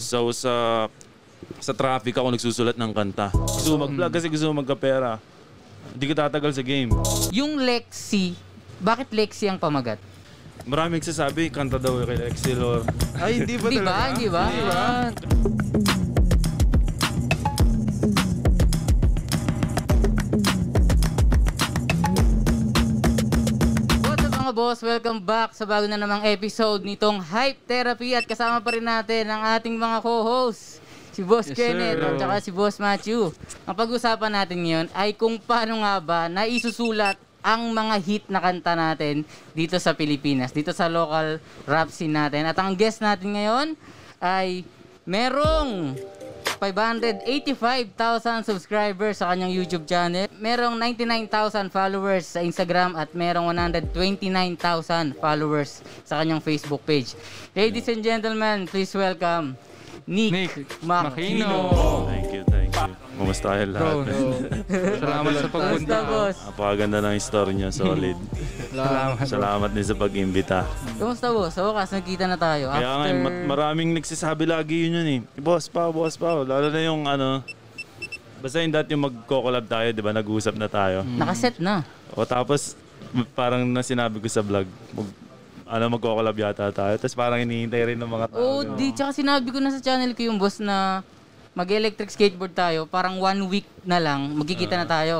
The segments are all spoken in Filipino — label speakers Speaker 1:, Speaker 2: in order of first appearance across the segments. Speaker 1: So sa sa traffic ako nagsusulat ng kanta. Gusto ko mag-vlog kasi gusto ko magkapera. Hindi ko tatagal sa game.
Speaker 2: Yung Lexi, bakit Lexi ang pamagat?
Speaker 1: Maraming sasabi, kanta daw kay Lexi or... Ay, hindi ba
Speaker 2: Di
Speaker 1: talaga?
Speaker 2: ba? Di ba? Ah, What's up mga boss? Welcome back sa bago na namang episode nitong Hype Therapy at kasama pa rin natin ang ating mga co-hosts. Si Boss
Speaker 3: Yes,
Speaker 2: Kenneth
Speaker 3: sir.
Speaker 2: at saka si Boss Matthew. Ang pag-usapan natin ngayon ay kung paano nga ba naisusulat ang mga hit na kanta natin dito sa Pilipinas, dito sa local rap scene natin. At ang guest natin ngayon ay merong 585,000 subscribers sa kanyang YouTube channel. Merong 99,000 followers sa Instagram at merong 129,000 followers sa kanyang Facebook page. Ladies and gentlemen, please welcome Nick,
Speaker 3: Nick
Speaker 2: Makino.
Speaker 3: Makino.
Speaker 1: Thank you, thank you. Kumusta kayo lahat?
Speaker 3: Bro, salamat sa
Speaker 2: Basta
Speaker 3: pagpunta.
Speaker 2: boss.
Speaker 1: Napakaganda ng story niya, solid.
Speaker 3: Salamat.
Speaker 1: Salamat din sa pag-imbita.
Speaker 2: Kumusta boss? Sa wakas, nagkita na tayo.
Speaker 1: Kaya nga, eh,
Speaker 2: After...
Speaker 1: mat- maraming nagsasabi lagi yun yun eh. Boss pa, boss pa. Lalo na yung ano... Basta yung dati yung magko-collab tayo, di ba? Nag-uusap na tayo.
Speaker 2: Nakaset na.
Speaker 1: O tapos, m- parang na sinabi ko sa vlog, mag, ano, magko-collab yata tayo. Tapos parang hinihintay rin ng mga tao.
Speaker 2: Oo, di. Tsaka sinabi ko na sa channel ko yung boss na mag-electric skateboard tayo. Parang one week na lang, magkikita na
Speaker 1: Ah.
Speaker 2: tayo.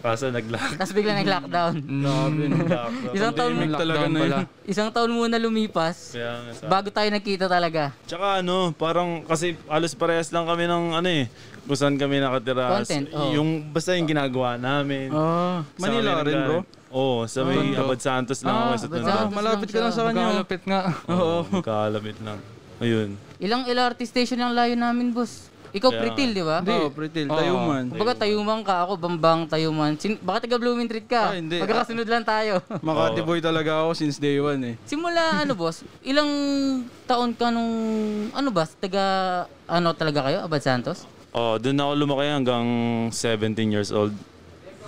Speaker 1: Kaso nag-lock.
Speaker 2: Tapos bigla nag-lockdown.
Speaker 3: Grabe, no.
Speaker 2: Isang taon,
Speaker 3: Pandemic talaga na yun.
Speaker 2: isang taon muna lumipas
Speaker 1: Kaya nga sa-
Speaker 2: bago tayo nakita talaga.
Speaker 1: Tsaka ano, parang kasi alos parehas lang kami ng ano eh, kung saan kami nakatira.
Speaker 2: Content,
Speaker 1: S-
Speaker 2: oo.
Speaker 1: Yung basta yung ginagawa namin.
Speaker 3: Ah,
Speaker 1: Sa
Speaker 3: Manila
Speaker 1: kami
Speaker 3: rin, bro.
Speaker 1: nag-aaral. Oo, sa may
Speaker 3: Tondo.
Speaker 1: Abad Santos lang ako
Speaker 3: Ah,
Speaker 1: sa
Speaker 2: Abad
Speaker 1: Tondo.
Speaker 2: Santos.
Speaker 3: Ah, malapit ka lang sa kanya. Malapit nga.
Speaker 1: Oo, magkakalapit lang. Ayun.
Speaker 2: Ilang LRT station ang layo namin, boss. Ikaw
Speaker 1: Kaya
Speaker 2: Pritil, di ba?
Speaker 3: Hindi. Oh, Pritil,
Speaker 2: Oo.
Speaker 3: Tayuman.
Speaker 2: Kumbaga Tayuman ka, ako Bambang Tayuman. Sin- baka taga Bloomingtreet ka.
Speaker 3: Ah, hindi.
Speaker 2: Magkakasunod lang tayo.
Speaker 3: Makati boy talaga ako since day one eh.
Speaker 2: Simula ano, boss? Ilang taon ka nung ano ba? Taga ano talaga kayo? Abad Santos?
Speaker 1: Oh, doon ako lumaki hanggang 17 years old.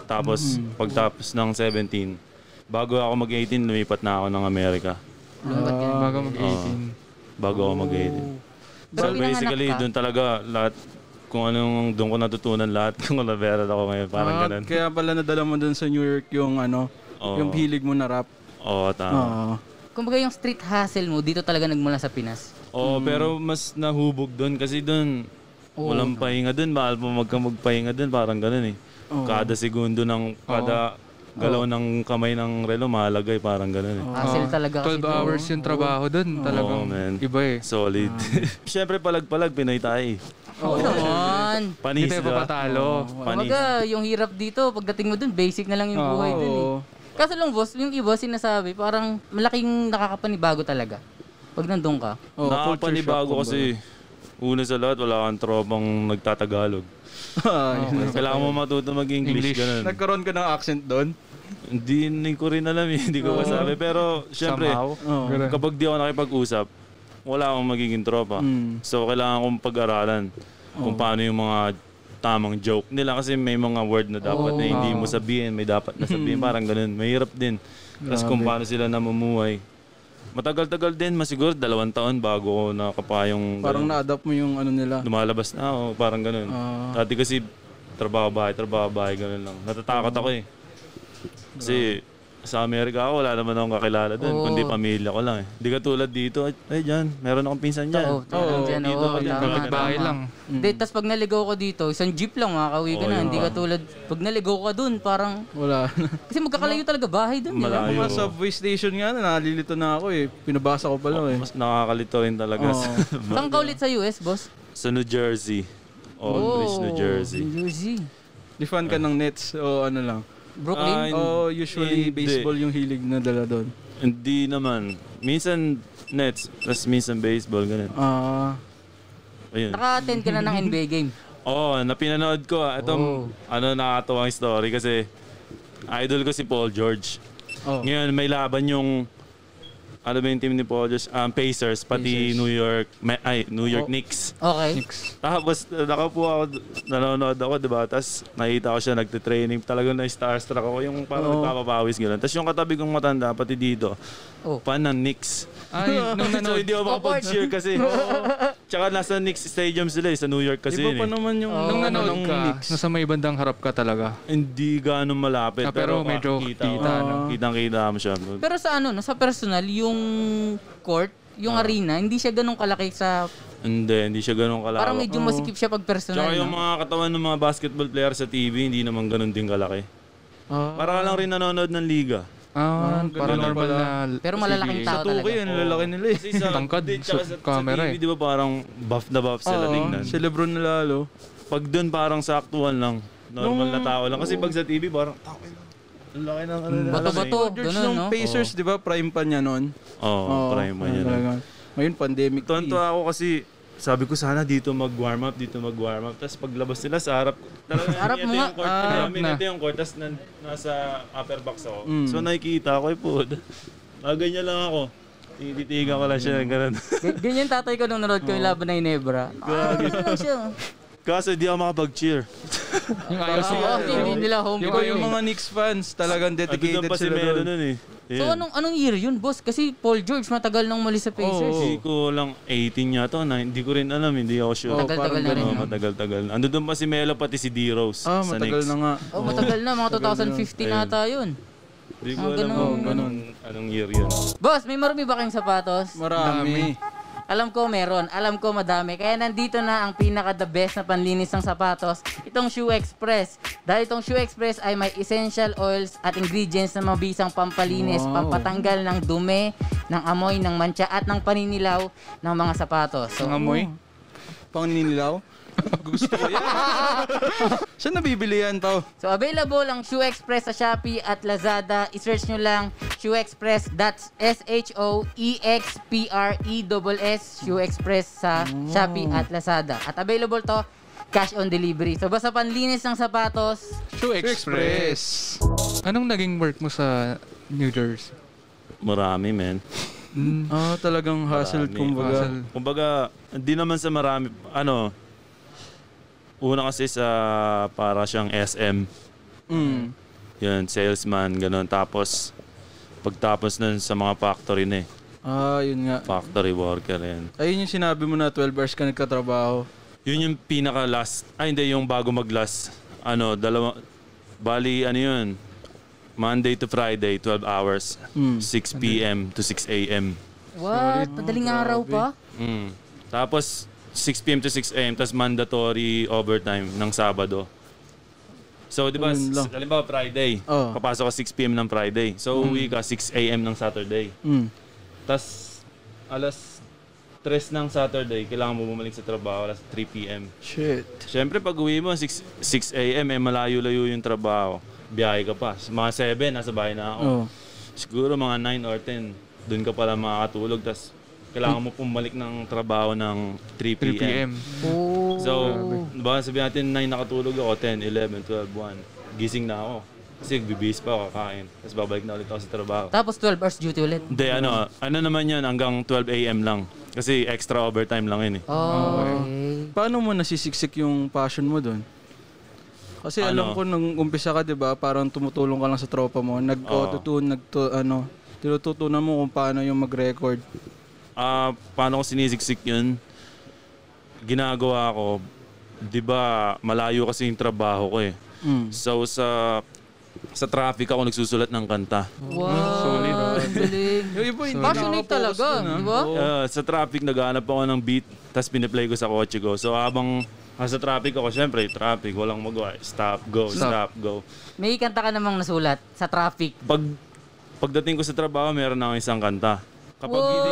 Speaker 1: Tapos
Speaker 2: Mm-hmm.
Speaker 1: pagtapos ng 17, bago ako mag-18, lumipat na ako ng Amerika. Oh,
Speaker 2: Lumipat ka.
Speaker 3: Bago mag-18.
Speaker 1: Bago ako mag-18.
Speaker 2: Pero
Speaker 1: So
Speaker 2: pinanganak
Speaker 1: basically,
Speaker 2: ka?
Speaker 1: doon talaga lahat kung anong doon ko natutunan lahat kung ano meron ako ngayon. Parang
Speaker 3: Ah,
Speaker 1: ganun.
Speaker 3: Kaya pala nadala mo dun sa New York yung ano,
Speaker 1: Oo.
Speaker 3: yung hilig mo na rap. Ah.
Speaker 1: Oo, tama.
Speaker 3: Oo.
Speaker 2: Kumbaga yung street hustle mo dito talaga nagmula sa Pinas.
Speaker 1: Oo,
Speaker 3: Hmm.
Speaker 1: pero mas nahubog doon kasi doon walang pahinga doon. Mahal mo magka magpahinga doon. Parang ganun eh. Kada segundo ng, kada galaw ng kamay ng relo, mahalaga eh. Parang ganun eh.
Speaker 3: Ah.
Speaker 2: Hustle talaga kasi.
Speaker 3: 12 hours yung trabaho dun. Talagang
Speaker 1: Oo, man.
Speaker 3: iba eh.
Speaker 1: Solid. Siyempre, palag-palag, Pinoy tayo eh.
Speaker 3: oh,
Speaker 2: Oo Ano naman.
Speaker 3: Hindi
Speaker 1: Panis,
Speaker 3: tayo
Speaker 1: di ba?
Speaker 3: papatalo.
Speaker 1: Panis.
Speaker 2: Kumbaga, yung hirap dito, pagdating mo dun, basic na lang yung buhay dun eh.
Speaker 3: Oo.
Speaker 2: Kaso lang boss, yung iba sinasabi, parang malaking nakakapanibago talaga. Pag nandun ka.
Speaker 3: Oo, culture shock
Speaker 1: Nakakapanibago
Speaker 3: kumbaga.
Speaker 1: kasi. Una sa lahat, wala kang tropang nagtatagalog.
Speaker 3: Ah, yun.
Speaker 1: Kailangan mo matuto mag-English, ganun.
Speaker 3: Nagkaroon ka ng accent doon?
Speaker 1: Hindi hindi ko rin alam eh, hindi ko masabi. Pero, siyempre,
Speaker 3: Oo.
Speaker 1: kapag di ako nakipag-usap, wala akong magiging tropa.
Speaker 3: Hmm.
Speaker 1: So, kailangan kong pag-aralan kung paano yung mga tamang joke nila kasi may mga word na dapat na hindi mo sabihin, may dapat na sabihin,
Speaker 3: Hmm.
Speaker 1: parang ganun. Mahirap din. Tapos kung paano sila namumuhay. Matagal-tagal din, masiguro dalawang taon bago ako nakapayong
Speaker 3: Parang na-adapt mo yung ano nila.
Speaker 1: lumalabas na ako, parang ganun. Dati kasi trabaho bahay, trabaho bahay, ganun lang. Natatakot ako eh. Kasi sa Amerika ako, wala naman akong kakilala doon, kundi pamilya ko lang eh. Hindi ka tulad dito, ay, ay dyan, meron akong pinsan dyan.
Speaker 2: Oo, talagang Oh, dyan, oo, tama,
Speaker 3: Kapitbahay
Speaker 2: tama.
Speaker 3: lang.
Speaker 2: Hindi, tas pag naligaw ka dito, isang jeep lang makakauwi ka na. Hindi ka tulad, pag naligaw ka dun, parang...
Speaker 3: Wala.
Speaker 2: Kasi magkakalayo talaga bahay dun. di ba?
Speaker 3: Yung mga subway station nga, nalilito na ako eh. Pinabasa ko pala eh.
Speaker 1: Mas nakakalito rin talaga sa,
Speaker 2: Saan ka ulit sa US, boss?
Speaker 1: sa New Jersey. Old Bridge, New Jersey.
Speaker 2: New Jersey.
Speaker 3: Di fan ka ng Nets o ano lang.
Speaker 2: Brooklyn?
Speaker 3: O usually
Speaker 1: Hindi.
Speaker 3: baseball yung hilig na dala doon.
Speaker 1: Hindi naman. Minsan Nets, tapos minsan baseball, ganun.
Speaker 3: Ah,
Speaker 1: Ayun.
Speaker 2: Naka-attend ka na ng NBA game.
Speaker 1: Oo, oh, napinanood ko. ah. Ito, ano, nakakatawang story kasi idol ko si Paul George.
Speaker 3: Oh.
Speaker 1: Ngayon, may laban yung ano ba yung team ni Paul George? Um, Pacers, pati New York, Ma- ay, New York Knicks.
Speaker 2: Okay.
Speaker 1: Tapos, uh, nakaupo ako, d- nanonood ako, di ba? Tapos, nakita ko siya, nagtitraining. Talagang na-starstruck ako. Yung parang nagpapapawis, gano'n. Tapos, yung katabi kong matanda, pati dito,
Speaker 2: Oh.
Speaker 1: fan ng Knicks.
Speaker 3: Ay, nung
Speaker 1: so,
Speaker 3: nanood.
Speaker 1: hindi ako makapag-cheer kasi Tsaka nasa next stadium sila eh, sa New York kasi
Speaker 3: Iba
Speaker 1: yun
Speaker 3: pa
Speaker 1: eh.
Speaker 3: naman yung...
Speaker 2: Oo.
Speaker 4: Nung
Speaker 3: ano
Speaker 4: nanood
Speaker 3: ng
Speaker 4: ka,
Speaker 3: mix.
Speaker 4: nasa may bandang harap ka talaga.
Speaker 1: Hindi gaano malapit.
Speaker 4: Ah, pero medyo kita,
Speaker 3: no?
Speaker 1: Kitang-kita mo siya.
Speaker 2: Pero sa ano, no, sa personal, yung court, yung arena, hindi siya ganun kalaki sa...
Speaker 1: Hindi, hindi siya ganun kalawak.
Speaker 2: Parang medyo masikip siya pag personal.
Speaker 1: Tsaka yung
Speaker 2: no?
Speaker 1: mga katawan ng mga basketball player sa TV, hindi naman ganun din kalaki.
Speaker 4: Ah,
Speaker 1: Para ka lang rin nanonood ng liga.
Speaker 4: ah, para normal na
Speaker 2: Pero malalaking
Speaker 4: CBA.
Speaker 2: tao
Speaker 3: Tuko
Speaker 2: talaga.
Speaker 3: yun, lalaki nila eh.
Speaker 1: Kasi sa,
Speaker 4: Tangkad
Speaker 1: di, tsaka sa,
Speaker 4: sa camera
Speaker 1: sa TV,
Speaker 4: eh.
Speaker 1: di ba parang buff na buff sila tingnan.
Speaker 3: Si Lebron na lalo.
Speaker 1: Pag doon parang saktuhan lang. Normal na tao lang. Kasi pag sa TV parang, "Tangin na, ang laki ng
Speaker 4: Mm.
Speaker 1: ano. na-
Speaker 2: Bato-bato,
Speaker 3: George
Speaker 2: ganun,
Speaker 3: nung
Speaker 2: no?
Speaker 3: Pacers, di ba? Prime pa niya noon.
Speaker 1: Oo, oh, prime mo yun.
Speaker 3: talaga. Ngayon, pandemic. pa
Speaker 1: Tonto ako kasi sabi ko sana dito mag-warm up, dito mag-warm up. Tapos paglabas nila sa harap, talaga
Speaker 2: Harap
Speaker 1: ito
Speaker 2: mo nga,
Speaker 1: yung court,
Speaker 2: ah.
Speaker 1: namin, ito yung court, tapos nan- nasa upper box ako.
Speaker 2: Mm.
Speaker 1: So nakikita ko, ay po, ganyan lang ako. Tititigan ko lang siya ng ganun.
Speaker 2: G- ganyan tatay ko nung nanood ko yung laban na Inebra. Ah, ano lang siya.
Speaker 1: Kaso di ako makapag-cheer.
Speaker 4: Yung ayaw
Speaker 2: Oo, kasi hindi nila home
Speaker 3: Iba
Speaker 2: court.
Speaker 3: yung
Speaker 2: eh.
Speaker 3: mga Knicks fans, talagang
Speaker 1: Ando
Speaker 3: dedicated
Speaker 1: doon pa si
Speaker 3: sila
Speaker 1: Melo
Speaker 3: doon.
Speaker 1: nun eh.
Speaker 2: So
Speaker 1: Yun.
Speaker 2: anong anong year yun, boss? Kasi Paul George matagal nang mali sa Pacers.
Speaker 1: Hindi ko lang 18 yata, na, hindi ko rin alam, hindi ako sure.
Speaker 2: Matagal-tagal
Speaker 3: parang
Speaker 2: na rin.
Speaker 1: Ano,
Speaker 2: no?
Speaker 1: matagal-tagal. Ando doon pa si Melo pati si D-Rose
Speaker 3: Ah,
Speaker 1: sa
Speaker 3: matagal
Speaker 1: Knicks.
Speaker 3: na nga.
Speaker 2: Oh, matagal na, mga 2015 na ata yun.
Speaker 1: Hindi ko
Speaker 2: Ah,
Speaker 1: alam
Speaker 2: ganun.
Speaker 1: kung anong, anong year yun.
Speaker 2: Boss, may marumi ba kayong sapatos?
Speaker 3: Marami.
Speaker 2: Alam ko meron, alam ko madami. Kaya nandito na ang pinaka the best na panlinis ng sapatos, itong Shoe Express. Dahil itong Shoe Express ay may essential oils at ingredients na mabisang pampalinis, pampatanggal ng dumi, ng amoy, ng mantsa at ng paninilaw ng mga sapatos. So,
Speaker 4: Ang amoy.
Speaker 3: Pang ninilaw. Gusto ko yan. Saan nabibili yan, Pao?
Speaker 2: so available ang Shoe Express sa Shopee at Lazada. I-search nyo lang Shoe Express. That's E S-H-O-E-X-P-R-E-S-S E Shoe Express sa
Speaker 3: Mm.
Speaker 2: Shopee at Lazada. At available to cash on delivery. So basta panlinis ng sapatos,
Speaker 4: Shoe Express. Anong naging work mo sa New Jersey?
Speaker 1: Marami, man.
Speaker 3: Ah, talagang hustle,
Speaker 1: Marami.
Speaker 3: kumbaga.
Speaker 4: Hustle.
Speaker 1: Kumbaga, hindi naman sa marami, ano, una kasi sa para siyang SM,
Speaker 3: Mm.
Speaker 1: yun, salesman, ganun. Tapos, pagtapos nun sa mga factory na eh.
Speaker 3: Ah, yun nga.
Speaker 1: Factory worker yan.
Speaker 3: Ayun yung sinabi mo na 12 hours ka nagkatrabaho.
Speaker 1: Yun yung pinaka last, ay hindi, yung bago mag last, ano, dalawa, bali, ano yun, Monday to Friday, 12 hours, 6 p.m. to 6 a.m.
Speaker 2: What? Madaling araw pa?
Speaker 1: Mm. Tapos 6 p.m. to 6 a.m. Tapos mandatory overtime ng Sabado. So, di ba,
Speaker 3: Ayun lang. Oh. Mm.
Speaker 1: s- halimbawa Friday,
Speaker 3: Oo.
Speaker 1: papasok ka 6 p.m. ng Friday. So, uwi ka 6 a.m. ng Saturday.
Speaker 3: Mm.
Speaker 1: Tapos, alas 3 ng Saturday, kailangan mo bumalik sa trabaho alas 3 p.m.
Speaker 3: Shit.
Speaker 1: Siyempre, pag uwi mo, 6, 6 a.m., eh, malayo-layo yung trabaho. Biyahe ka pa. Mga 7, nasa bahay na ako.
Speaker 3: Oh.
Speaker 1: Siguro mga 9 or 10, doon ka pala makakatulog. Tapos kailangan mo pumalik ng trabaho ng 3
Speaker 4: 3
Speaker 1: p.m.
Speaker 4: p.m.
Speaker 2: Oh.
Speaker 1: So, baka sabihin natin 9 nakatulog ako, 10, 11, 12, 1. Gising na ako. Kasi bibis pa ako, kakain. Tapos babalik na ulit ako sa trabaho.
Speaker 2: Tapos 12 hours duty ulit.
Speaker 1: Hindi, ano, ano naman yun, hanggang 12 a.m. lang. Kasi extra overtime lang yun eh.
Speaker 3: Oh,
Speaker 2: Okay.
Speaker 3: Paano mo nasisiksik yung passion mo doon? Kasi alam
Speaker 1: Ano?
Speaker 3: ko nung umpisa ka, 'di ba, parang tumutulong ka lang sa tropa mo, nag-auto-tune, nagtu ano, tinututunan mo kung paano yung mag-record.
Speaker 1: Ah, paano ko sinisiksik yun? Ginagawa ko, di ba, malayo kasi yung trabaho ko eh.
Speaker 3: Mm.
Speaker 1: So sa sa traffic ako nagsusulat ng kanta.
Speaker 2: Wow. Solid.
Speaker 3: oh.
Speaker 2: Galing.
Speaker 3: Yung iba hindi
Speaker 2: Passionate talaga, di ba?
Speaker 1: Ah, sa traffic naghahanap ako ng beat, tapos pinaplay ko sa kotse ko. So habang nasa traffic ako, syempre traffic, walang magawa. Stop, go, stop, go.
Speaker 2: May kanta ka namang nasulat sa traffic.
Speaker 1: Pag pagdating ko sa trabaho, meron na akong isang kanta. Kapag hindi,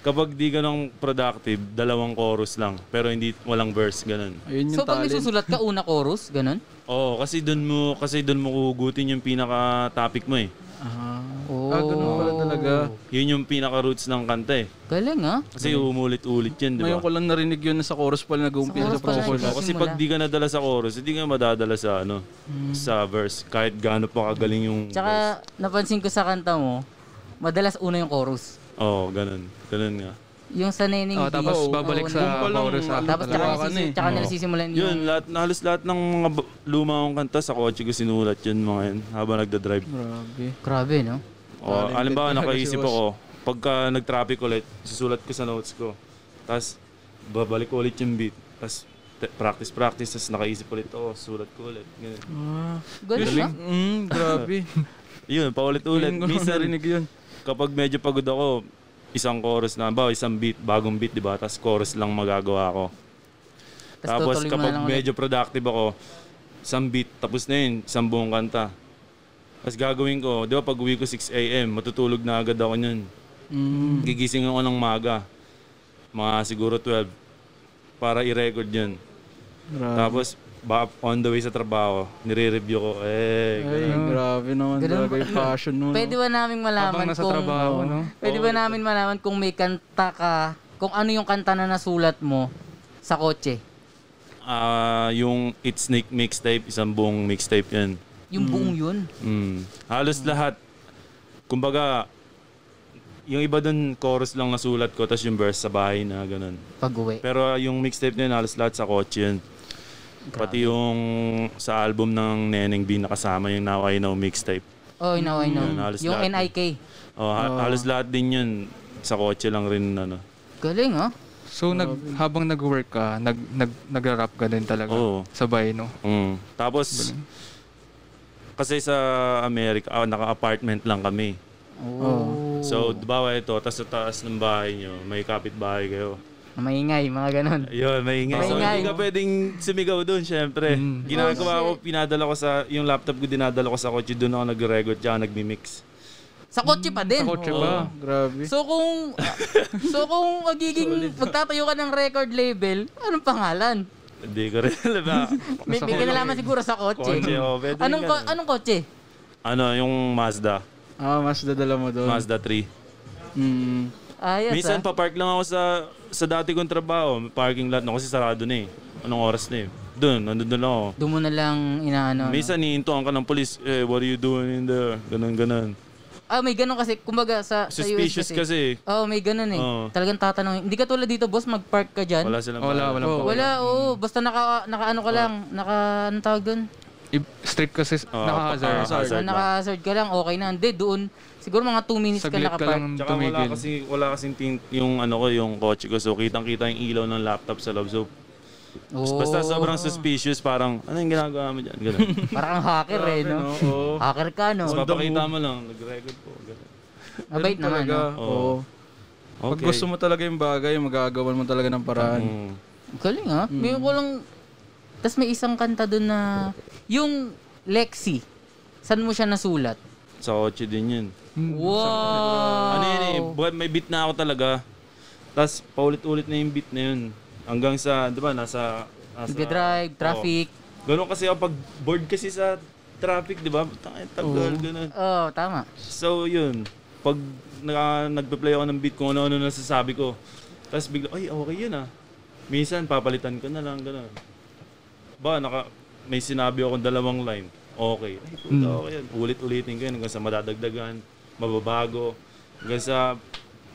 Speaker 1: kapag di ganong productive, dalawang chorus lang. Pero hindi, walang verse, ganun.
Speaker 3: Ayun yung
Speaker 2: So, pag may
Speaker 3: talent.
Speaker 2: susulat ka, una chorus, ganun?
Speaker 1: Oo, kasi doon mo, kasi doon mo kugutin yung pinaka-topic mo eh.
Speaker 2: Oh.
Speaker 3: Ah, ganun pala talaga.
Speaker 1: Yun yung pinaka-roots ng kanta eh.
Speaker 2: Oh, Galing, ah. ha?
Speaker 1: Kasi umulit-ulit yun, di ba?
Speaker 3: Ngayon ko lang narinig yun na sa chorus pala
Speaker 2: Sa
Speaker 3: nag-uumpisa sa
Speaker 2: chorus pala
Speaker 3: vocal.
Speaker 1: Oo, kasi pag di ka nadala sa chorus, hindi ka madadala sa ano, sa verse. Kahit gaano pa kagaling yung verse.
Speaker 2: Tsaka, napansin ko sa kanta mo, madalas una yung chorus.
Speaker 1: Oo, oh, ganun. Ganun nga.
Speaker 2: Yung sa Neneng
Speaker 4: Oh,
Speaker 2: D.
Speaker 4: tapos
Speaker 2: Oo,
Speaker 4: babalik sa ah.
Speaker 2: una.
Speaker 4: chorus after.
Speaker 2: Tapos tsaka,
Speaker 3: Dalawa ka na
Speaker 2: sisi,
Speaker 3: eh.
Speaker 2: tsaka nila sisimulan yung...
Speaker 1: Yun, lahat, halos lahat ng mga b- luma akong kanta sa kotse ko sinulat yun mga yun habang nagda-drive.
Speaker 3: Grabe.
Speaker 2: Grabe, no?
Speaker 1: O, alam ba,
Speaker 3: talaga si
Speaker 1: Oh, nakaisip
Speaker 3: Boss.
Speaker 1: ako, pagka nag-traffic ulit, susulat ko sa notes ko. Tapos, babalik ko ulit yung beat. Tapos te- practice, practice. Tapos nakaisip ulit ako, sulat ko ulit. Ganun.
Speaker 2: Ganun ba?
Speaker 3: Mm, grabe.
Speaker 1: Yun, paulit-ulit.
Speaker 3: Ngayon ko lang
Speaker 1: Minsan,
Speaker 3: narinig yun.
Speaker 1: kapag medyo pagod ako, isang chorus na, ba, isang beat, bagong beat, di ba? Tapos chorus lang magagawa ko.
Speaker 2: Tapos
Speaker 1: Tapos
Speaker 2: tutuloy mo na
Speaker 1: kapag
Speaker 2: lang ulit.
Speaker 1: medyo productive ako, isang beat, tapos na yun, isang buong kanta. Tapos gagawin ko, di ba pag uwi ko 6 a.m., matutulog na agad ako nun.
Speaker 2: Mm.
Speaker 1: Gigising ako ng maga, mga siguro 12, para i-record yun.
Speaker 3: Grabe.
Speaker 2: Ah.
Speaker 1: Tapos, ba, on the way sa trabaho, nire-review ko, eh,
Speaker 3: Ay, grabe naman
Speaker 2: Ganun
Speaker 3: talaga yung passion mo. no?
Speaker 2: Pwede ba namin
Speaker 4: Habang
Speaker 2: malaman
Speaker 4: nasa
Speaker 2: kung...
Speaker 4: trabaho, no?
Speaker 2: Pwede ba namin malaman kung may kanta ka, kung ano yung kanta na nasulat mo sa kotse?
Speaker 1: ah, yung It's Snake mixtape, isang buong mixtape yun.
Speaker 2: Yung
Speaker 4: Hmm.
Speaker 2: buong yun?
Speaker 1: Mm. Halos lahat. Kumbaga, yung iba dun, chorus lang nasulat ko, tapos yung verse sa bahay na ganun.
Speaker 2: Pag-uwi.
Speaker 1: Pero ah, yung mixtape na yun, halos lahat sa kotse yun. Pati yung sa album ng Neneng B nakasama yung Now I Know mixtape.
Speaker 2: Oh, I know, I know.
Speaker 4: Hmm.
Speaker 1: Yun, halos
Speaker 2: Yung
Speaker 1: lahat.
Speaker 2: NIK.
Speaker 1: Oh, ha- halos lahat din yun. Sa kotse lang rin, ano.
Speaker 2: Galing, oh.
Speaker 4: So, nag, habang nag-work ka, nag, nag, nagra-rap ka din talaga.
Speaker 1: Oo.
Speaker 4: Sabay, no?
Speaker 1: Mm. Tapos, kasi sa Amerika, ah, naka-apartment lang kami.
Speaker 2: Oh.
Speaker 1: So, di ba ito, tapos sa taas ng bahay nyo, may kapitbahay kayo.
Speaker 2: Maingay, mga ganun.
Speaker 1: Yun, maingay. Mm. So,
Speaker 2: Maingay.
Speaker 1: hindi ka pwedeng sumigaw doon, syempre. Ginagawa ko, pinadala ko sa, yung laptop ko, dinadala ko sa kotse, doon ako nag-record, tsaka nagmi-mix.
Speaker 2: Sa kotse pa din.
Speaker 4: Kotse ba?
Speaker 3: Grabe.
Speaker 2: So kung so kung magiging magtatayo ka ng record label, anong pangalan?
Speaker 1: Hindi ko rin alam na.
Speaker 2: May, may kinalaman siguro sa kotse.
Speaker 1: Kotse, oh, pwede
Speaker 2: Anong
Speaker 1: rin
Speaker 2: ko- anong kotse?
Speaker 1: Ano, yung Mazda.
Speaker 3: Ah, mas dadala mo doon.
Speaker 1: Mazda 3.
Speaker 3: Mm.
Speaker 2: Ayos
Speaker 1: Minsan,
Speaker 2: ah.
Speaker 1: papark lang ako sa sa dati kong trabaho. may Parking lot na kasi sarado na eh. Anong oras na eh. Doon, nandun doon lang ako.
Speaker 2: Doon mo na lang inaano. ano.
Speaker 1: Minsan, niintuan ka ng polis. Eh, what are you doing in there? Ganun, ganun.
Speaker 2: Ah, may ganun kasi. Kumbaga sa, sa US
Speaker 1: Suspicious kasi.
Speaker 2: Oo, may ganun eh.
Speaker 1: Oo.
Speaker 2: Talagang tatanungin. Hindi ka tulad dito, boss, mag-park ka dyan. Wala,
Speaker 1: Wala silang
Speaker 4: Wala, wala. pa.
Speaker 2: oo. Basta naka, naka ano ka lang. Naka, anong tawag doon?
Speaker 4: I- strict kasi
Speaker 1: Oo,
Speaker 4: naka-hazard.
Speaker 1: pa- hazard lang.
Speaker 2: Naka-hazard ka lang, okay na. Hindi, doon. Siguro mga 2 minutes ka
Speaker 4: Saglit ka
Speaker 2: nakapark.
Speaker 4: lang
Speaker 1: Tsaka wala
Speaker 4: tumigil.
Speaker 1: kasi wala kasing tin- yung ano ko yung kotse ko so kitang-kita yung ilaw ng laptop sa loob so
Speaker 2: Oo.
Speaker 1: basta sobrang suspicious parang ano yung ginagawa mo diyan ganun.
Speaker 2: Parang hacker eh, no?
Speaker 3: Oo.
Speaker 2: Hacker ka, no?
Speaker 1: Tapos papakita mo lang nag-record po ganun.
Speaker 2: Mabait naman,
Speaker 3: Talaga,
Speaker 2: no?
Speaker 1: Oo.
Speaker 3: oo. Pag gusto mo talaga yung bagay, magagawan mo talaga ng paraan.
Speaker 1: Mm.
Speaker 2: Galing, ha? May walang... Tapos may isang kanta doon na... Yung Lexi. Saan mo siya nasulat?
Speaker 1: sa kotse din yun.
Speaker 2: Wow!
Speaker 1: Ano yun eh, bu- may beat na ako talaga. Tapos paulit-ulit na yung beat na yun. Hanggang sa, di ba, nasa... nasa Oh.
Speaker 2: Nag-drive, traffic.
Speaker 1: Ganun kasi ako pag bored kasi sa traffic, di ba? Tangin, tagal, ganun.
Speaker 2: Oo, Oh, tama.
Speaker 1: So, yun. Pag naka, nagpe-play ako ng beat, kung ano-ano nasasabi ko. Tapos bigla, ay, okay yun ah. Minsan, papalitan ko na lang, gano'n. Ba, naka, may sinabi akong dalawang line. Okay. Ay, puta, okay yun. Ulit-ulitin ko yun hanggang sa madadagdagan, mababago, hanggang sa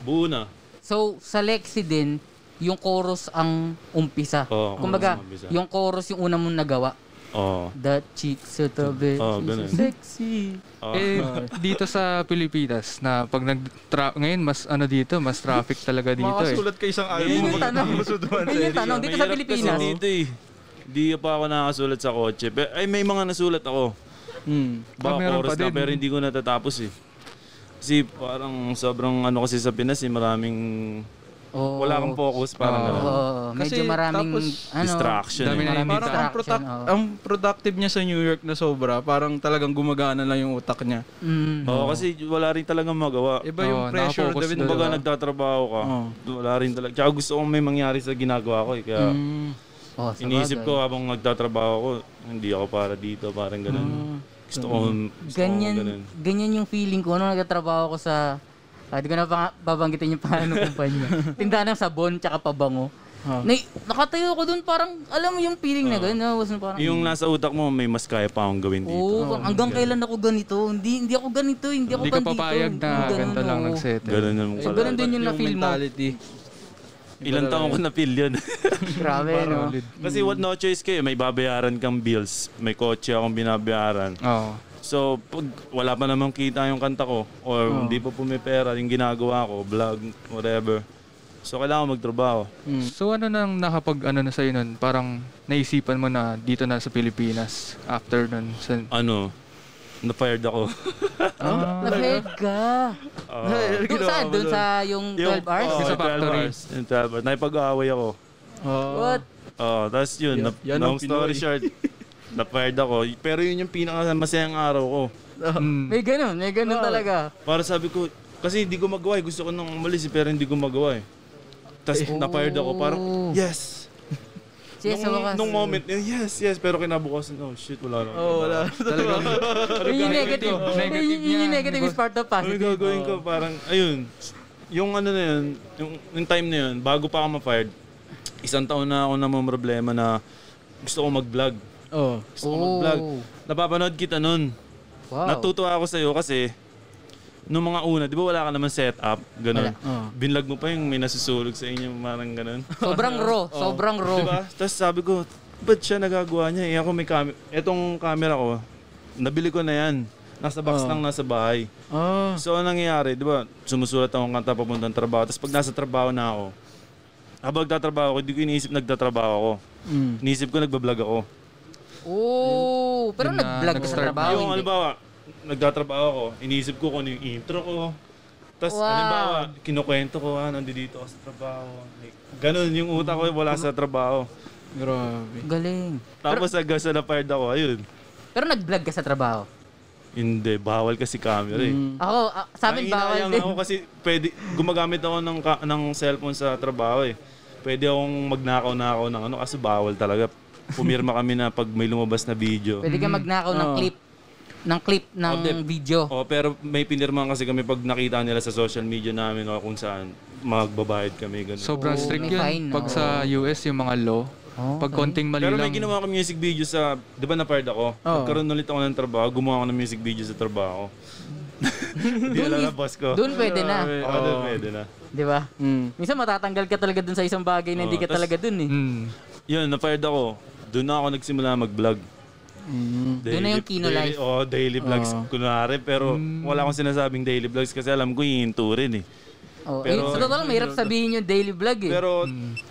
Speaker 1: buo na.
Speaker 2: So, sa Lexi din, yung chorus ang umpisa.
Speaker 1: Oo, Oh, chorus
Speaker 2: Kumbaga,
Speaker 1: ang umpisa.
Speaker 2: yung chorus yung una mong nagawa.
Speaker 1: Oo.
Speaker 2: The cheeks at the bed.
Speaker 1: Oo, Oh, ganun.
Speaker 2: Sexy.
Speaker 1: Oh.
Speaker 4: Eh, dito sa Pilipinas, na pag nag ngayon, mas ano dito, mas traffic talaga dito eh.
Speaker 3: Makakasulat ka isang
Speaker 2: Yun yung
Speaker 3: album.
Speaker 2: tanong. Yun yung tanong. Dito sa
Speaker 1: Mahirap kasi
Speaker 2: Pilipinas.
Speaker 1: dito eh. Di pa ako nakasulat sa kotse. Pe- Ay, may mga nasulat ako.
Speaker 3: Mm.
Speaker 4: Ah,
Speaker 1: Baka
Speaker 4: meron
Speaker 1: chorus
Speaker 4: pa
Speaker 1: na,
Speaker 4: din.
Speaker 1: pero hindi ko natatapos eh. Kasi parang sobrang ano kasi sa Pinas eh, maraming...
Speaker 2: Oo.
Speaker 1: Wala kang focus, parang
Speaker 4: Oo.
Speaker 1: gano'n.
Speaker 2: Oo, Ano? medyo
Speaker 3: Kasi
Speaker 2: maraming
Speaker 3: tapos
Speaker 2: ano,
Speaker 1: Distraction
Speaker 4: Dami
Speaker 1: eh.
Speaker 4: na
Speaker 2: Maraming
Speaker 4: inita.
Speaker 3: Parang ang,
Speaker 2: distraction.
Speaker 3: product-
Speaker 2: oo.
Speaker 3: ang productive niya sa New York na sobra, parang talagang gumagana lang yung utak niya.
Speaker 2: Mm.
Speaker 1: Oo, kasi wala rin talagang magawa.
Speaker 3: Iba
Speaker 4: Oo,
Speaker 3: yung pressure.
Speaker 4: nakafocus
Speaker 3: Eh, David,
Speaker 4: doon.
Speaker 1: Kumbaga
Speaker 3: diba?
Speaker 1: nagtatrabaho ka,
Speaker 3: Oo.
Speaker 1: wala rin talaga. Tsaka gusto kong may mangyari sa ginagawa ko eh. Kaya
Speaker 3: Mm.
Speaker 2: Oh, sa
Speaker 1: iniisip
Speaker 2: bagay.
Speaker 1: ko habang nagtatrabaho ko, hindi ako para dito, parang gano'n. Gusto ko, gusto
Speaker 2: ganyan,
Speaker 1: ko gano'n.
Speaker 2: ganyan yung feeling ko nung nagtatrabaho ko sa ah, di ko na pang- babanggitin yung pangalan ng kumpanya. Tindahan ng sabon tsaka pabango.
Speaker 4: Ah.
Speaker 2: Nay, nakatayo ko doon parang alam mo yung feeling na ganun, no? Was na parang
Speaker 1: Yung nasa utak mo, may mas kaya pa akong gawin dito.
Speaker 2: Oo, parang hanggang kailan ako ganito? Hindi hindi ako ganito, hindi ako
Speaker 4: Ah, Hindi ka
Speaker 2: ganito.
Speaker 4: papayag na
Speaker 2: Yung ganun,
Speaker 4: ganito lang
Speaker 2: oo.
Speaker 4: nagsettle.
Speaker 1: Ganun naman
Speaker 2: So,
Speaker 1: pala.
Speaker 2: ganun din yung na-feel mo.
Speaker 3: mentality.
Speaker 1: Ilang taong ko na-feel yun.
Speaker 2: Grabe, no? Ah.
Speaker 1: Kasi what no choice kayo, may babayaran kang bills, may kotse akong binabayaran.
Speaker 4: Oo.
Speaker 1: So, pag wala pa namang
Speaker 3: Oh.
Speaker 1: kita yung kanta ko, or hindi pa pumipera yung ginagawa ko, vlog, whatever. So, kailangan ko magtrabaho.
Speaker 2: Hmm.
Speaker 4: So ano nang nakapag ano na sa'yo nun? Parang naisipan mo na dito na sa Pilipinas after nun. Sa,
Speaker 1: Ano, na-fired ako.
Speaker 4: Ah.
Speaker 2: Na-fed ka.
Speaker 1: Ah,
Speaker 2: Doon saan? Doon sa yung 12 hours?
Speaker 1: oo,
Speaker 4: Sa
Speaker 1: yung 12
Speaker 4: factory.
Speaker 1: hours. Yung 12 hours. Naipag-aaway ako.
Speaker 2: What?
Speaker 1: Oo, tapos yun,
Speaker 3: Yan-
Speaker 1: na,
Speaker 3: yan ang
Speaker 1: long story
Speaker 3: Pinoy.
Speaker 1: short, na-fired ako. Pero yun yung pinakamasayang araw ko.
Speaker 4: Mm.
Speaker 2: May ganun, may ganun talaga.
Speaker 1: Para sabi ko, kasi hindi ko magawa eh. Gusto ko nang umalis eh, pero hindi ko magawa eh. Tapos na-fired ako, parang, yes!
Speaker 2: Yes, sa wakas.
Speaker 1: nung moment, eh, yes, yes. Pero kinabukasan, oh shit, wala lang.
Speaker 3: Oo, wala.
Speaker 4: Talagang
Speaker 2: Yun yung negative. Yun-
Speaker 4: Negative
Speaker 2: Yun yung
Speaker 4: niya.
Speaker 2: negative is part of
Speaker 1: Ano yung
Speaker 2: positive.
Speaker 1: gagawin ko? Parang, ayun, yung ano na yun, yung, yung time na yun, bago pa ako ma-fired, isang taon na ako na problema na gusto ko mag-vlog.
Speaker 3: Oo.
Speaker 1: Gusto ko mag-vlog. Napapanood kita nun.
Speaker 2: Wow.
Speaker 1: Natutuwa ako sa'yo kasi nung mga una, di ba wala ka naman setup, ganun. Binlag mo pa yung may nasusulog sa inyo, parang ganun.
Speaker 2: Sobrang raw, sobrang raw.
Speaker 1: Di ba? Tapos sabi ko, ba't siya nagagawa niya? Eh ako may camera, etong camera ko, nabili ko na yan. Nasa box lang, nasa bahay.
Speaker 3: Ah.
Speaker 1: So, anong nangyayari, di ba, sumusulat ako ng kanta papuntang trabaho. Tapos pag nasa trabaho na ako, habang nagtatrabaho ako, hindi ko iniisip nagtatrabaho ako.
Speaker 3: Mm.
Speaker 1: Iniisip ko nagbablog ako.
Speaker 2: Oo, pero
Speaker 4: Yun na,
Speaker 2: nag-vlog ka sa
Speaker 4: nag-start
Speaker 2: trabaho.
Speaker 1: yung,
Speaker 2: hindi.
Speaker 1: halimbawa, nagtatrabaho ako, iniisip ko kung ano yung intro ko. Tapos,
Speaker 2: Wow.
Speaker 1: halimbawa, kinukwento ko, ah, nandito ako sa trabaho. Like, Ganun, yung utak ko wala sa trabaho.
Speaker 3: Grabe.
Speaker 2: Galing.
Speaker 1: Tapos, hanggang sa na-fired ako, ayun.
Speaker 2: Pero nag-vlog ka sa trabaho.
Speaker 1: Hindi, bawal kasi camera eh.
Speaker 2: Ako, ah, sa amin bawal
Speaker 1: Nanginayang
Speaker 2: din.
Speaker 1: ako kasi pwede, gumagamit ako ng, ka- ng cellphone sa trabaho eh. Pwede akong magnakaw-nakaw ng ano kasi bawal talaga. Pumirma kami na pag may lumabas na video.
Speaker 2: Pwede ka magnakaw ng clip ng clip ng video.
Speaker 1: Oh, pero may pinirma kasi kami pag nakita nila sa social media namin o kung saan magbabayad kami ganun.
Speaker 4: sobrang
Speaker 2: Oo, Oh,
Speaker 4: strict
Speaker 2: may
Speaker 4: yun.
Speaker 2: fine,
Speaker 4: Pag sa US, yung mga law. Pag konting mali
Speaker 1: pero may
Speaker 4: lang.
Speaker 1: ginawa ko music video sa, 'di ba na fired ako? Nagkaroon ulit ako ng trabaho, gumawa ako ng music video sa trabaho. Hindi alam na boss ko.
Speaker 2: Doon pwede na,
Speaker 1: Oo, doon pwede na.
Speaker 2: 'di ba?
Speaker 3: Mm.
Speaker 2: Minsan matatanggal ka talaga dun sa isang bagay na hindi ka talaga dun eh.
Speaker 4: Mm.
Speaker 1: Yun, na-fired ako. Doon na ako nagsimula mag-vlog.
Speaker 2: Mm. Doon na yung Kino
Speaker 1: daily,
Speaker 2: Life. Mm.
Speaker 1: Oh, daily vlogs kunwari. Pero wala akong sinasabing daily vlogs kasi alam ko hihinto rin eh.
Speaker 2: Oh, eh, sa totoo lang, mahirap sabihin yung daily vlog eh.
Speaker 1: Pero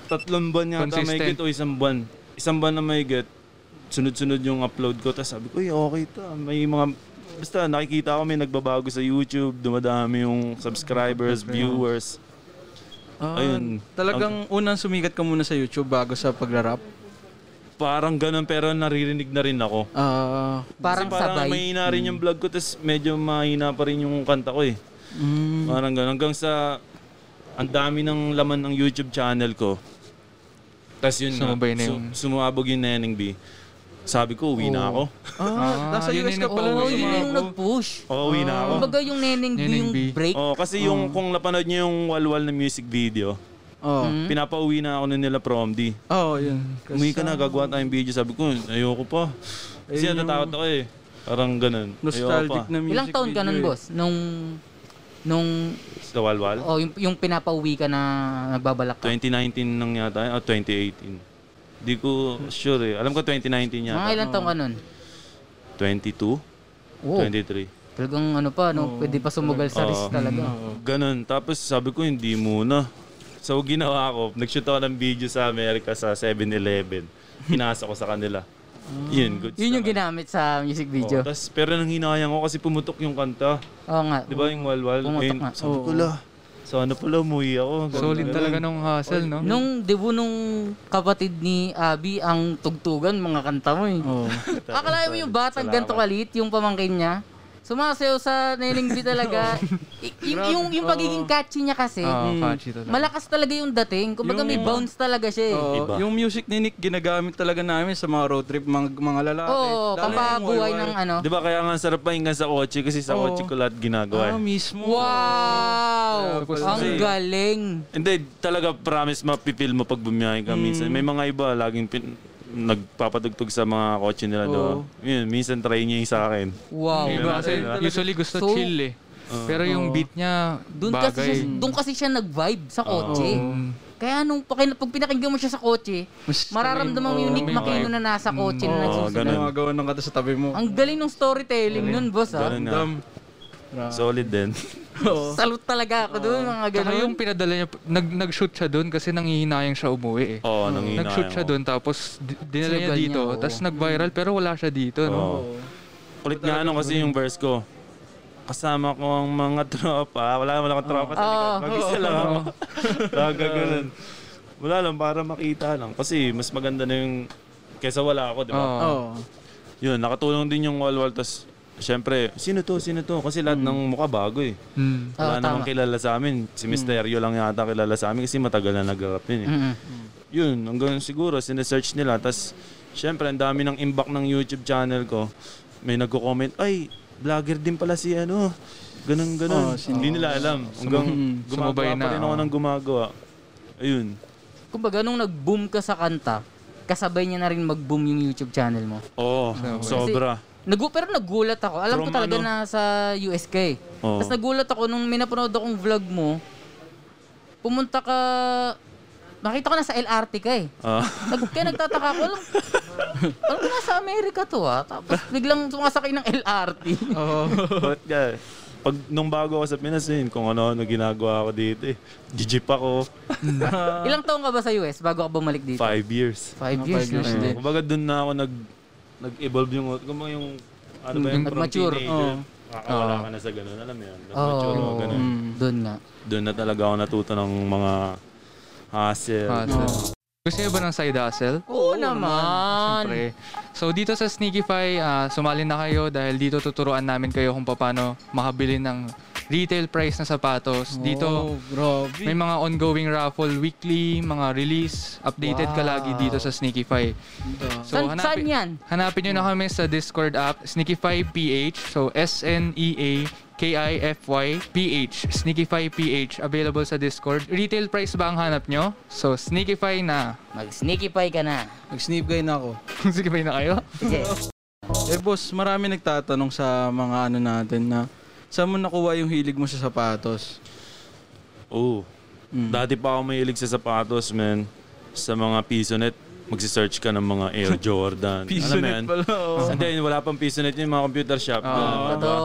Speaker 1: tatlong buwan yata may
Speaker 4: Consistent.
Speaker 1: get o isang buwan. Isang buwan na may get. Sunod-sunod yung upload ko. Tapos sabi ko, uy, okay to. ah. May mga... Basta nakikita ko may nagbabago sa YouTube. Dumadami yung subscribers, viewers.
Speaker 3: Ah,
Speaker 1: Ayun.
Speaker 3: Talagang unang sumikat ka muna sa YouTube bago sa pagrarap.
Speaker 1: Parang ganun pero naririnig na rin ako.
Speaker 3: Ah,
Speaker 1: Kasi
Speaker 2: parang,
Speaker 1: parang
Speaker 2: sabay.
Speaker 1: mahina rin yung vlog ko, tapos medyo mahina pa rin yung kanta ko eh. Parang ganun. Hanggang sa ang dami ng laman ng YouTube channel ko. Tapos yun na,
Speaker 4: Sumabay na
Speaker 1: su-
Speaker 4: yung-
Speaker 1: sumabog yung Neneng B. Sabi ko, uwi na ako.
Speaker 3: ah, nasa
Speaker 4: yun
Speaker 3: US
Speaker 4: yun
Speaker 3: ka
Speaker 4: yung
Speaker 3: pala.
Speaker 2: Oo,
Speaker 4: pauwi.
Speaker 2: yun yung nag-push.
Speaker 1: Oo, uwi na ako. Oh,
Speaker 2: Kumbaga yung Neneng B
Speaker 4: Neneng
Speaker 2: yung
Speaker 4: B.
Speaker 2: break.
Speaker 1: Oo, kasi yung kung napanood niyo yung walwal na music video,
Speaker 3: Oh.
Speaker 2: Hmm?
Speaker 1: pinapauwi na ako nun nila prom D.
Speaker 3: Oh, yun.
Speaker 1: Umuwi ka na, gagawa tayong video. Sabi ko, ayoko pa. Kasi natatakot ako eh. Parang ganun. Ayoko
Speaker 3: Nostalgic
Speaker 1: pa.
Speaker 3: na music
Speaker 2: Ilang taon ka nun,
Speaker 3: video eh.
Speaker 2: boss? Nung nung
Speaker 1: Sa walwal?
Speaker 2: oh, yung, yung pinapauwi ka na nagbabalak ka.
Speaker 1: 2019 nang yata, o 2018. Di ko sure eh. Alam ko 2019
Speaker 2: Mga
Speaker 1: yata.
Speaker 2: ilang taon ka nun?
Speaker 1: 22?
Speaker 2: Oh,
Speaker 1: 23?
Speaker 2: talagang ano pa, no? Pwede pa sumugal sa risk
Speaker 1: Mm-hmm.
Speaker 2: talaga.
Speaker 1: Ganun. Tapos sabi ko, hindi muna. So ginawa ko, nag-shoot ako ng video sa Amerika sa 7-Eleven. Pinasa ko sa kanila. Yun, good
Speaker 2: Ah. Yun yung ginamit sa music video.
Speaker 1: Tapos, pero nang hinayang ko kasi pumutok yung kanta.
Speaker 2: Oo nga.
Speaker 1: Di ba yung walwal?
Speaker 2: Pumutok
Speaker 1: Ayun,
Speaker 2: nga.
Speaker 1: Sabi ko, la, sana pala umuwi ako. Ganun,
Speaker 4: Solid
Speaker 1: ganun.
Speaker 4: talaga nung hustle, no?
Speaker 2: Nung debut nung kapatid ni Abi ang tugtugan mga kanta mo eh.
Speaker 3: Oh.
Speaker 2: Akala mo yung batang ganito kalit, yung pamangkin niya, sumasayaw sa Nening B talaga. Y- y- yung, yung pagiging catchy niya kasi,
Speaker 4: Ah, catchy talaga.
Speaker 2: malakas talaga yung dating. Kumbaga may bounce talaga siya eh.
Speaker 3: Oh,
Speaker 1: Iba.
Speaker 3: yung music ni Nick ginagamit talaga namin sa mga road trip mga, mga lalaki.
Speaker 2: Oo,
Speaker 3: Dahil
Speaker 2: kapabuhay
Speaker 3: yung
Speaker 2: ng ano.
Speaker 1: Di ba kaya nga sarap pakinggan sa kotse kasi sa kotse ko lahat ginagawa. eh.
Speaker 3: Ah, mismo.
Speaker 2: Wow!
Speaker 3: Tapos
Speaker 2: Ang
Speaker 1: kasi-
Speaker 2: galing!
Speaker 1: Hindi, talaga promise mapipil mo pag bumiyahin ka minsan. May mga iba laging pin- nagpapadugtog sa mga kotse nila doon. Yun, minsan try niya yung sa akin.
Speaker 2: Wow.
Speaker 4: Iba kasi usually gusto
Speaker 2: So-
Speaker 4: chill eh.
Speaker 1: Oh.
Speaker 4: Pero yung beat niya,
Speaker 2: Doon
Speaker 4: bagay.
Speaker 2: kasi siya, doon kasi siya nag-vibe sa kotse. Kaya nung pakin- pag pinakinggan mo siya sa kotse, mararamdaman mo yung Nick Makino na nasa kotse na
Speaker 1: Oo,
Speaker 2: nagsusunod.
Speaker 1: ganun.
Speaker 3: Gumagawa ng kata sa tabi mo.
Speaker 2: Ang galing ng storytelling nun, boss, ah.
Speaker 1: Ganun nga. Solid din.
Speaker 3: Oo.
Speaker 2: Salute talaga ako doon, mga
Speaker 4: Tsaka
Speaker 2: ganun.
Speaker 4: yung pinadala niya, nag, nag-shoot siya doon kasi nanghihinayang siya umuwi eh.
Speaker 2: Oh,
Speaker 1: Oo, nanginayang
Speaker 4: Nag-shoot siya
Speaker 1: ako.
Speaker 4: doon tapos di- dinala niya
Speaker 2: Sinagal
Speaker 4: dito.
Speaker 2: niya, oo. Oh,
Speaker 4: Tapos nag-viral pero wala siya dito. No?
Speaker 1: Oo. Kulit nga ano kasi yung verse ko. Kasama ko ang mga tropa. Wala naman akong tropa sa likod.
Speaker 2: Oo.
Speaker 1: Mag-isa lang ako. Nagaganan. Wala lang, para makita lang. Kasi mas maganda na yung kesa wala ako, di ba?
Speaker 4: Oo.
Speaker 3: Oo.
Speaker 1: Yun, nakatulong din yung wall-wall. Tapos, syempre, sino to, sino to? Kasi lahat ng mukha bago eh.
Speaker 4: Mm.
Speaker 1: Wala
Speaker 2: Oo,
Speaker 1: namang
Speaker 2: tama.
Speaker 1: kilala sa amin.
Speaker 4: Hmm.
Speaker 1: Si Misterio lang yata kilala sa amin kasi matagal na nag-rap yun eh.
Speaker 2: Mm.
Speaker 1: Yun, hanggang siguro, sinesearch nila. Tapos, syempre, ang dami ng imbak ng YouTube channel ko. May nagko-comment, ay, vlogger din pala si ano. Ganun, ganun.
Speaker 3: Oh, sin-
Speaker 1: Hindi nila alam. Hanggang
Speaker 4: hmm,
Speaker 1: gumagawa
Speaker 4: sumabay na,
Speaker 1: pa rin ako
Speaker 4: oh.
Speaker 1: ng gumagawa. Ayun.
Speaker 2: Kumbaga, nung nag-boom ka sa kanta, kasabay niya na rin mag-boom yung YouTube channel mo.
Speaker 1: Oo, sobra.
Speaker 2: Nagu pero nagulat ako. Alam ko
Speaker 1: From
Speaker 2: talaga
Speaker 1: ano?
Speaker 2: na sa USK.
Speaker 1: Oo.
Speaker 2: Tapos nagulat ako nung may napanood akong vlog mo. Pumunta ka... Nakita ko na sa LRT ka eh.
Speaker 1: Ah.
Speaker 2: Nag kaya nagtataka ako. Alam, alam ko nasa Amerika to ah. Tapos biglang sumasakay ng LRT.
Speaker 1: But yeah, pag nung bago ako sa Pinas, yun, kung ano ano ginagawa ko dito eh. Jijip ako,
Speaker 2: Ilang taong ka ba sa US bago ka bumalik dito?
Speaker 1: five years.
Speaker 2: Five
Speaker 3: Mga
Speaker 2: years.
Speaker 3: five years
Speaker 2: na.
Speaker 3: din.
Speaker 1: Kumbaga doon na ako nag, nag-evolve yung, kumbaga yung, ano ba yung
Speaker 2: Yung
Speaker 1: from
Speaker 2: mature,
Speaker 1: teenager.
Speaker 3: oo.
Speaker 1: Kakawala ka na sa ganun, alam mo yun. Nag-mature ako,
Speaker 2: Oo.
Speaker 1: ganun.
Speaker 2: Doon nga.
Speaker 1: Doon na talaga ako natuto ng mga hustle.
Speaker 4: Hustle. Ah, Gusto niyo ba ng side hustle?
Speaker 2: Oo, naman.
Speaker 4: Siyempre. So dito sa Sneakify, ah, sumali na kayo dahil dito tuturuan namin kayo kung paano makabili ng retail price na sapatos. Dito
Speaker 3: Oh, grabe.
Speaker 4: may mga ongoing raffle weekly, mga release, updated ka lagi dito sa Sneakify. So
Speaker 2: San- saan yan?
Speaker 4: Hanapin nyo na kami sa Discord app, Sneakify PH. So E S-N-E-A K-I-F-Y PH. Sneakify PH. Available sa Discord. Retail price ba ang hanap nyo? So, Sneakify na.
Speaker 2: Mag-sneaky pie ka na.
Speaker 3: Nag-sneak guy na ako.
Speaker 4: Sneakify na kayo?
Speaker 2: Sige.
Speaker 3: Eh boss, marami nagtatanong sa mga ano natin na saan mo nakuha yung hilig mo sa sapatos?
Speaker 1: Oo. Dati pa ako mahilig sa sapatos, man. Sa mga pisonet, magsisearch ka ng mga Air Jordan. Alam mo
Speaker 3: Pisonet
Speaker 1: yan?
Speaker 3: pala. Oh.
Speaker 1: Hindi, wala pang pisonet yun, yung mga computer shop. Ganun, di ba?
Speaker 2: Ito.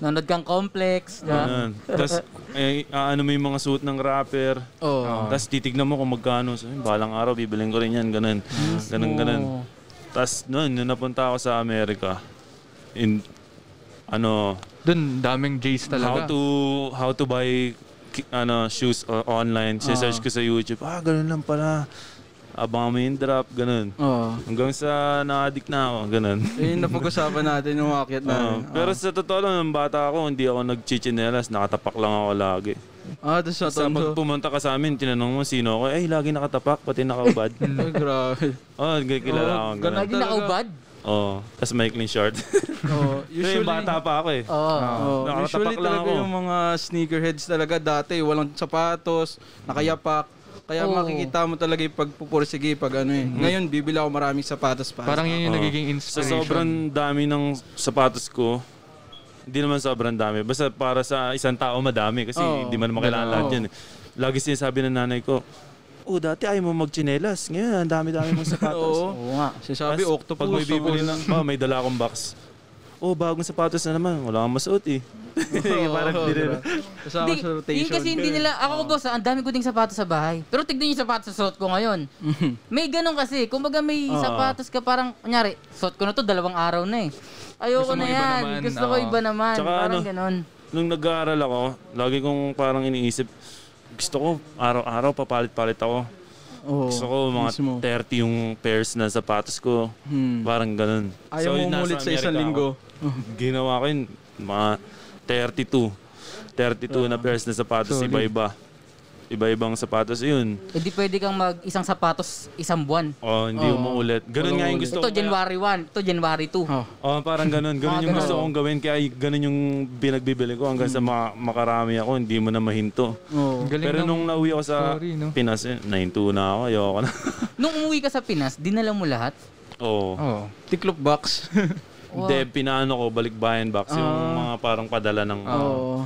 Speaker 2: Nanood kang complex. di ba?
Speaker 1: Ganun. Tapos, eh, ano mo yung mga suit ng rapper.
Speaker 3: Oh.
Speaker 1: Tapos titignan mo kung magkano. So, "Ay, balang araw, bibiling ko rin yan. Ganun. Ganun, ganun. Tapos, noon, nung napunta ako sa Amerika, in, ano,
Speaker 4: Dun, daming J's
Speaker 1: how
Speaker 4: talaga.
Speaker 1: to, how to buy ki- ano, shoes o- online. Sinesearch ko sa YouTube. Ah, ganun lang pala. Abang mo yung drop, ganun.
Speaker 3: Oh.
Speaker 1: Hanggang sa na-addict na ako, ganun.
Speaker 3: Eh, napag-usapan natin yung
Speaker 1: Oo.
Speaker 3: akit na.
Speaker 1: Ah, pero sa totoo lang, nung bata ako, hindi ako nagchichinelas. Nakatapak lang ako lagi.
Speaker 3: Ah, tapos
Speaker 1: Sa pag
Speaker 3: natanto.
Speaker 1: pumunta ka sa amin, tinanong mo sino ako, ay lagi nakatapak, pati nakaubad.
Speaker 3: Ay, grabe.
Speaker 1: oh, g- kilala
Speaker 3: Hmm. Oh,
Speaker 1: ako. Ganun.
Speaker 2: Lagi nakaubad.
Speaker 1: Oh, tas may clean short.
Speaker 3: Oh,
Speaker 1: Usually,
Speaker 3: usually,
Speaker 1: bata pa ako eh.
Speaker 2: Oo.
Speaker 3: Oh,
Speaker 1: Nakatapak
Speaker 3: usually
Speaker 1: lang
Speaker 3: talaga
Speaker 1: ako.
Speaker 3: yung mga sneakerheads talaga dati, walang sapatos, nakayapak. Kaya
Speaker 2: Oo. Hmm.
Speaker 3: makikita mo talaga yung pagpupursige pag ano eh. Ngayon, bibili ako maraming sapatos pa.
Speaker 4: Parang yun yung
Speaker 1: Oo.
Speaker 4: nagiging
Speaker 1: Sa
Speaker 4: inspiration.
Speaker 1: sobrang dami ng sapatos ko, hindi naman sobrang dami. Basta para sa isang tao madami kasi
Speaker 3: Oo.
Speaker 1: hindi man makilala lahat
Speaker 3: Oh.
Speaker 1: yan. eh. Lagi sinasabi ng nanay ko, oh, dati ayaw mo magchinelas. Ngayon, ang dami-dami mong sapatos.
Speaker 3: Oo.
Speaker 2: Oo nga.
Speaker 3: Sinasabi,
Speaker 1: Tas,
Speaker 3: octopus.
Speaker 1: Pag may bibili ng, oh, may dala akong box. Oh, bagong sapatos na naman. Wala kang masuot eh. Parang hindi rin.
Speaker 3: diba? Kasama
Speaker 2: Hindi,
Speaker 3: sa rotation.
Speaker 2: yun kasi hindi nila, ako boss, ah, ang dami ko ding sapatos sa bahay. Pero tignan yung sapatos sa suot ko ngayon. May ganun kasi, kumbaga may
Speaker 1: Oo.
Speaker 2: sapatos ka parang, kunyari, suot ko na to dalawang araw na eh. Ayoko na
Speaker 4: Gusto mo iba
Speaker 2: yan,
Speaker 4: naman,
Speaker 2: gusto ko
Speaker 4: oo.
Speaker 2: iba naman,
Speaker 1: Tsaka
Speaker 2: parang
Speaker 1: ano,
Speaker 2: ganun.
Speaker 1: Nung nag-aaral ako, lagi kong parang iniisip, gusto ko araw-araw papalit-palit ako.
Speaker 3: Oo.
Speaker 1: Gusto ko mga
Speaker 3: mismo.
Speaker 1: 30 yung pairs na sapatos ko.
Speaker 3: Hmm.
Speaker 1: Parang ganun. So,
Speaker 3: Ayaw mo
Speaker 1: yun, nasa
Speaker 3: umulit sa
Speaker 1: Amerika
Speaker 3: isang
Speaker 1: ako.
Speaker 3: linggo.
Speaker 1: Ginawa ko yun, mga 32. 32 na
Speaker 3: Ah.
Speaker 1: pairs na sapatos,
Speaker 4: Solid.
Speaker 1: iba-iba. Iba-ibang sapatos, yun.
Speaker 2: E di pwede kang mag isang sapatos isang buwan.
Speaker 1: Oh, hindi
Speaker 3: Oo.
Speaker 1: umuulit. Ganun nga yung gusto
Speaker 2: Ito
Speaker 1: ko. kaya-
Speaker 2: January 1, ito January 2.
Speaker 3: Oh.
Speaker 1: Oh, parang ganun. Ganun
Speaker 2: Mga
Speaker 1: yung
Speaker 2: ganun.
Speaker 1: gusto kong gawin. Kaya y- ganun yung binagbibili ko hanggang sa
Speaker 3: Hmm.
Speaker 1: ma- makarami ako. Hindi mo na mahinto.
Speaker 3: Oo.
Speaker 4: Galing
Speaker 1: Pero
Speaker 4: ng-
Speaker 1: nung nauwi ako sa
Speaker 4: Sorry, no?
Speaker 1: Pinas, eh, 9-2 na ako. Ayoko na.
Speaker 2: Nung umuwi ka sa Pinas, dinala mo lahat?
Speaker 1: Oo.
Speaker 4: Oh.
Speaker 3: Tiklop box.
Speaker 1: Hindi, pinaano ko, balikbayan box. Yung mga parang padala ng
Speaker 3: Oo.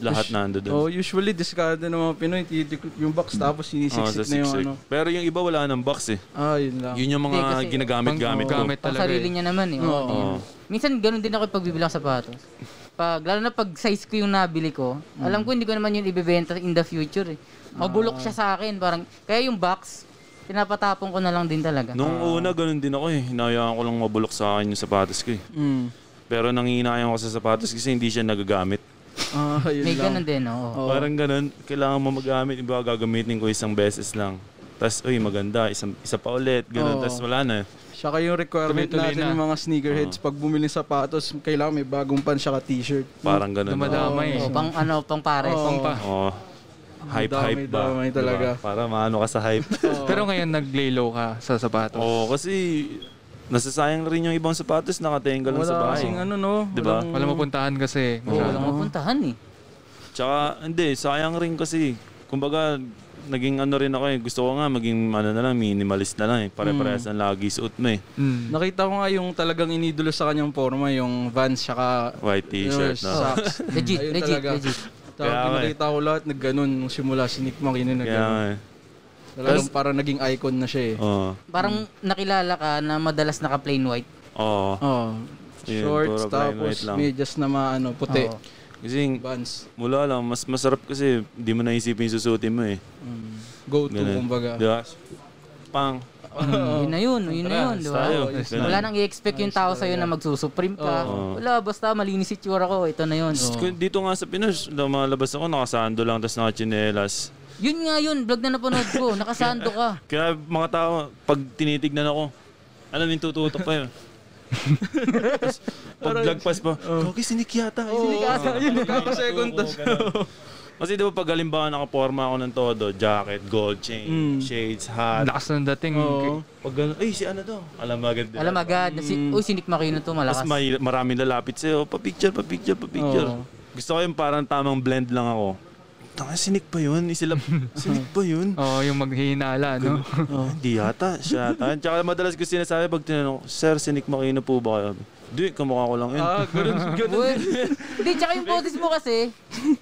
Speaker 1: lahat na ando doon.
Speaker 3: Ah. Oh, usually discarded ng mga Pinoy, titiklop yung box
Speaker 2: Hmm.
Speaker 3: tapos sinisiksik na yung ano.
Speaker 1: Pero yung iba wala ng box eh.
Speaker 3: Ah, yun lang.
Speaker 1: Yun yung
Speaker 2: Hindi,
Speaker 1: mga
Speaker 2: kasi-
Speaker 1: ginagamit-gamit ko.
Speaker 4: Gamit
Speaker 2: Pang
Speaker 4: talaga
Speaker 2: sarili
Speaker 4: eh.
Speaker 2: niya naman eh. Oo.
Speaker 1: Oo.
Speaker 2: Minsan ganun din ako pagbibilang sapatos. pag, lalo na pag size ko yung nabili ko,
Speaker 3: Hmm.
Speaker 2: alam ko hindi ko naman yun ibebenta in the future eh. Mabulok siya
Speaker 3: Ah.
Speaker 2: sa akin, parang, kaya yung box, pinapatapon ko na lang din talaga.
Speaker 1: Nung una, ganun din ako eh. Hinayaan ko lang mabulok sa akin yung sapatos ko eh.
Speaker 3: Mm.
Speaker 1: Pero nanginayang ko sa sapatos kasi hindi siya nagagamit.
Speaker 3: Ah, yun
Speaker 2: May
Speaker 3: lang.
Speaker 2: ganun din, oo.
Speaker 3: Oo.
Speaker 1: Parang ganun, kailangan mo magamit. Iba gagamitin ko isang beses lang. Tapos, uy, maganda. Isang, isa pa ulit. Ganun.
Speaker 3: Oo.
Speaker 1: Tapos wala na. eh.
Speaker 3: Saka yung requirement
Speaker 4: Tuloy-tuloy
Speaker 3: natin
Speaker 4: na.
Speaker 3: ng mga sneakerheads, pag bumili ng sapatos, kailangan may bagong pants saka t-shirt.
Speaker 1: Parang ganun.
Speaker 4: Dumadamay.
Speaker 2: Oo, pang ano, pang pares.
Speaker 3: Oo.
Speaker 4: Pang pa.
Speaker 1: Oo. Hype, hype ba?
Speaker 3: Damay-damay talaga.
Speaker 1: Diba? Para maano ka sa hype.
Speaker 4: Pero ngayon nag-lay low ka sa sapatos.
Speaker 1: Oo, kasi nasasayang na rin yung ibang sapatos. Nakatenga lang
Speaker 3: Wala
Speaker 1: sa bahay.
Speaker 3: kasing ano, no?
Speaker 1: Diba?
Speaker 3: Walang-
Speaker 4: Wala mapuntahan kasi.
Speaker 2: Oo, walang mapuntahan eh.
Speaker 1: Tsaka, hindi, sayang rin kasi. Kumbaga, naging ano rin ako eh. Gusto ko nga maging ano na lang, minimalist na lang eh. Pare-parehas
Speaker 3: Hmm.
Speaker 1: na lagi suot mo eh.
Speaker 4: Mm.
Speaker 3: Nakita ko nga yung talagang inidolo sa kanyang forma, yung Vans saka
Speaker 1: White t-shirt
Speaker 3: Yung
Speaker 1: na.
Speaker 3: Socks.
Speaker 2: Legit,
Speaker 3: Ayun
Speaker 2: legit,
Speaker 3: talaga.
Speaker 2: legit.
Speaker 3: Tapos
Speaker 1: Kaya nga eh.
Speaker 3: nakita ko lahat na ganun nung simula si Nick Marino na
Speaker 1: Kaya
Speaker 3: ganun.
Speaker 1: nga eh.
Speaker 3: Talagang parang naging icon na siya eh.
Speaker 1: Oo.
Speaker 2: Parang nakilala ka na madalas naka plain white.
Speaker 1: Oo.
Speaker 3: Oh.
Speaker 1: Ayun,
Speaker 3: Shorts,
Speaker 1: puro black and
Speaker 3: tapos
Speaker 1: white lang.
Speaker 3: medyas na maano, puti.
Speaker 2: Oo.
Speaker 1: Kasi
Speaker 3: Vans.
Speaker 1: mula lang, mas masarap kasi hindi mo naisipin yung susuotin mo eh.
Speaker 3: Go to,
Speaker 1: Ganun.
Speaker 3: Mm. kumbaga.
Speaker 1: Di ba? Pang.
Speaker 2: Mm, yun na yun, yun na yun, di ba?
Speaker 1: Tayo. Ganun.
Speaker 2: Wala nang i-expect yung tao sa'yo na magsusupreme ka. Wala, basta malinis itsura ko, ito na yun.
Speaker 1: Tapos kung Dito nga sa Pinas, lumalabas ako, nakasando lang, tapos nakachinelas.
Speaker 2: Yun nga yun, vlog na napanood ko, nakasando ka.
Speaker 1: Kaya mga tao, pag tinitignan ako, "Ano, alam yung tututok kayo. Tapos, pag lagpas pa,
Speaker 2: Oh.
Speaker 1: Koki, sinik yata. sinik yata."
Speaker 3: Nagkakasecond tas.
Speaker 1: Kasi di ba pag halimbawa nakaporma ako ng todo, jacket, gold
Speaker 2: Mm.
Speaker 1: chain, shades, hat.
Speaker 4: Lakas ng dating.
Speaker 3: Oo.
Speaker 1: Pag gano'n, ay si ano to? Alam agad. di ba?
Speaker 2: Alam agad, na si,
Speaker 1: Mm.
Speaker 2: uy, sinik Makino to, malakas.
Speaker 1: Tapos may maraming lalapit sa'yo, pa-picture, pa-picture, pa-picture.
Speaker 3: Oo.
Speaker 1: Gusto ko yung parang tamang blend lang ako. Tanga, sinik ba yun? Isilap, sinik ba yun?
Speaker 4: Oo, yung maghihinala, no?
Speaker 1: Ah, Hindi yata. Siya yata. Tsaka madalas ko sinasabi pag tinanong, Sir, sinik Makino po ba kayo? Di, kamukha ko lang yun.
Speaker 3: Ah, ganun. ganun.
Speaker 2: Uy, Hindi, tsaka yung poses mo kasi,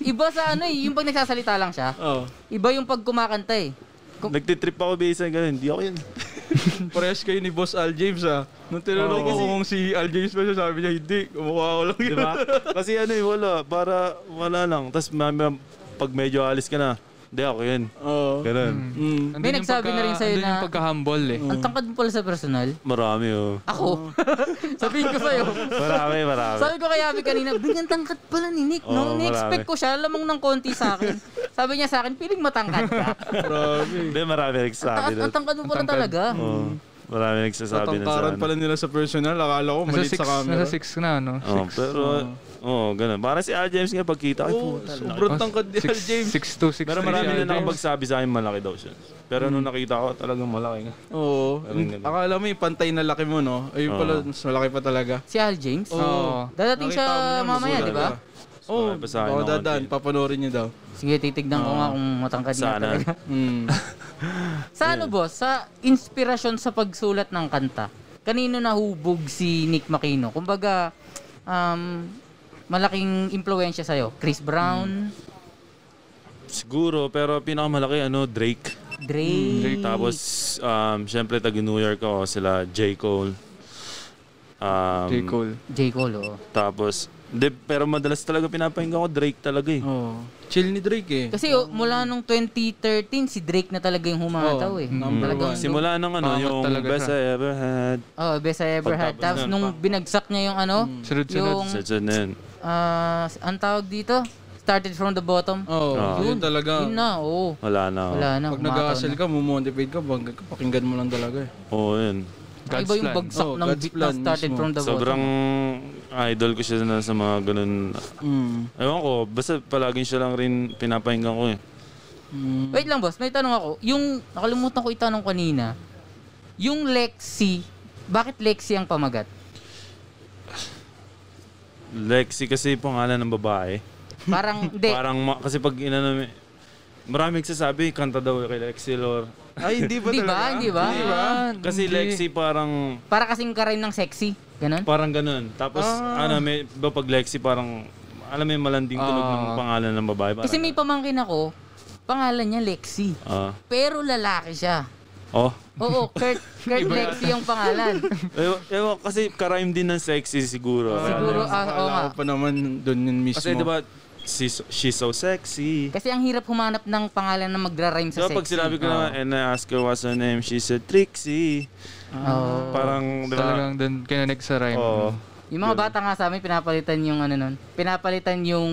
Speaker 2: iba sa ano eh, yung pag nagsasalita lang siya,
Speaker 3: Oh,
Speaker 2: iba yung pag kumakanta eh. Kung-
Speaker 1: Nagtitrip ako bisan ganun. Hindi ako yun.
Speaker 3: parehas kayo ni Boss Al James ah. Nung tinanong ko kung si Al James ba siya, sabi niya, hindi, kumukha ko lang
Speaker 1: Di
Speaker 3: yun.
Speaker 1: ba? Kasi ano eh, wala. Para wala lang. Tapos pag medyo alis ka na, hindi ako yun.
Speaker 3: Oo.
Speaker 1: Ganun.
Speaker 3: Mm.
Speaker 4: Andun
Speaker 2: May
Speaker 4: yung
Speaker 2: nagsabi na rin sa'yo
Speaker 4: andun yung
Speaker 2: na-
Speaker 4: pagka-humble, eh.
Speaker 1: Mm.
Speaker 2: Ang tangkad mo pala sa personal.
Speaker 1: Marami oh.
Speaker 2: Ako. Sabihin ko sa'yo.
Speaker 1: Marami, marami.
Speaker 2: Sabi ko kay Abby kanina, bigyan tangkat pala ni Nick, no?
Speaker 1: Oo,
Speaker 2: Ni-expect
Speaker 1: marami.
Speaker 2: ko siya, lamang ng konti sa akin. Sabi niya sa akin, piling matangkad ka.
Speaker 3: Grabe.
Speaker 1: Hindi, marami
Speaker 2: Taas
Speaker 1: nagsasabi
Speaker 2: na
Speaker 1: nun.
Speaker 2: tangkad mo pala talaga.
Speaker 1: Oo. Marami nagsasabi nun sa
Speaker 3: Hmm.
Speaker 1: ano.
Speaker 3: Tatangkaran
Speaker 1: akin.
Speaker 3: pala nila sa personal. Akala ko
Speaker 4: Nasa
Speaker 3: malit
Speaker 4: six,
Speaker 3: sa camera.
Speaker 4: nasa six na, ano? no?
Speaker 1: Oo, Oh, pero,
Speaker 3: Ah.
Speaker 1: oo, ganun. Parang si Al James nga pagkita, ay
Speaker 3: Oh,
Speaker 1: puta.
Speaker 3: sobrang tangkad ni Al James.
Speaker 4: Six two, six
Speaker 1: Pero
Speaker 4: three,
Speaker 1: marami
Speaker 4: Al
Speaker 1: na
Speaker 4: James.
Speaker 1: nakapagsabi sa akin malaki daw siya. Pero nung nakita ko, talagang malaki nga.
Speaker 3: Oo.
Speaker 1: Parang ganun.
Speaker 3: Akala mo yung pantay na laki mo, no? Ayun pala, mas malaki pa talaga.
Speaker 2: Si Al James.
Speaker 4: Oo.
Speaker 2: Dadating siya mamaya, di ba?
Speaker 3: Oo.
Speaker 1: Malaki pa sa akin
Speaker 3: Baka
Speaker 1: ng
Speaker 3: dadaan,
Speaker 1: konti.
Speaker 3: papanoorin niyo daw.
Speaker 2: Sige, titignan ko nga kung matangkad niya
Speaker 1: Sana.
Speaker 2: talaga.
Speaker 3: Mm.
Speaker 2: Sa ano, boss? Sa inspirasyon sa pagsulat ng kanta. Kanino nahubog si Nick Makino? Kumbaga, um, malaking impluensya sa'yo. Chris
Speaker 3: Mm.
Speaker 2: Brown,
Speaker 1: Siguro, pero pinakamalaki, ano, Drake.
Speaker 3: Mm,
Speaker 2: Drake.
Speaker 1: Drake. Tapos, um, syempre, taga New York ako, sila J. Cole. Um,
Speaker 4: J. Cole.
Speaker 2: J. Cole, oh. oo.
Speaker 1: Tapos, de, pero madalas talaga pinapakinggan ko Drake talaga eh.
Speaker 3: Oo. Chill ni Drake eh.
Speaker 2: Kasi oh, mula nung 2013, si Drake na talaga yung humataw
Speaker 3: Oo,
Speaker 2: eh.
Speaker 3: Oh, number
Speaker 2: Talagang
Speaker 3: one.
Speaker 1: Simula ng ano,
Speaker 4: Pangat
Speaker 1: yung
Speaker 4: talaga
Speaker 1: best I ever had.
Speaker 2: Oh, best I ever had.
Speaker 1: Pagtapos
Speaker 2: Tapos
Speaker 1: nun,
Speaker 2: nung binagsak niya yung ano,
Speaker 3: Mm.
Speaker 4: Sunod-sunod.
Speaker 2: yung,
Speaker 1: Sa nun.
Speaker 2: ah, ang tawag dito, started from the bottom.
Speaker 3: Oo.
Speaker 1: Ah.
Speaker 3: Yun talaga.
Speaker 2: Yun na, oo.
Speaker 1: Wala na. ako.
Speaker 2: Wala na,
Speaker 3: Oh. Pag
Speaker 2: humataw
Speaker 3: nag-hustle
Speaker 2: na.
Speaker 3: ka, mumotivate ka, bang, pakinggan mo lang talaga eh.
Speaker 1: Oo, yun.
Speaker 4: God's
Speaker 2: Iba yung
Speaker 4: plan.
Speaker 2: bagsak
Speaker 3: Oo,
Speaker 2: ng
Speaker 3: God's
Speaker 2: beat na
Speaker 3: plan
Speaker 2: started
Speaker 3: mismo.
Speaker 2: from the
Speaker 1: Sobrang
Speaker 2: bottom.
Speaker 1: idol ko siya na sa mga ganun.
Speaker 3: Mm.
Speaker 1: Ewan ko, basta palaging siya lang rin pinapakinggan ko eh.
Speaker 3: Mm.
Speaker 2: Wait lang boss, may tanong ako. Yung, nakalimutan ko itanong kanina, yung Lexi, bakit Lexi ang pamagat?
Speaker 1: Lexi kasi yung pangalan ng babae.
Speaker 2: Parang, hindi.
Speaker 1: Parang, ma- kasi pag inano, maraming sasabi, kanta daw eh kay Lexi Lor.
Speaker 3: Ay, hindi ba
Speaker 2: Hindi ba?
Speaker 3: talaga?
Speaker 2: Hindi ba?
Speaker 1: Kasi Lexi parang,
Speaker 2: Para kasing karain ng sexy. Ganon?
Speaker 1: parang ganun. Tapos,
Speaker 2: Ah.
Speaker 1: ano, may, ba pag Lexi parang, alam mo yung malanding tunog ng
Speaker 2: Ah.
Speaker 1: pangalan ng babae. Parang,
Speaker 2: Kasi may pamangkin ako, pangalan niya Lexi.
Speaker 1: Ah.
Speaker 2: Pero lalaki siya.
Speaker 1: Oh.
Speaker 2: Oo, Kurt, Kurt
Speaker 4: Iba
Speaker 2: Lexi yung pangalan.
Speaker 1: Ewan, ewan, kasi karime din ng sexy siguro. Kaya-
Speaker 2: Siguro, ah, oo nga.
Speaker 3: Akala ko pa naman doon yun mismo.
Speaker 1: Kasi di ba, she's, she's so sexy.
Speaker 2: Kasi ang hirap humanap ng pangalan na magra-rhyme sa
Speaker 1: So
Speaker 2: sexy.
Speaker 1: pag sinabi ko
Speaker 2: Oo.
Speaker 1: na, and I ask her what's her name, she said Trixie.
Speaker 2: Oo.
Speaker 1: Parang, di ba?
Speaker 4: Talagang doon ka na sa rhyme.
Speaker 1: diba? Oo.
Speaker 2: Yung mga bata nga sa amin, pinapalitan yung ano nun. Pinapalitan yung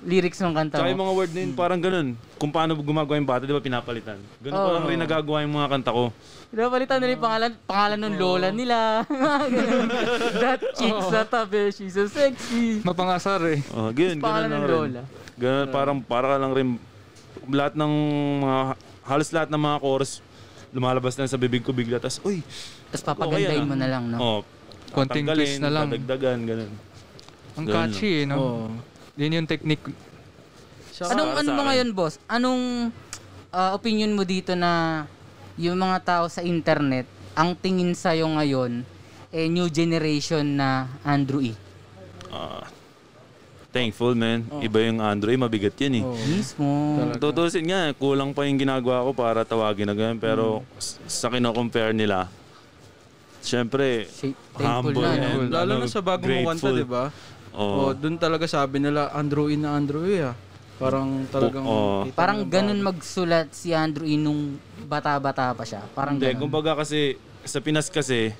Speaker 2: lyrics ng kanta
Speaker 1: Tsaka yung
Speaker 2: mo.
Speaker 1: mga word na yun, parang ganun. Kung paano gumagawa yung bata, di ba pinapalitan? Ganun
Speaker 2: Oo.
Speaker 1: pa lang rin nagagawa yung mga kanta ko.
Speaker 2: Pinapalitan nila yung pangalan, pangalan ng lola nila. Ganun. That chick sa tabi, she's so sexy.
Speaker 4: Mapangasar eh.
Speaker 1: Oh, ganun,
Speaker 2: Pangalan
Speaker 1: ganun lang
Speaker 2: ng
Speaker 1: rin.
Speaker 2: lola.
Speaker 1: Ganun, parang, para ka lang rin, lahat ng mga, halos lahat ng mga chorus, lumalabas lang sa bibig ko bigla. Tapos, uy,
Speaker 2: Tapos
Speaker 1: ah.
Speaker 2: papagandahin mo na lang, no?
Speaker 1: oh,
Speaker 4: Konting
Speaker 1: tatanggalin,
Speaker 4: twist na lang.
Speaker 1: Dadagdagan, ganun.
Speaker 4: Ang
Speaker 1: Ganun
Speaker 4: catchy eh, no?
Speaker 3: Oo.
Speaker 4: Yun yung technique.
Speaker 2: Anong
Speaker 1: Para
Speaker 2: ano
Speaker 1: sa
Speaker 2: mo
Speaker 1: akin.
Speaker 2: ngayon, boss? Anong ah, opinion mo dito na yung mga tao sa internet, ang tingin sa'yo ngayon, eh, new generation na Andrew E.
Speaker 1: Ah, thankful, man. Iba yung Android, mabigat yun eh.
Speaker 3: Oo.
Speaker 2: Mismo.
Speaker 1: Tutusin nga, kulang pa yung ginagawa ko para tawagin na ganun. Pero
Speaker 3: Hmm.
Speaker 1: s- sa kino-compare nila, syempre,
Speaker 2: Shape-
Speaker 1: humble.
Speaker 2: thankful na, no?
Speaker 1: and,
Speaker 3: Lalo
Speaker 1: ano,
Speaker 3: na sa bagong
Speaker 1: grateful.
Speaker 3: kanta, di ba?
Speaker 1: Oo.
Speaker 3: Oh. doon talaga sabi nila, Andrew in na Andrew eh, ah. Parang talagang...
Speaker 1: Oo.
Speaker 3: kita
Speaker 2: Parang
Speaker 3: ng
Speaker 2: ganun magsulat si Andrew E. nung bata-bata pa siya. Parang
Speaker 1: Hindi,
Speaker 2: ganun.
Speaker 1: kumbaga kasi, sa Pinas kasi,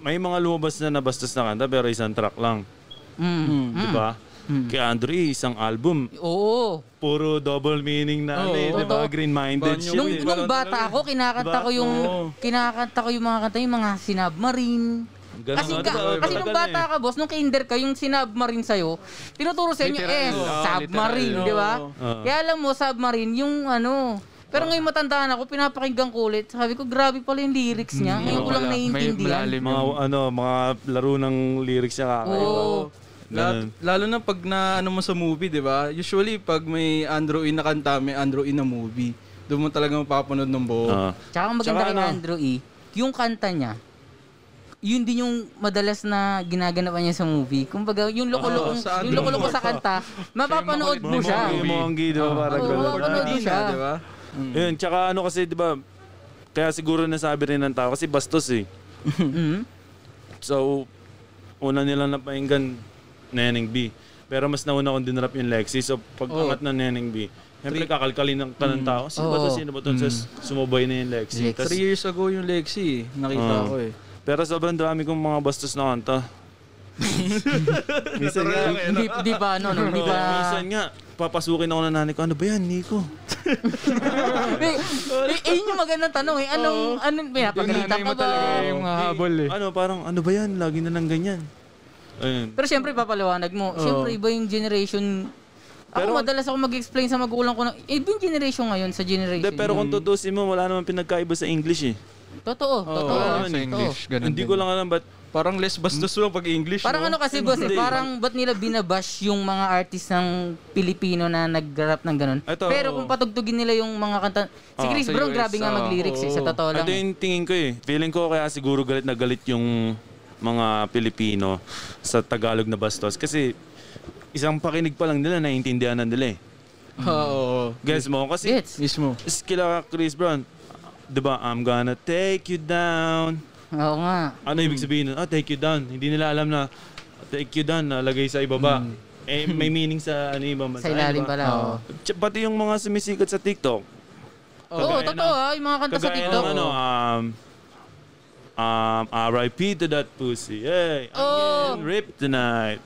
Speaker 1: may mga lumabas na nabastos na kanta pero isang track lang.
Speaker 2: Mm.
Speaker 3: Hmm.
Speaker 1: Di ba? Kaya Andre, isang album,
Speaker 2: Oo.
Speaker 1: puro double meaning na ano eh, di ba? Green-minded
Speaker 3: Banyo.
Speaker 1: shit.
Speaker 2: Nung,
Speaker 1: eh.
Speaker 2: nung bata ako, kinakanta
Speaker 1: Diba?
Speaker 2: ko yung
Speaker 1: Oo.
Speaker 2: kinakanta ko yung mga kanta, yung mga Sinab Marin.
Speaker 1: Ganun
Speaker 2: Kasi,
Speaker 1: nga,
Speaker 2: ka,
Speaker 1: diba?
Speaker 2: kasi nung
Speaker 1: Ganun
Speaker 2: bata
Speaker 1: eh.
Speaker 2: ka, boss, nung kinder ka, yung Sinab Marin sa'yo, tinuturo sa inyo,
Speaker 4: Literal.
Speaker 2: eh,
Speaker 4: Oo,
Speaker 2: submarine,
Speaker 4: literal.
Speaker 2: di ba?
Speaker 1: Oo.
Speaker 2: Kaya alam mo, submarine, yung ano, pero ngayon matandaan ako, pinapakinggan ko ulit. Sabi ko, grabe pala yung lyrics niya. Ngayon ko lang
Speaker 4: Wala. May
Speaker 2: naiintindihan.
Speaker 4: malalim
Speaker 1: Mga
Speaker 4: yung
Speaker 1: ano, mga laro ng lyrics niya kakaiba.
Speaker 2: Oo.
Speaker 3: Lahat- lalo na pag na ano mo sa movie, 'di ba? Usually pag may Andrew in na kanta, may Andrew in na movie. Doon mo talaga mapapanood ng buo.
Speaker 1: Ah.
Speaker 2: Tsaka ang maganda
Speaker 1: Tsaka
Speaker 2: kay
Speaker 1: ano?
Speaker 2: Andrew E, yung kanta niya, yun din yung madalas na ginaganapan niya sa movie. Kumbaga, yung loko-loko,
Speaker 3: Oo, sa
Speaker 2: yung
Speaker 3: Andrew.
Speaker 2: loko-loko sa kanta, mapapanood
Speaker 1: Mga
Speaker 2: mo siya.
Speaker 1: Monggi, monggi, di ba? Parang
Speaker 2: Oo,
Speaker 1: ganun.
Speaker 2: mapapanood ah. mo siya.
Speaker 3: Ano Siya, 'di ba?
Speaker 1: Yun, tsaka ano kasi, di ba, kaya siguro nasabi rin ng tao, kasi bastos eh.
Speaker 2: Mhm.
Speaker 1: So, una nila napahinggan Neneng B. Pero mas nauna kong dinrap yung Lexi. So, pag angat ng Neneng B, siyempre kakalkalin ng kanang tao. Sino ba to?
Speaker 2: Oo.
Speaker 1: Sino ba to? So, sumubay na yung Lexi.
Speaker 2: Lex.
Speaker 1: Tas- Ah.
Speaker 3: Three years ago yung Lexi, eh.
Speaker 1: Oo.
Speaker 3: nakita ko eh.
Speaker 1: pero sobrang dami kong mga bastos na kanta. minsan nga,
Speaker 2: Di, di ba, ano, no, di
Speaker 1: Oo,
Speaker 2: ba?
Speaker 1: minsan nga, papasukin ako ng nanay ko, ano ba yan, Nico?
Speaker 2: Eh, eh, eh, yun yung magandang tanong eh. Anong, anong, pinapagalitan
Speaker 4: nanay
Speaker 2: ka
Speaker 4: mo
Speaker 2: ba?
Speaker 4: talaga yung hahabol eh.
Speaker 1: Ano, parang, ano ba yan? Lagi na lang ganyan. Ayun.
Speaker 2: Pero siyempre, papaliwanag mo. Siyempre, iba yung generation. Ako madalas ako mag-explain sa magulang ko na, eh, iba yung generation ngayon sa generation.
Speaker 1: Hindi, pero kung tutusin mo, wala naman pinagkaiba sa English eh.
Speaker 2: Totoo, totoo.
Speaker 4: Wala
Speaker 1: naman
Speaker 4: sa
Speaker 1: eh.
Speaker 4: English. Ganun
Speaker 1: Hindi
Speaker 4: din.
Speaker 1: ko lang alam ba't
Speaker 3: Parang less bastos lang pag English,
Speaker 2: Parang ano
Speaker 3: no?
Speaker 2: kasi boss, eh, parang ba't nila binabash yung mga artist ng Pilipino na nag-rap ng ganun.
Speaker 1: Ito,
Speaker 2: Pero
Speaker 1: oo.
Speaker 2: kung patugtugin nila yung mga kanta... Si
Speaker 1: Ah,
Speaker 2: Chris
Speaker 4: sa
Speaker 2: Brown,
Speaker 4: US,
Speaker 2: grabe nga
Speaker 4: ah,
Speaker 2: mag-lyrics eh, sa totoo lang.
Speaker 1: Ito yung tingin ko eh. Feeling ko kaya siguro galit na galit yung mga Pilipino sa Tagalog na bastos. Kasi isang pakinig pa lang nila, naiintindihan na nila eh.
Speaker 3: Oo.
Speaker 1: Guess mo? Kasi
Speaker 2: Gets.
Speaker 3: Mismo.
Speaker 1: s- kila Chris Brown, di ba, I'm gonna take you down.
Speaker 2: Oo nga.
Speaker 1: Ano
Speaker 4: Hmm.
Speaker 1: ibig sabihin nun? Ah, take you down. Hindi nila alam na take you down, nalagay sa ibaba.
Speaker 4: Hmm.
Speaker 1: Eh, may meaning sa ano ibang bansa.
Speaker 2: Sa ilalim pala. oo.
Speaker 1: Ch- Pati yung mga sumisikat sa TikTok.
Speaker 2: Oo,
Speaker 1: Kagaya
Speaker 2: totoo ah, yung mga kanta sa
Speaker 1: Kagaya
Speaker 2: TikTok.
Speaker 1: ng ano, um, um, RIP to that pussy. Hey, I'm
Speaker 2: Oh.
Speaker 1: getting ripped tonight.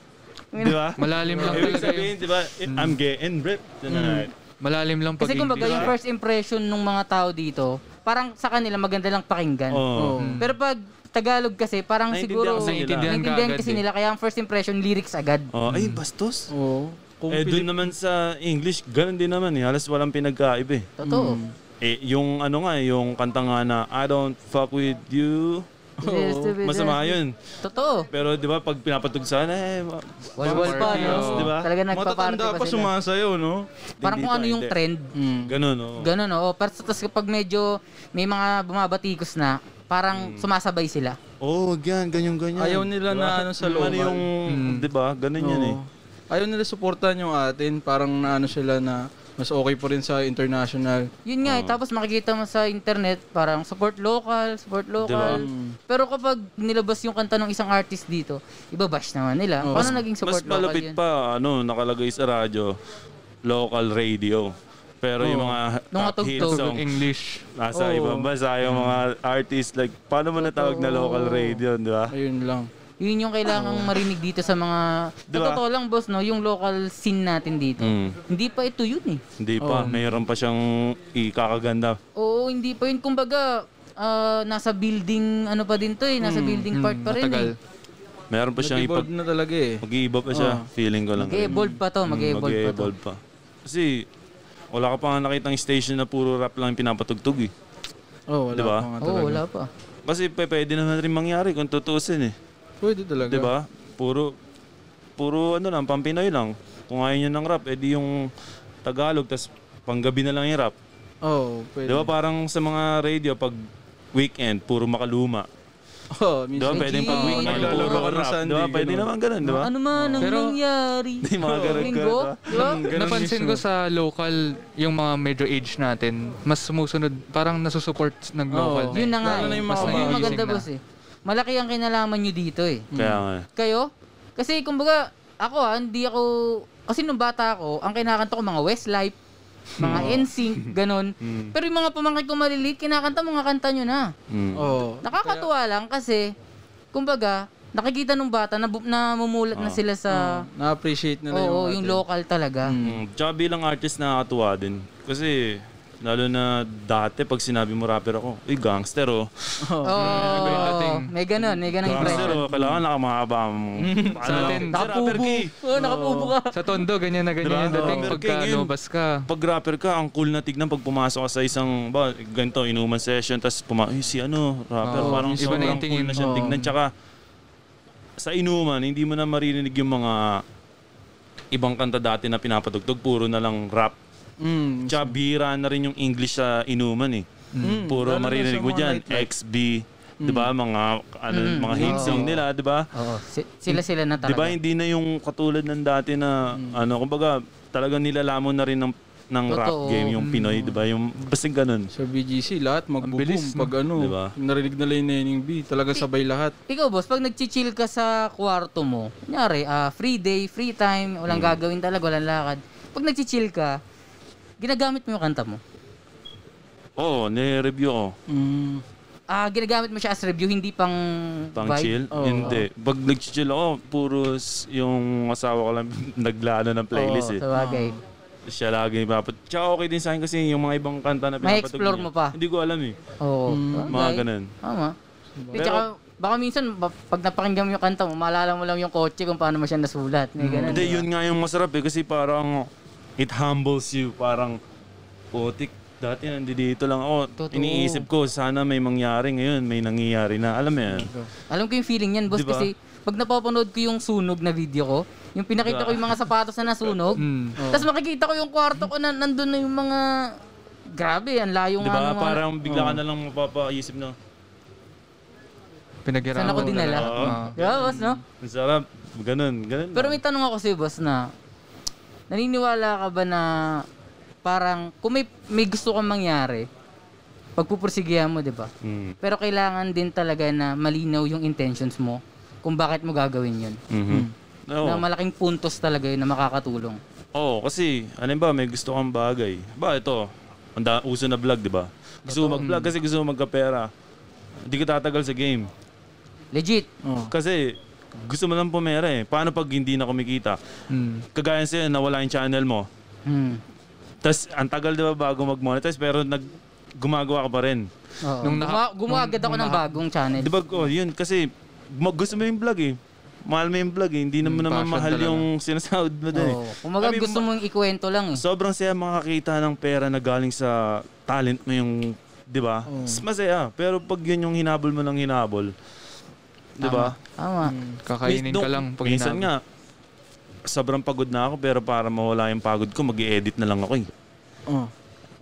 Speaker 1: Di ba?
Speaker 4: Malalim lang
Speaker 1: Ibig
Speaker 4: talaga
Speaker 1: sabihin,
Speaker 4: yung...
Speaker 1: di ba, I'm getting ripped tonight.
Speaker 4: Mm. Malalim lang pag
Speaker 2: Kasi kumbaga, yung first impression ng mga tao dito, parang sa kanila maganda lang pakinggan.
Speaker 1: Oh.
Speaker 2: Pero pag Tagalog kasi, parang
Speaker 1: Naiintindihan
Speaker 2: siguro...
Speaker 1: kasi nila.
Speaker 4: Naiintindihan ka
Speaker 2: naiintindihan
Speaker 4: agad
Speaker 2: kasi
Speaker 4: eh.
Speaker 2: nila, kaya ang first impression, lyrics agad.
Speaker 1: Oh, ay, bastos.
Speaker 3: Oo. Kung
Speaker 1: eh,
Speaker 3: Pilip-
Speaker 1: doon naman sa English, ganun din naman eh. Halos walang pinagkaiba eh.
Speaker 2: Totoo.
Speaker 4: Mm.
Speaker 1: Eh, yung ano nga, eh, yung kanta nga na, I don't fuck with you.
Speaker 2: Yes, to be
Speaker 1: Masama
Speaker 2: there.
Speaker 1: yun.
Speaker 2: Totoo.
Speaker 1: Pero di ba, pag pinapatugsan, eh, ma-
Speaker 2: Walwal pa,
Speaker 4: Party,
Speaker 2: no?
Speaker 4: oo.
Speaker 1: Di ba?
Speaker 2: Talaga nagpa-party
Speaker 3: matatanda
Speaker 2: pa
Speaker 3: pa
Speaker 2: sila.
Speaker 3: sumasayaw, no?
Speaker 1: Hindi
Speaker 2: Parang kung
Speaker 1: pa,
Speaker 2: ano yung
Speaker 1: hindi.
Speaker 2: trend.
Speaker 1: ganun, oo.
Speaker 2: Ganun, oo. Pero tapos kapag medyo may mga bumabatikos
Speaker 1: Hmm.
Speaker 2: na, parang sumasabay sila.
Speaker 1: Oh, gan, ganyan, ganyan.
Speaker 3: Ayaw nila na ano sa mm.
Speaker 1: Ano
Speaker 3: looban.
Speaker 1: yung, di ba, ganun yan eh.
Speaker 3: Oo. Ayaw nila suportahan yung atin, parang naano sila na mas okay pa rin sa international.
Speaker 2: Yun nga, eh, tapos makikita mo sa internet, parang support local, support local.
Speaker 1: Hmm.
Speaker 2: Pero kapag nilabas yung kanta ng isang artist dito, ibabash naman nila. Paano naging
Speaker 1: Mas
Speaker 2: support local
Speaker 1: malapit
Speaker 2: yun?
Speaker 1: pa, ano, nakalagay sa radyo, local radio. Pero yung mga
Speaker 2: Nung
Speaker 1: uphill
Speaker 2: katugtog.
Speaker 1: song,
Speaker 4: English.
Speaker 1: nasa
Speaker 3: Oo. Mm.
Speaker 1: ibang bansa, yung mga artist, like, paano mo natawag na local radio, di ba?
Speaker 3: Ayun lang.
Speaker 2: Yun yung kailangang marinig dito sa mga... Sa
Speaker 1: Diba?
Speaker 2: Totoo lang, boss, no? Yung local scene natin dito.
Speaker 1: Mm.
Speaker 2: Hindi pa ito yun eh.
Speaker 1: Hindi pa, mayroon pa siyang ikakaganda.
Speaker 2: Oo, hindi pa yun. Kumbaga, ah, nasa building, ano pa din to eh.
Speaker 1: Hmm.
Speaker 2: Nasa building part pa rin
Speaker 4: Matagal.
Speaker 2: eh.
Speaker 1: Mayroon pa siyang ipag...
Speaker 3: Nag-evolve na talaga eh.
Speaker 1: Mag-iiba pa siya, feeling ko lang.
Speaker 2: Mag-evolve pa to,
Speaker 1: Hmm,
Speaker 2: mag-evolve pa to.
Speaker 1: Mag-evolve pa. Kasi, wala ka pa nga nakitang station na puro rap lang yung pinapatugtog eh.
Speaker 3: Oh, wala
Speaker 1: Diba?
Speaker 3: pa nga
Speaker 2: Oo,
Speaker 3: talaga.
Speaker 2: wala pa.
Speaker 1: Kasi pe, pwede naman rin mangyari kung tutusin eh.
Speaker 3: Pwede talaga.
Speaker 1: Di ba? Puro, puro ano lang, pampinoy lang. Kung ayaw nyo ng rap, edi yung Tagalog, tas panggabi na lang yung rap.
Speaker 3: Oh,
Speaker 1: Di
Speaker 3: pwede.
Speaker 1: ba? Parang sa mga radio, pag weekend, puro makaluma.
Speaker 3: Oh,
Speaker 1: Di
Speaker 3: minsan.
Speaker 1: ba? Pwede
Speaker 2: Gee,
Speaker 1: pag weekend,
Speaker 3: naglalaro
Speaker 1: puro
Speaker 3: ka ng
Speaker 1: rap. Di ba?
Speaker 3: Sunday,
Speaker 1: Pwede
Speaker 3: ganun.
Speaker 1: naman ganun, diba? di ba?
Speaker 2: Ano man ang
Speaker 4: Pero-
Speaker 2: nangyari?
Speaker 1: Di mga ganun ka,
Speaker 2: Linggo?
Speaker 1: di ba?
Speaker 2: Diba?
Speaker 4: Napansin ko sa local, yung mga medyo age natin, mas sumusunod, parang nasusupport ng local.
Speaker 3: Oo.
Speaker 4: na
Speaker 2: Yun na nga
Speaker 3: Lalo na
Speaker 2: eh.
Speaker 3: yung
Speaker 2: Mas
Speaker 3: mga
Speaker 2: yun yung
Speaker 4: bata.
Speaker 2: maganda
Speaker 4: Gising na.
Speaker 2: boss eh. Malaki ang kinalaman nyo dito eh.
Speaker 3: Mm.
Speaker 1: Kaya nga. eh.
Speaker 2: Kayo? Kasi kumbaga, ako ah, hindi ako... Kasi nung bata ako, ang kinakanta ko mga Westlife, mga
Speaker 1: Mm.
Speaker 2: NSYNC, ganun. Pero yung mga pamangkin ko maliliit, kinakanta mga kanta nyo na.
Speaker 1: Mm.
Speaker 3: Oh.
Speaker 2: Nakakatuwa lang kasi, kumbaga, nakikita nung bata na, bu- na mumulat
Speaker 1: Ah.
Speaker 2: na sila sa... Oo,
Speaker 3: Na-appreciate Mm. nila yung
Speaker 2: yung,
Speaker 3: atin.
Speaker 2: local talaga.
Speaker 1: Mm. Tsaka bilang artist, nakakatuwa din. Kasi, lalo na dati, pag sinabi mo rapper ako, uy, gangster oh.
Speaker 2: Oo, may ganun, may ganun
Speaker 1: Gangster
Speaker 2: impression.
Speaker 1: oh, kailangan nakamahaba mo.
Speaker 3: Mm.
Speaker 1: Ano
Speaker 4: atin,
Speaker 1: lang, "Sir, rapper
Speaker 2: Nakapubo.
Speaker 1: key."
Speaker 2: Oo, nakapubo ka.
Speaker 4: Sa Tondo, ganyan na ganyan
Speaker 1: Diba?
Speaker 4: yung dating
Speaker 1: Oo.
Speaker 4: pagka
Speaker 1: King yun.
Speaker 4: lumabas ka.
Speaker 1: pag rapper ka, ang cool na tignan pag pumasok ka sa isang, ba, ganito, inuman session, tapos puma, "Ay, si ano, rapper,
Speaker 4: Oo,
Speaker 1: parang
Speaker 4: iba na
Speaker 1: sobrang
Speaker 4: yung tingin.
Speaker 1: cool na siyang
Speaker 4: Oo.
Speaker 1: tignan. Tsaka, sa inuman, hindi mo na maririnig yung mga ibang kanta dati na pinapatugtog, puro na lang rap.
Speaker 3: Mm.
Speaker 1: Tsaka bira na rin yung English sa inuman eh.
Speaker 3: Mm.
Speaker 1: Puro
Speaker 3: Lalo na
Speaker 1: maririnig
Speaker 3: sa
Speaker 1: mo
Speaker 3: mga
Speaker 1: dyan,
Speaker 3: nightlife.
Speaker 1: XB, 'di ba? Mga ano, mga hit song nila, 'di ba?
Speaker 2: Oo, si- sila-sila na
Speaker 1: Di ba
Speaker 2: talaga.
Speaker 1: hindi na yung katulad ng dati na
Speaker 2: Hmm.
Speaker 1: ano kumbaga talagang nilalamon na rin ng ng rap
Speaker 2: Totoo. Hmm.
Speaker 1: game yung Pinoy, 'di ba? Yung basta ganun.
Speaker 3: Sa BGC, lahat magbo-boom
Speaker 4: bilis, no?
Speaker 3: pag ano.
Speaker 1: Diba?
Speaker 3: Narinig nila yung Nening B. Talaga sabay lahat.
Speaker 2: Ikaw boss, pag nagchichill ka sa kwarto mo, kunyari, ah, free day, free time, walang
Speaker 1: Mm.
Speaker 2: gagawin talaga, walang lakad. Pag nagchichill ka, ginagamit mo yung kanta mo.
Speaker 1: Oo, oh, ni-review ko.
Speaker 3: Mm.
Speaker 2: Ah, ginagamit mo siya as review, hindi pang,
Speaker 1: Pang
Speaker 2: vibe.
Speaker 1: chill. Hindi. Pag nag-chill ako, puro s- yung asawa ko lang naglano ng playlist
Speaker 2: Oo,
Speaker 1: eh.
Speaker 2: sabagay.
Speaker 1: Siya lagi papat. Tsaka okay din sa akin kasi yung mga ibang kanta na
Speaker 2: May
Speaker 1: pinapatugtog
Speaker 2: explore
Speaker 1: niya,
Speaker 2: mo pa.
Speaker 1: Hindi ko alam eh.
Speaker 2: Oo. sabagay.
Speaker 1: Mga ganun.
Speaker 2: Tama. Di, tsaka, baka minsan, ba- pag napakinggan mo yung kanta mo, maalala mo lang yung kotse kung paano mo siya nasulat. May ganun.
Speaker 1: Hindi, yun nga yung masarap eh. Kasi parang it humbles you. Parang, putik, dati nandito lang ako.
Speaker 2: Totoo.
Speaker 1: Iniisip ko, sana may mangyari ngayon. May nangyayari na. Alam mo yan?
Speaker 2: Alam ko yung feeling yan,
Speaker 1: Di
Speaker 2: boss,
Speaker 1: ba?
Speaker 2: kasi pag napapanood ko yung sunog na video ko, yung pinakita ko yung mga sapatos na nasunog,
Speaker 1: Mm.
Speaker 2: tapos makikita ko yung kwarto ko na nandun na yung mga... Grabe, ang layo
Speaker 1: Di
Speaker 2: nga
Speaker 1: ba?
Speaker 2: ng mga...
Speaker 1: Parang bigla ka na lang mapapaisip na,
Speaker 4: Pinaghirapan
Speaker 2: Saan ako dinala?
Speaker 1: Oo.
Speaker 2: Di ba, boss, no?
Speaker 1: ang sarap. Ganun, ganun.
Speaker 2: Pero may tanong ako sa'yo, boss, na naniniwala ka ba na parang kung may, may gusto kang mangyari, pagpupursigihan mo, di ba?
Speaker 1: Mm.
Speaker 2: Pero kailangan din talaga na malinaw yung intentions mo kung bakit mo gagawin yun.
Speaker 1: Mhm. Oo.
Speaker 2: Na malaking puntos talaga yun na makakatulong.
Speaker 1: Oo, kasi, alin ba, may gusto kang bagay. Ba, ito, ang da- uso na vlog, di ba? Gusto mo mag-vlog kasi gusto mo magkapera. Hindi ka tatagal sa game.
Speaker 2: Legit.
Speaker 1: Oh. Kasi, gusto mo lang pumera eh. Paano pag hindi na kumikita? Kagaya sa'yo, nawala yung channel mo.
Speaker 2: Hmm.
Speaker 1: Tapos, ang tagal diba bago mag-monetize, pero nag gumagawa ka pa rin.
Speaker 2: Oo.
Speaker 4: Nung
Speaker 2: Gumawa,
Speaker 4: naka-
Speaker 2: gumawa agad ako ng bagong channel.
Speaker 1: Di ba, oh, yun, kasi mag- gusto mo yung vlog eh. Mahal mo yung vlog eh. Hindi naman
Speaker 4: Mm,
Speaker 1: naman
Speaker 4: passion
Speaker 1: mahal
Speaker 4: talaga.
Speaker 1: yung sinasahod mo din eh.
Speaker 2: Hmm, Oo. Kumaga
Speaker 1: I mean,
Speaker 2: gusto mong ikwento lang eh.
Speaker 1: Sobrang saya makakita ng pera na galing sa talent mo yung, di ba? Mas Masaya. Pero pag yun yung hinabol mo ng hinabol, di ba?
Speaker 2: Tama.
Speaker 4: Hmm.
Speaker 1: Mis-
Speaker 4: Kakainin ka
Speaker 1: nung-
Speaker 4: lang pag
Speaker 1: Minsan
Speaker 4: hinabi.
Speaker 1: nga, sobrang pagod na ako pero para mawala yung pagod ko, mag edit na lang ako eh.
Speaker 3: Oh.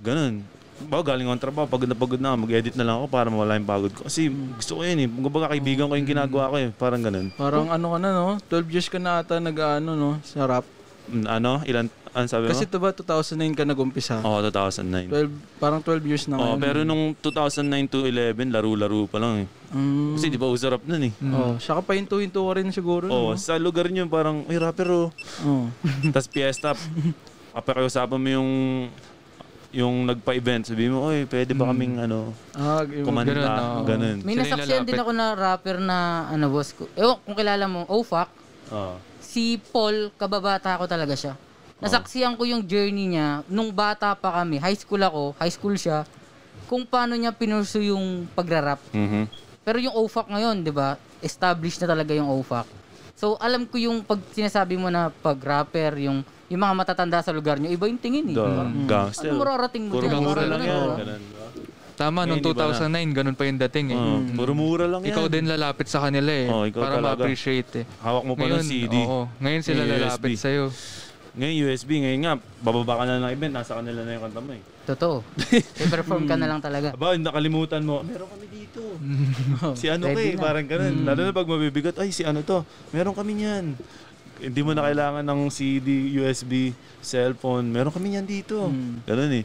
Speaker 1: Ganun. Bago galing akong trabaho, pagod na pagod na ako, mag-edit na lang ako para mawala yung pagod ko. Kasi gusto ko yun eh. Kumbaga kaibigan ko yung ginagawa ko eh. Parang ganun.
Speaker 3: Parang ano ka na, no? 12 years ka na ata nag-ano, no? Sa rap.
Speaker 1: mm, ano, ilan, ano sabi
Speaker 3: Kasi diba,
Speaker 1: mo?
Speaker 3: ito ba, 2009 ka nag-umpisa?
Speaker 1: Oo, 2009.
Speaker 3: 12, parang 12 years na
Speaker 1: Oo,
Speaker 3: ngayon.
Speaker 1: pero nung 2009 to 11, laro-laro pa lang eh.
Speaker 3: Mm.
Speaker 1: Kasi di ba uso rap nun eh.
Speaker 3: Oh, siya ka pa hinto ka rin siguro.
Speaker 1: Oo,
Speaker 3: no?
Speaker 1: sa lugar nyo parang, uy, rapper oh.
Speaker 3: Oo.
Speaker 1: Tapos fiesta, papakiusapan mo yung yung nagpa-event, sabi mo, oy, pwede ba kaming ano,
Speaker 3: Ah, yung-
Speaker 1: kumanta,
Speaker 4: Hmm. ganun,
Speaker 1: ganun.
Speaker 4: oo.
Speaker 2: May
Speaker 4: Sila yung
Speaker 2: nasaksiyan din
Speaker 4: lalapit.
Speaker 2: ako na rapper na ano boss ko. Ewan kung kilala mo, oh fuck.
Speaker 1: Oo.
Speaker 2: si Paul, kababata ko talaga siya. Nasaksihan ko yung journey niya nung bata pa kami. High school ako, high school siya. Kung paano niya pinursu yung pagrarap.
Speaker 1: Mhm.
Speaker 2: Pero yung OFAC ngayon, 'di ba? Established na talaga yung OFAC. So alam ko yung pag sinasabi mo na pag rapper, yung yung mga matatanda sa lugar niyo, iba yung tingin eh.
Speaker 1: The
Speaker 2: Parang,
Speaker 4: Mm-hmm.
Speaker 1: gangster.
Speaker 2: Ano mararating mo
Speaker 1: Puro
Speaker 2: dyan?
Speaker 1: mura
Speaker 2: Parang
Speaker 1: lang
Speaker 2: ganun,
Speaker 1: yan.
Speaker 2: oh.
Speaker 1: Ganun.
Speaker 4: Tama, nung
Speaker 1: Ngayon, iba na.
Speaker 4: 2009, ganun pa yung dating eh.
Speaker 1: Oo, Puro mura lang yan.
Speaker 4: Ikaw din lalapit sa kanila eh.
Speaker 1: Oo, ikaw
Speaker 4: para
Speaker 1: talaga.
Speaker 4: ma-appreciate eh.
Speaker 1: Hawak mo pa ng CD.
Speaker 4: oo, ngayon sila
Speaker 1: May USB.
Speaker 4: lalapit sa'yo.
Speaker 1: Ngayon, USB. Ngayon nga, bababa ka na ng event. Nasa kanila na yung kanta mo eh.
Speaker 2: Totoo. I-perform ka na lang talaga.
Speaker 1: Aba, nakalimutan mo. Meron kami dito. si ano kay,
Speaker 2: Ready na.
Speaker 1: parang
Speaker 4: Hmm.
Speaker 1: ganun. Lalo na pag mabibigat, ay si ano to. Meron kami niyan. Hindi mo na kailangan ng CD, USB, cellphone. Meron kami niyan dito.
Speaker 4: Hmm.
Speaker 1: Ganun eh.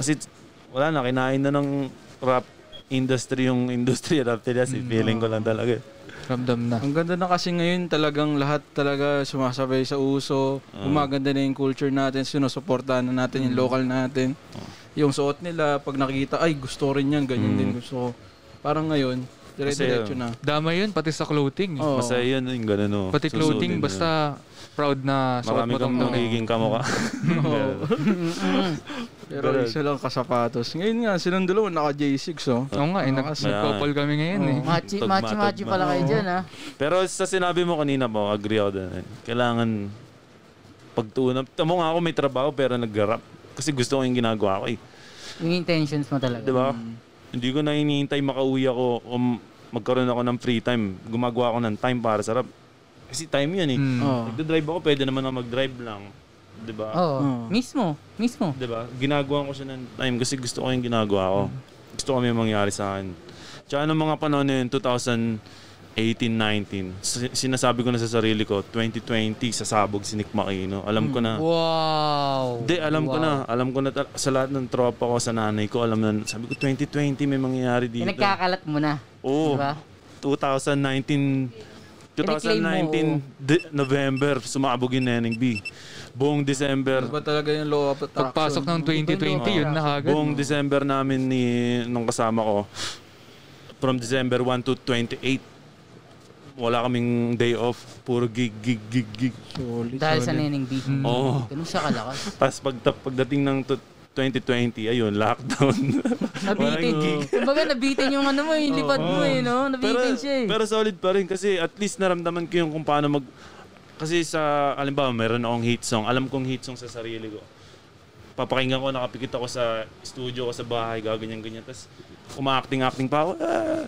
Speaker 1: Kasi t- wala na, kinain na ng rap industry yung industry rap Pilipinas. eh.
Speaker 4: Hmm.
Speaker 1: Feeling ko lang talaga. eh.
Speaker 4: Ramdam na.
Speaker 3: Ang ganda na kasi ngayon talagang lahat talaga sumasabay sa uso. Gumaganda na yung culture natin, sinusuportahan na natin yung local natin. Yung suot nila, pag nakikita, ay gusto rin yan, ganyan din gusto ko. Parang ngayon, dire-diretso na.
Speaker 4: Damay yun, pati sa clothing. eh.
Speaker 3: Oo.
Speaker 1: Masaya yun, yung ganun oh.
Speaker 4: Pati
Speaker 1: Susuotin
Speaker 4: clothing, basta
Speaker 1: na.
Speaker 4: proud na suot
Speaker 1: Marami
Speaker 4: mo
Speaker 1: kang
Speaker 4: tong damit.
Speaker 1: magiging kamukha. Ganun.
Speaker 3: Pero isa lang kasapatos. Ngayon nga, silang dalawa naka-J6 oh.
Speaker 4: Oo nga, eh, nag-
Speaker 3: Malakas.
Speaker 4: nagkopol kami ngayon eh.
Speaker 2: Machi,
Speaker 1: Mm. Tugma,
Speaker 2: machi, machi
Speaker 1: tugma.
Speaker 2: pala kayo dyan ha.
Speaker 1: Pero sa sinabi mo kanina po, agree ako doon. eh. Kailangan pagtuunan. Tamo nga ako may trabaho pero nag-rap. Kasi gusto ko yung ginagawa ko eh.
Speaker 2: Yung intentions mo talaga.
Speaker 1: Di ba? Hindi ko na hinihintay makauwi ako o m- magkaroon ako ng free time. Gumagawa ako ng time para sa rap. Kasi time yun eh.
Speaker 4: Mm.
Speaker 3: Oo.
Speaker 1: Nagdadrive ako, pwede naman ako mag-drive lang. Di ba?
Speaker 2: Oo.
Speaker 3: Oo.
Speaker 2: Mismo. Mismo.
Speaker 1: Di ba? Diba? Ginagawa ko siya ng time kasi gusto ko yung ginagawa ko. Gusto ko may mangyari sa akin. Tsaka nung mga panahon na yun, 2018-19, si- sinasabi ko na sa sarili ko, 2020, sasabog si Nick Makino. Alam ko na.
Speaker 4: Hmm. Wow!
Speaker 1: Hindi, alam ko na. Alam ko na tal- sa lahat ng tropa ko, sa nanay ko, alam na. Sabi ko, 2020 may mangyayari
Speaker 2: Yung
Speaker 1: dito.
Speaker 2: Nagkakalat mo na.
Speaker 1: Oo.
Speaker 2: Di ba?
Speaker 1: 2019
Speaker 2: Kiniklaim diba? mo,
Speaker 1: 2019 de- November, sumabog yung Neneng B. Buong December,
Speaker 3: Ba talaga yung law of attraction?
Speaker 4: Pagpasok ng 2020, yun na kagad.
Speaker 1: Buong December namin ni nung kasama ko from December 1 to 28 wala kaming day off puro gig gig gig gig
Speaker 3: Solid.
Speaker 2: Dahil sa Neneng B.
Speaker 1: Oo.
Speaker 2: Ganun siya kalakas.
Speaker 1: tapos pag, pagdating ng to- 2020 ayun lockdown
Speaker 2: Nabitin.
Speaker 1: Walang gig. Oh.
Speaker 2: Kumbaga nabitin yung ano mo, yung lipad mo eh, no? Nabitin siya eh.
Speaker 1: pero solid pa rin kasi at least naramdaman ko yung kung paano mag kasi sa alimbawa meron akong hit song alam kong hit song sa sarili ko papakinggan ko nakapikit ako sa studio ko sa bahay gaganyan ganyan tapos umaacting acting pa ako ah.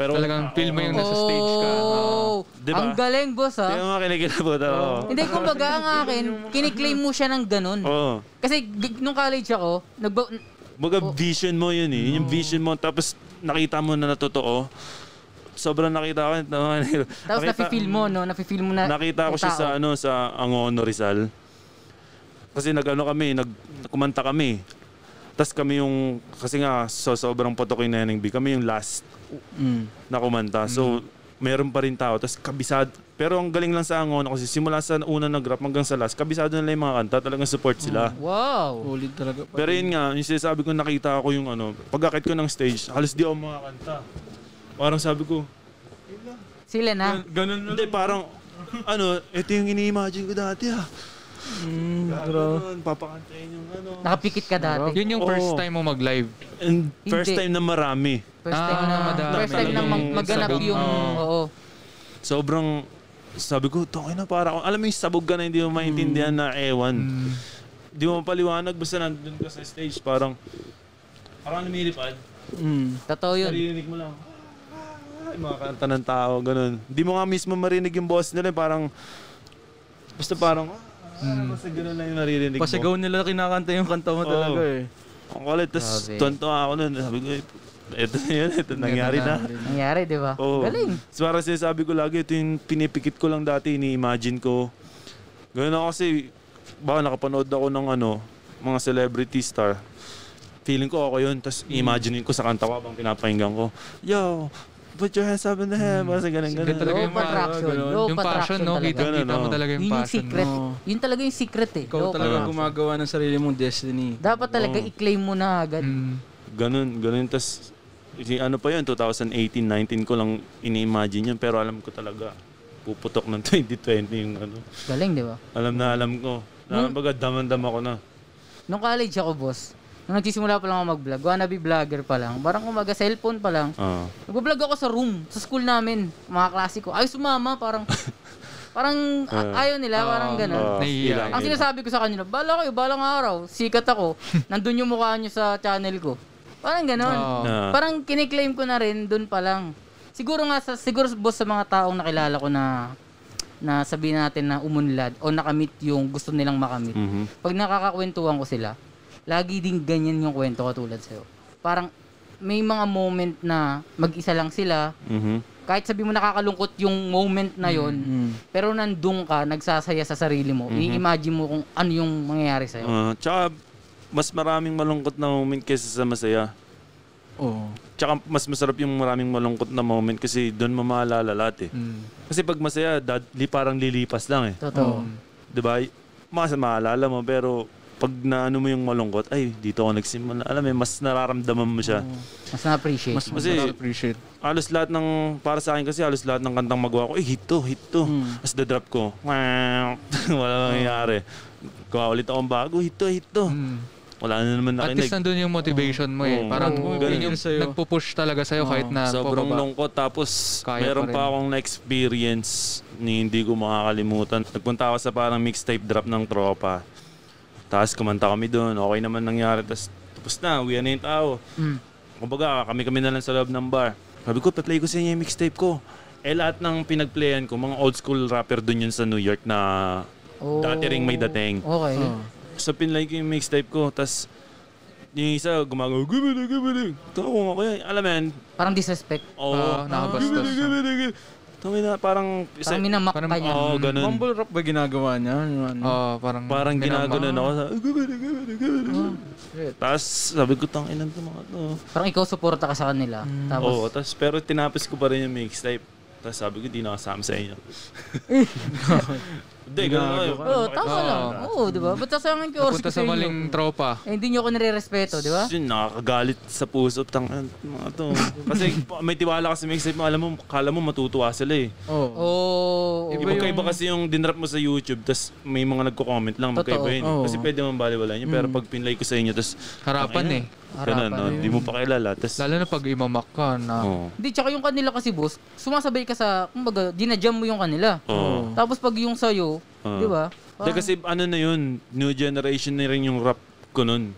Speaker 1: pero ah,
Speaker 4: Talagang feel mo yung nasa stage ka.
Speaker 2: Oh,
Speaker 1: Diba?
Speaker 2: ang galing boss
Speaker 1: Hindi
Speaker 2: ha.
Speaker 1: mo makinikilabutan ako.
Speaker 2: Hindi, kumbaga ang akin, kiniklaim mo siya ng ganun.
Speaker 1: Oo.
Speaker 2: Kasi g- nung college ako, nagba-
Speaker 1: Baga vision mo yun eh. Yun Yung vision mo. Tapos nakita mo na natotoo. Sobrang nakita ko.
Speaker 2: tapos nafe-feel mo, no? Nafe-feel mo na
Speaker 1: Nakita ko
Speaker 2: yung
Speaker 1: siya
Speaker 2: Ah, tao.
Speaker 1: sa ano sa Angono Rizal. Kasi nagano kami, nag kumanta kami. Tapos kami yung kasi nga so, sobrang potok yung Neneng B. Kami yung last
Speaker 3: Mm.
Speaker 1: na kumanta. So meron pa rin tao. Tapos kabisad. Pero ang galing lang sa Angono kasi simula sa una nag-rap hanggang sa last, kabisado nila yung mga kanta. Talagang support sila.
Speaker 2: Mm-hmm. Wow.
Speaker 3: Solid talaga. pa.
Speaker 1: Pero yun nga, yung sinasabi ko nakita ko yung ano, pagkakit ko ng stage, halos di ako makakanta. Parang sabi ko,
Speaker 2: Sila na.
Speaker 1: ganun na Hindi, parang, ano, ito yung ini-imagine ko dati ah.
Speaker 3: Mm, bro.
Speaker 1: Ganun, papakantayin yung ano.
Speaker 2: Nakapikit ka dati.
Speaker 4: Yun yung first
Speaker 1: Oo.
Speaker 4: time mo mag-live.
Speaker 1: And first
Speaker 2: Hindi.
Speaker 1: time na marami.
Speaker 2: First time
Speaker 4: Ah,
Speaker 2: na,
Speaker 4: madami.
Speaker 2: first time na mag-
Speaker 1: Talagang
Speaker 2: maganap
Speaker 4: sabog.
Speaker 2: yung, oo.
Speaker 1: Sobrang, sabi ko, tokay na para ako. Alam mo yung sabog ka na hindi mo maintindihan na ewan. Hindi mo mapaliwanag, basta nandun ka sa stage, parang, parang lumilipad.
Speaker 3: Mm.
Speaker 2: Totoo yun.
Speaker 1: Naririnig mo lang. Ay, mga kanta ng tao, ganun. Hindi mo nga mismo marinig yung boss nila, eh, parang, basta parang, ah, basta ganun lang yung naririnig mo.
Speaker 3: Pasigaw nila kinakanta yung kanta mo
Speaker 1: Oo.
Speaker 3: talaga eh.
Speaker 1: Ang kulit, tapos
Speaker 2: Grabe.
Speaker 1: tuwan-tuwa ako nun. Sabi ko, eh, eto na yun, eto nangyari na.
Speaker 2: Nangyari, di ba?
Speaker 1: Oo.
Speaker 2: Galing.
Speaker 1: So, parang sinasabi ko lagi, ito yung pinipikit ko lang dati, ini-imagine ko. Ganun ako kasi, baka nakapanood ako ng ano, mga celebrity star. Feeling ko ako yun. Tapos
Speaker 2: Hmm.
Speaker 1: imaginein ko sa kanta ko habang pinapakinggan ko. Yo, put your hands up in the air.
Speaker 2: Hmm.
Speaker 1: Parang sa ganun,
Speaker 4: Ganun
Speaker 1: ganun.
Speaker 4: talaga
Speaker 2: Low
Speaker 4: yung mga-
Speaker 2: attraction, low
Speaker 4: ganun. Yung passion,
Speaker 2: attraction
Speaker 4: no?
Speaker 2: talaga.
Speaker 4: Kita,
Speaker 1: Ganun,
Speaker 4: kita mo
Speaker 1: no?
Speaker 4: talaga yung
Speaker 2: Yun yung
Speaker 4: passion.
Speaker 2: secret.
Speaker 3: no?
Speaker 2: Yun talaga yung secret eh.
Speaker 3: Ikaw
Speaker 2: Low
Speaker 3: talaga
Speaker 2: attraction.
Speaker 3: gumagawa ng sarili mong destiny.
Speaker 2: Dapat talaga i-claim mo na agad.
Speaker 4: Mm.
Speaker 1: Ganun, ganun. Tapos ano pa yun, 2018, 19 ko lang ini-imagine yun. Pero alam ko talaga, puputok ng 2020 yung ano.
Speaker 2: Galing, di ba?
Speaker 1: Alam na alam ko. Alam baga, damandam ako na.
Speaker 2: Nung college ako, boss, nung nagsisimula pa lang ako mag-vlog, wannabe vlogger pa lang, parang kumaga cellphone pa lang,
Speaker 1: Ah.
Speaker 2: Nag-vlog ako sa room, sa school namin, mga klase ko. Ay, sumama, parang, parang a- ayaw nila, parang gano'n.
Speaker 1: Ah,
Speaker 4: Nahihiya.
Speaker 1: ilang-
Speaker 2: Ang sinasabi ko sa kanila, bala kayo, balang araw, sikat ako, nandun yung mukha nyo sa channel ko. Parang gano'n.
Speaker 4: Oo.
Speaker 1: Ah.
Speaker 2: Parang kiniklaim ko na rin, dun pa lang. Siguro nga, sa, siguro boss sa mga taong nakilala ko na na sabihin natin na umunlad o nakamit yung gusto nilang makamit.
Speaker 1: Mhm.
Speaker 2: Pag nakakakwentuhan ko sila, lagi din ganyan yung kwento katulad sa'yo. Parang may mga moment na mag-isa lang sila,
Speaker 1: Mhm.
Speaker 2: kahit sabi mo nakakalungkot yung moment na yon pero nandun ka, nagsasaya sa sarili mo, i-imagine mo kung ano yung mangyayari sa'yo.
Speaker 1: Ah, tsaka, mas maraming malungkot na moment kaysa sa masaya.
Speaker 3: Oo.
Speaker 1: Tsaka mas masarap yung maraming malungkot na moment kasi doon mo maalala lahat
Speaker 3: Hmm.
Speaker 1: eh.
Speaker 4: Mm.
Speaker 1: Kasi pag masaya, dad, li, parang lilipas lang eh.
Speaker 2: Totoo.
Speaker 1: Di ba? Mas maalala mo pero pag naano mo yung malungkot, ay, dito ako nagsimula. Alam mo, eh, mas nararamdaman mo siya.
Speaker 2: Mas na-appreciate.
Speaker 3: Mas
Speaker 1: Kasi-
Speaker 3: mas appreciate.
Speaker 1: Halos lahat ng, para sa akin kasi, halos lahat ng kantang magawa ko, eh, hit to, hit to.
Speaker 4: Hmm.
Speaker 1: Tapos dadrop ko, wala nangyayari.
Speaker 4: Hmm.
Speaker 1: Kuha ulit akong bago, hit to, hit to.
Speaker 4: Mm.
Speaker 1: Wala na naman
Speaker 4: At least
Speaker 1: nakinig.
Speaker 4: nandun yung motivation mo eh.
Speaker 1: Oo.
Speaker 4: Parang
Speaker 3: Oo.
Speaker 4: yun
Speaker 3: Ganun.
Speaker 4: yung
Speaker 3: Sa'yo.
Speaker 4: nagpupush talaga sa'yo kahit na
Speaker 1: Sobrang
Speaker 4: Ah, pababa.
Speaker 1: lungkot. Tapos,
Speaker 4: Kaya pa
Speaker 1: meron
Speaker 4: rin.
Speaker 1: pa, akong na-experience ni hindi ko makakalimutan. Nagpunta ako sa parang mixtape drop ng tropa. Tapos, kumanta kami doon. Okay naman nangyari. Tapos, tapos na. Uwi na yung tao.
Speaker 2: Mm.
Speaker 4: Hmm.
Speaker 1: Kumbaga, kami-kami na lang sa loob ng bar. Sabi ko, paplay ko sa inyo yung mixtape ko. Eh, lahat ng pinagplayan ko, mga old school rapper doon yun sa New York na
Speaker 2: Oh.
Speaker 1: dati ring may dating
Speaker 2: Okay.
Speaker 1: sa pinlay ko yung mixtape ko. Tapos, yung isa gumagawa, gumili, gumili. Tawag ako yan. Alam mo yan?
Speaker 2: Parang disrespect.
Speaker 1: Oo.
Speaker 4: Ah, nakabastos.
Speaker 1: Gumili, gumili, gumili. Tawag na, parang... isa-
Speaker 2: Parang minamak
Speaker 4: parang-
Speaker 2: ka niya.
Speaker 1: Oo, ganun.
Speaker 3: Mumble rap ba ginagawa niya? Yung Ano?
Speaker 4: Oo, Ah, parang
Speaker 1: Parang
Speaker 4: minama-
Speaker 1: ginaganon ako. Sa, gumili, gumili, gumili.
Speaker 2: Ah,
Speaker 1: Tapos, sabi ko, tang inan to mga to.
Speaker 2: Parang ikaw suporta ka sa kanila. Tapos,
Speaker 1: Oo, tapos, pero tinapos ko pa rin yung mixtape. Tapos sabi ko, di nakasama sa inyo. Hindi, ganun ako.
Speaker 2: Oo, tama
Speaker 4: Oo.
Speaker 2: lang. Oo, di ba? Ba't sasayangin ko yung oras
Speaker 4: Napunta
Speaker 2: ko sa
Speaker 4: sa
Speaker 2: inyo?
Speaker 4: maling tropa.
Speaker 2: Eh, hindi nyo ako nire-respeto, di ba?
Speaker 1: Yun, nakakagalit sa puso. Tang, ah, mga to. Kasi may tiwala kasi may excitement. Alam mo, kala mo matutuwa sila eh.
Speaker 3: Oo.
Speaker 2: Oo.
Speaker 1: Iba Magkaiba kasi yung dinrap mo sa YouTube, tas may mga nagko-comment lang, magkaiba
Speaker 2: Totoo.
Speaker 1: yun. eh.
Speaker 3: Oo.
Speaker 1: Kasi pwede mong baliwalayan yun, pero pag pinlay ko sa inyo, tas...
Speaker 4: Harapan
Speaker 1: Tangina,
Speaker 4: eh.
Speaker 1: Ganun,
Speaker 2: Harapan
Speaker 1: no? Di mo pa kilala, tas...
Speaker 4: Lalo na pag imamak ka na.
Speaker 1: Oo.
Speaker 2: Hindi, tsaka yung kanila kasi, boss, sumasabay ka sa, kumbaga, dinajam mo yung kanila.
Speaker 1: Oo.
Speaker 2: Tapos pag yung sa'yo,
Speaker 1: Oo.
Speaker 2: di ba?
Speaker 1: Dahil kasi ano na yun, new generation na rin yung rap ko nun.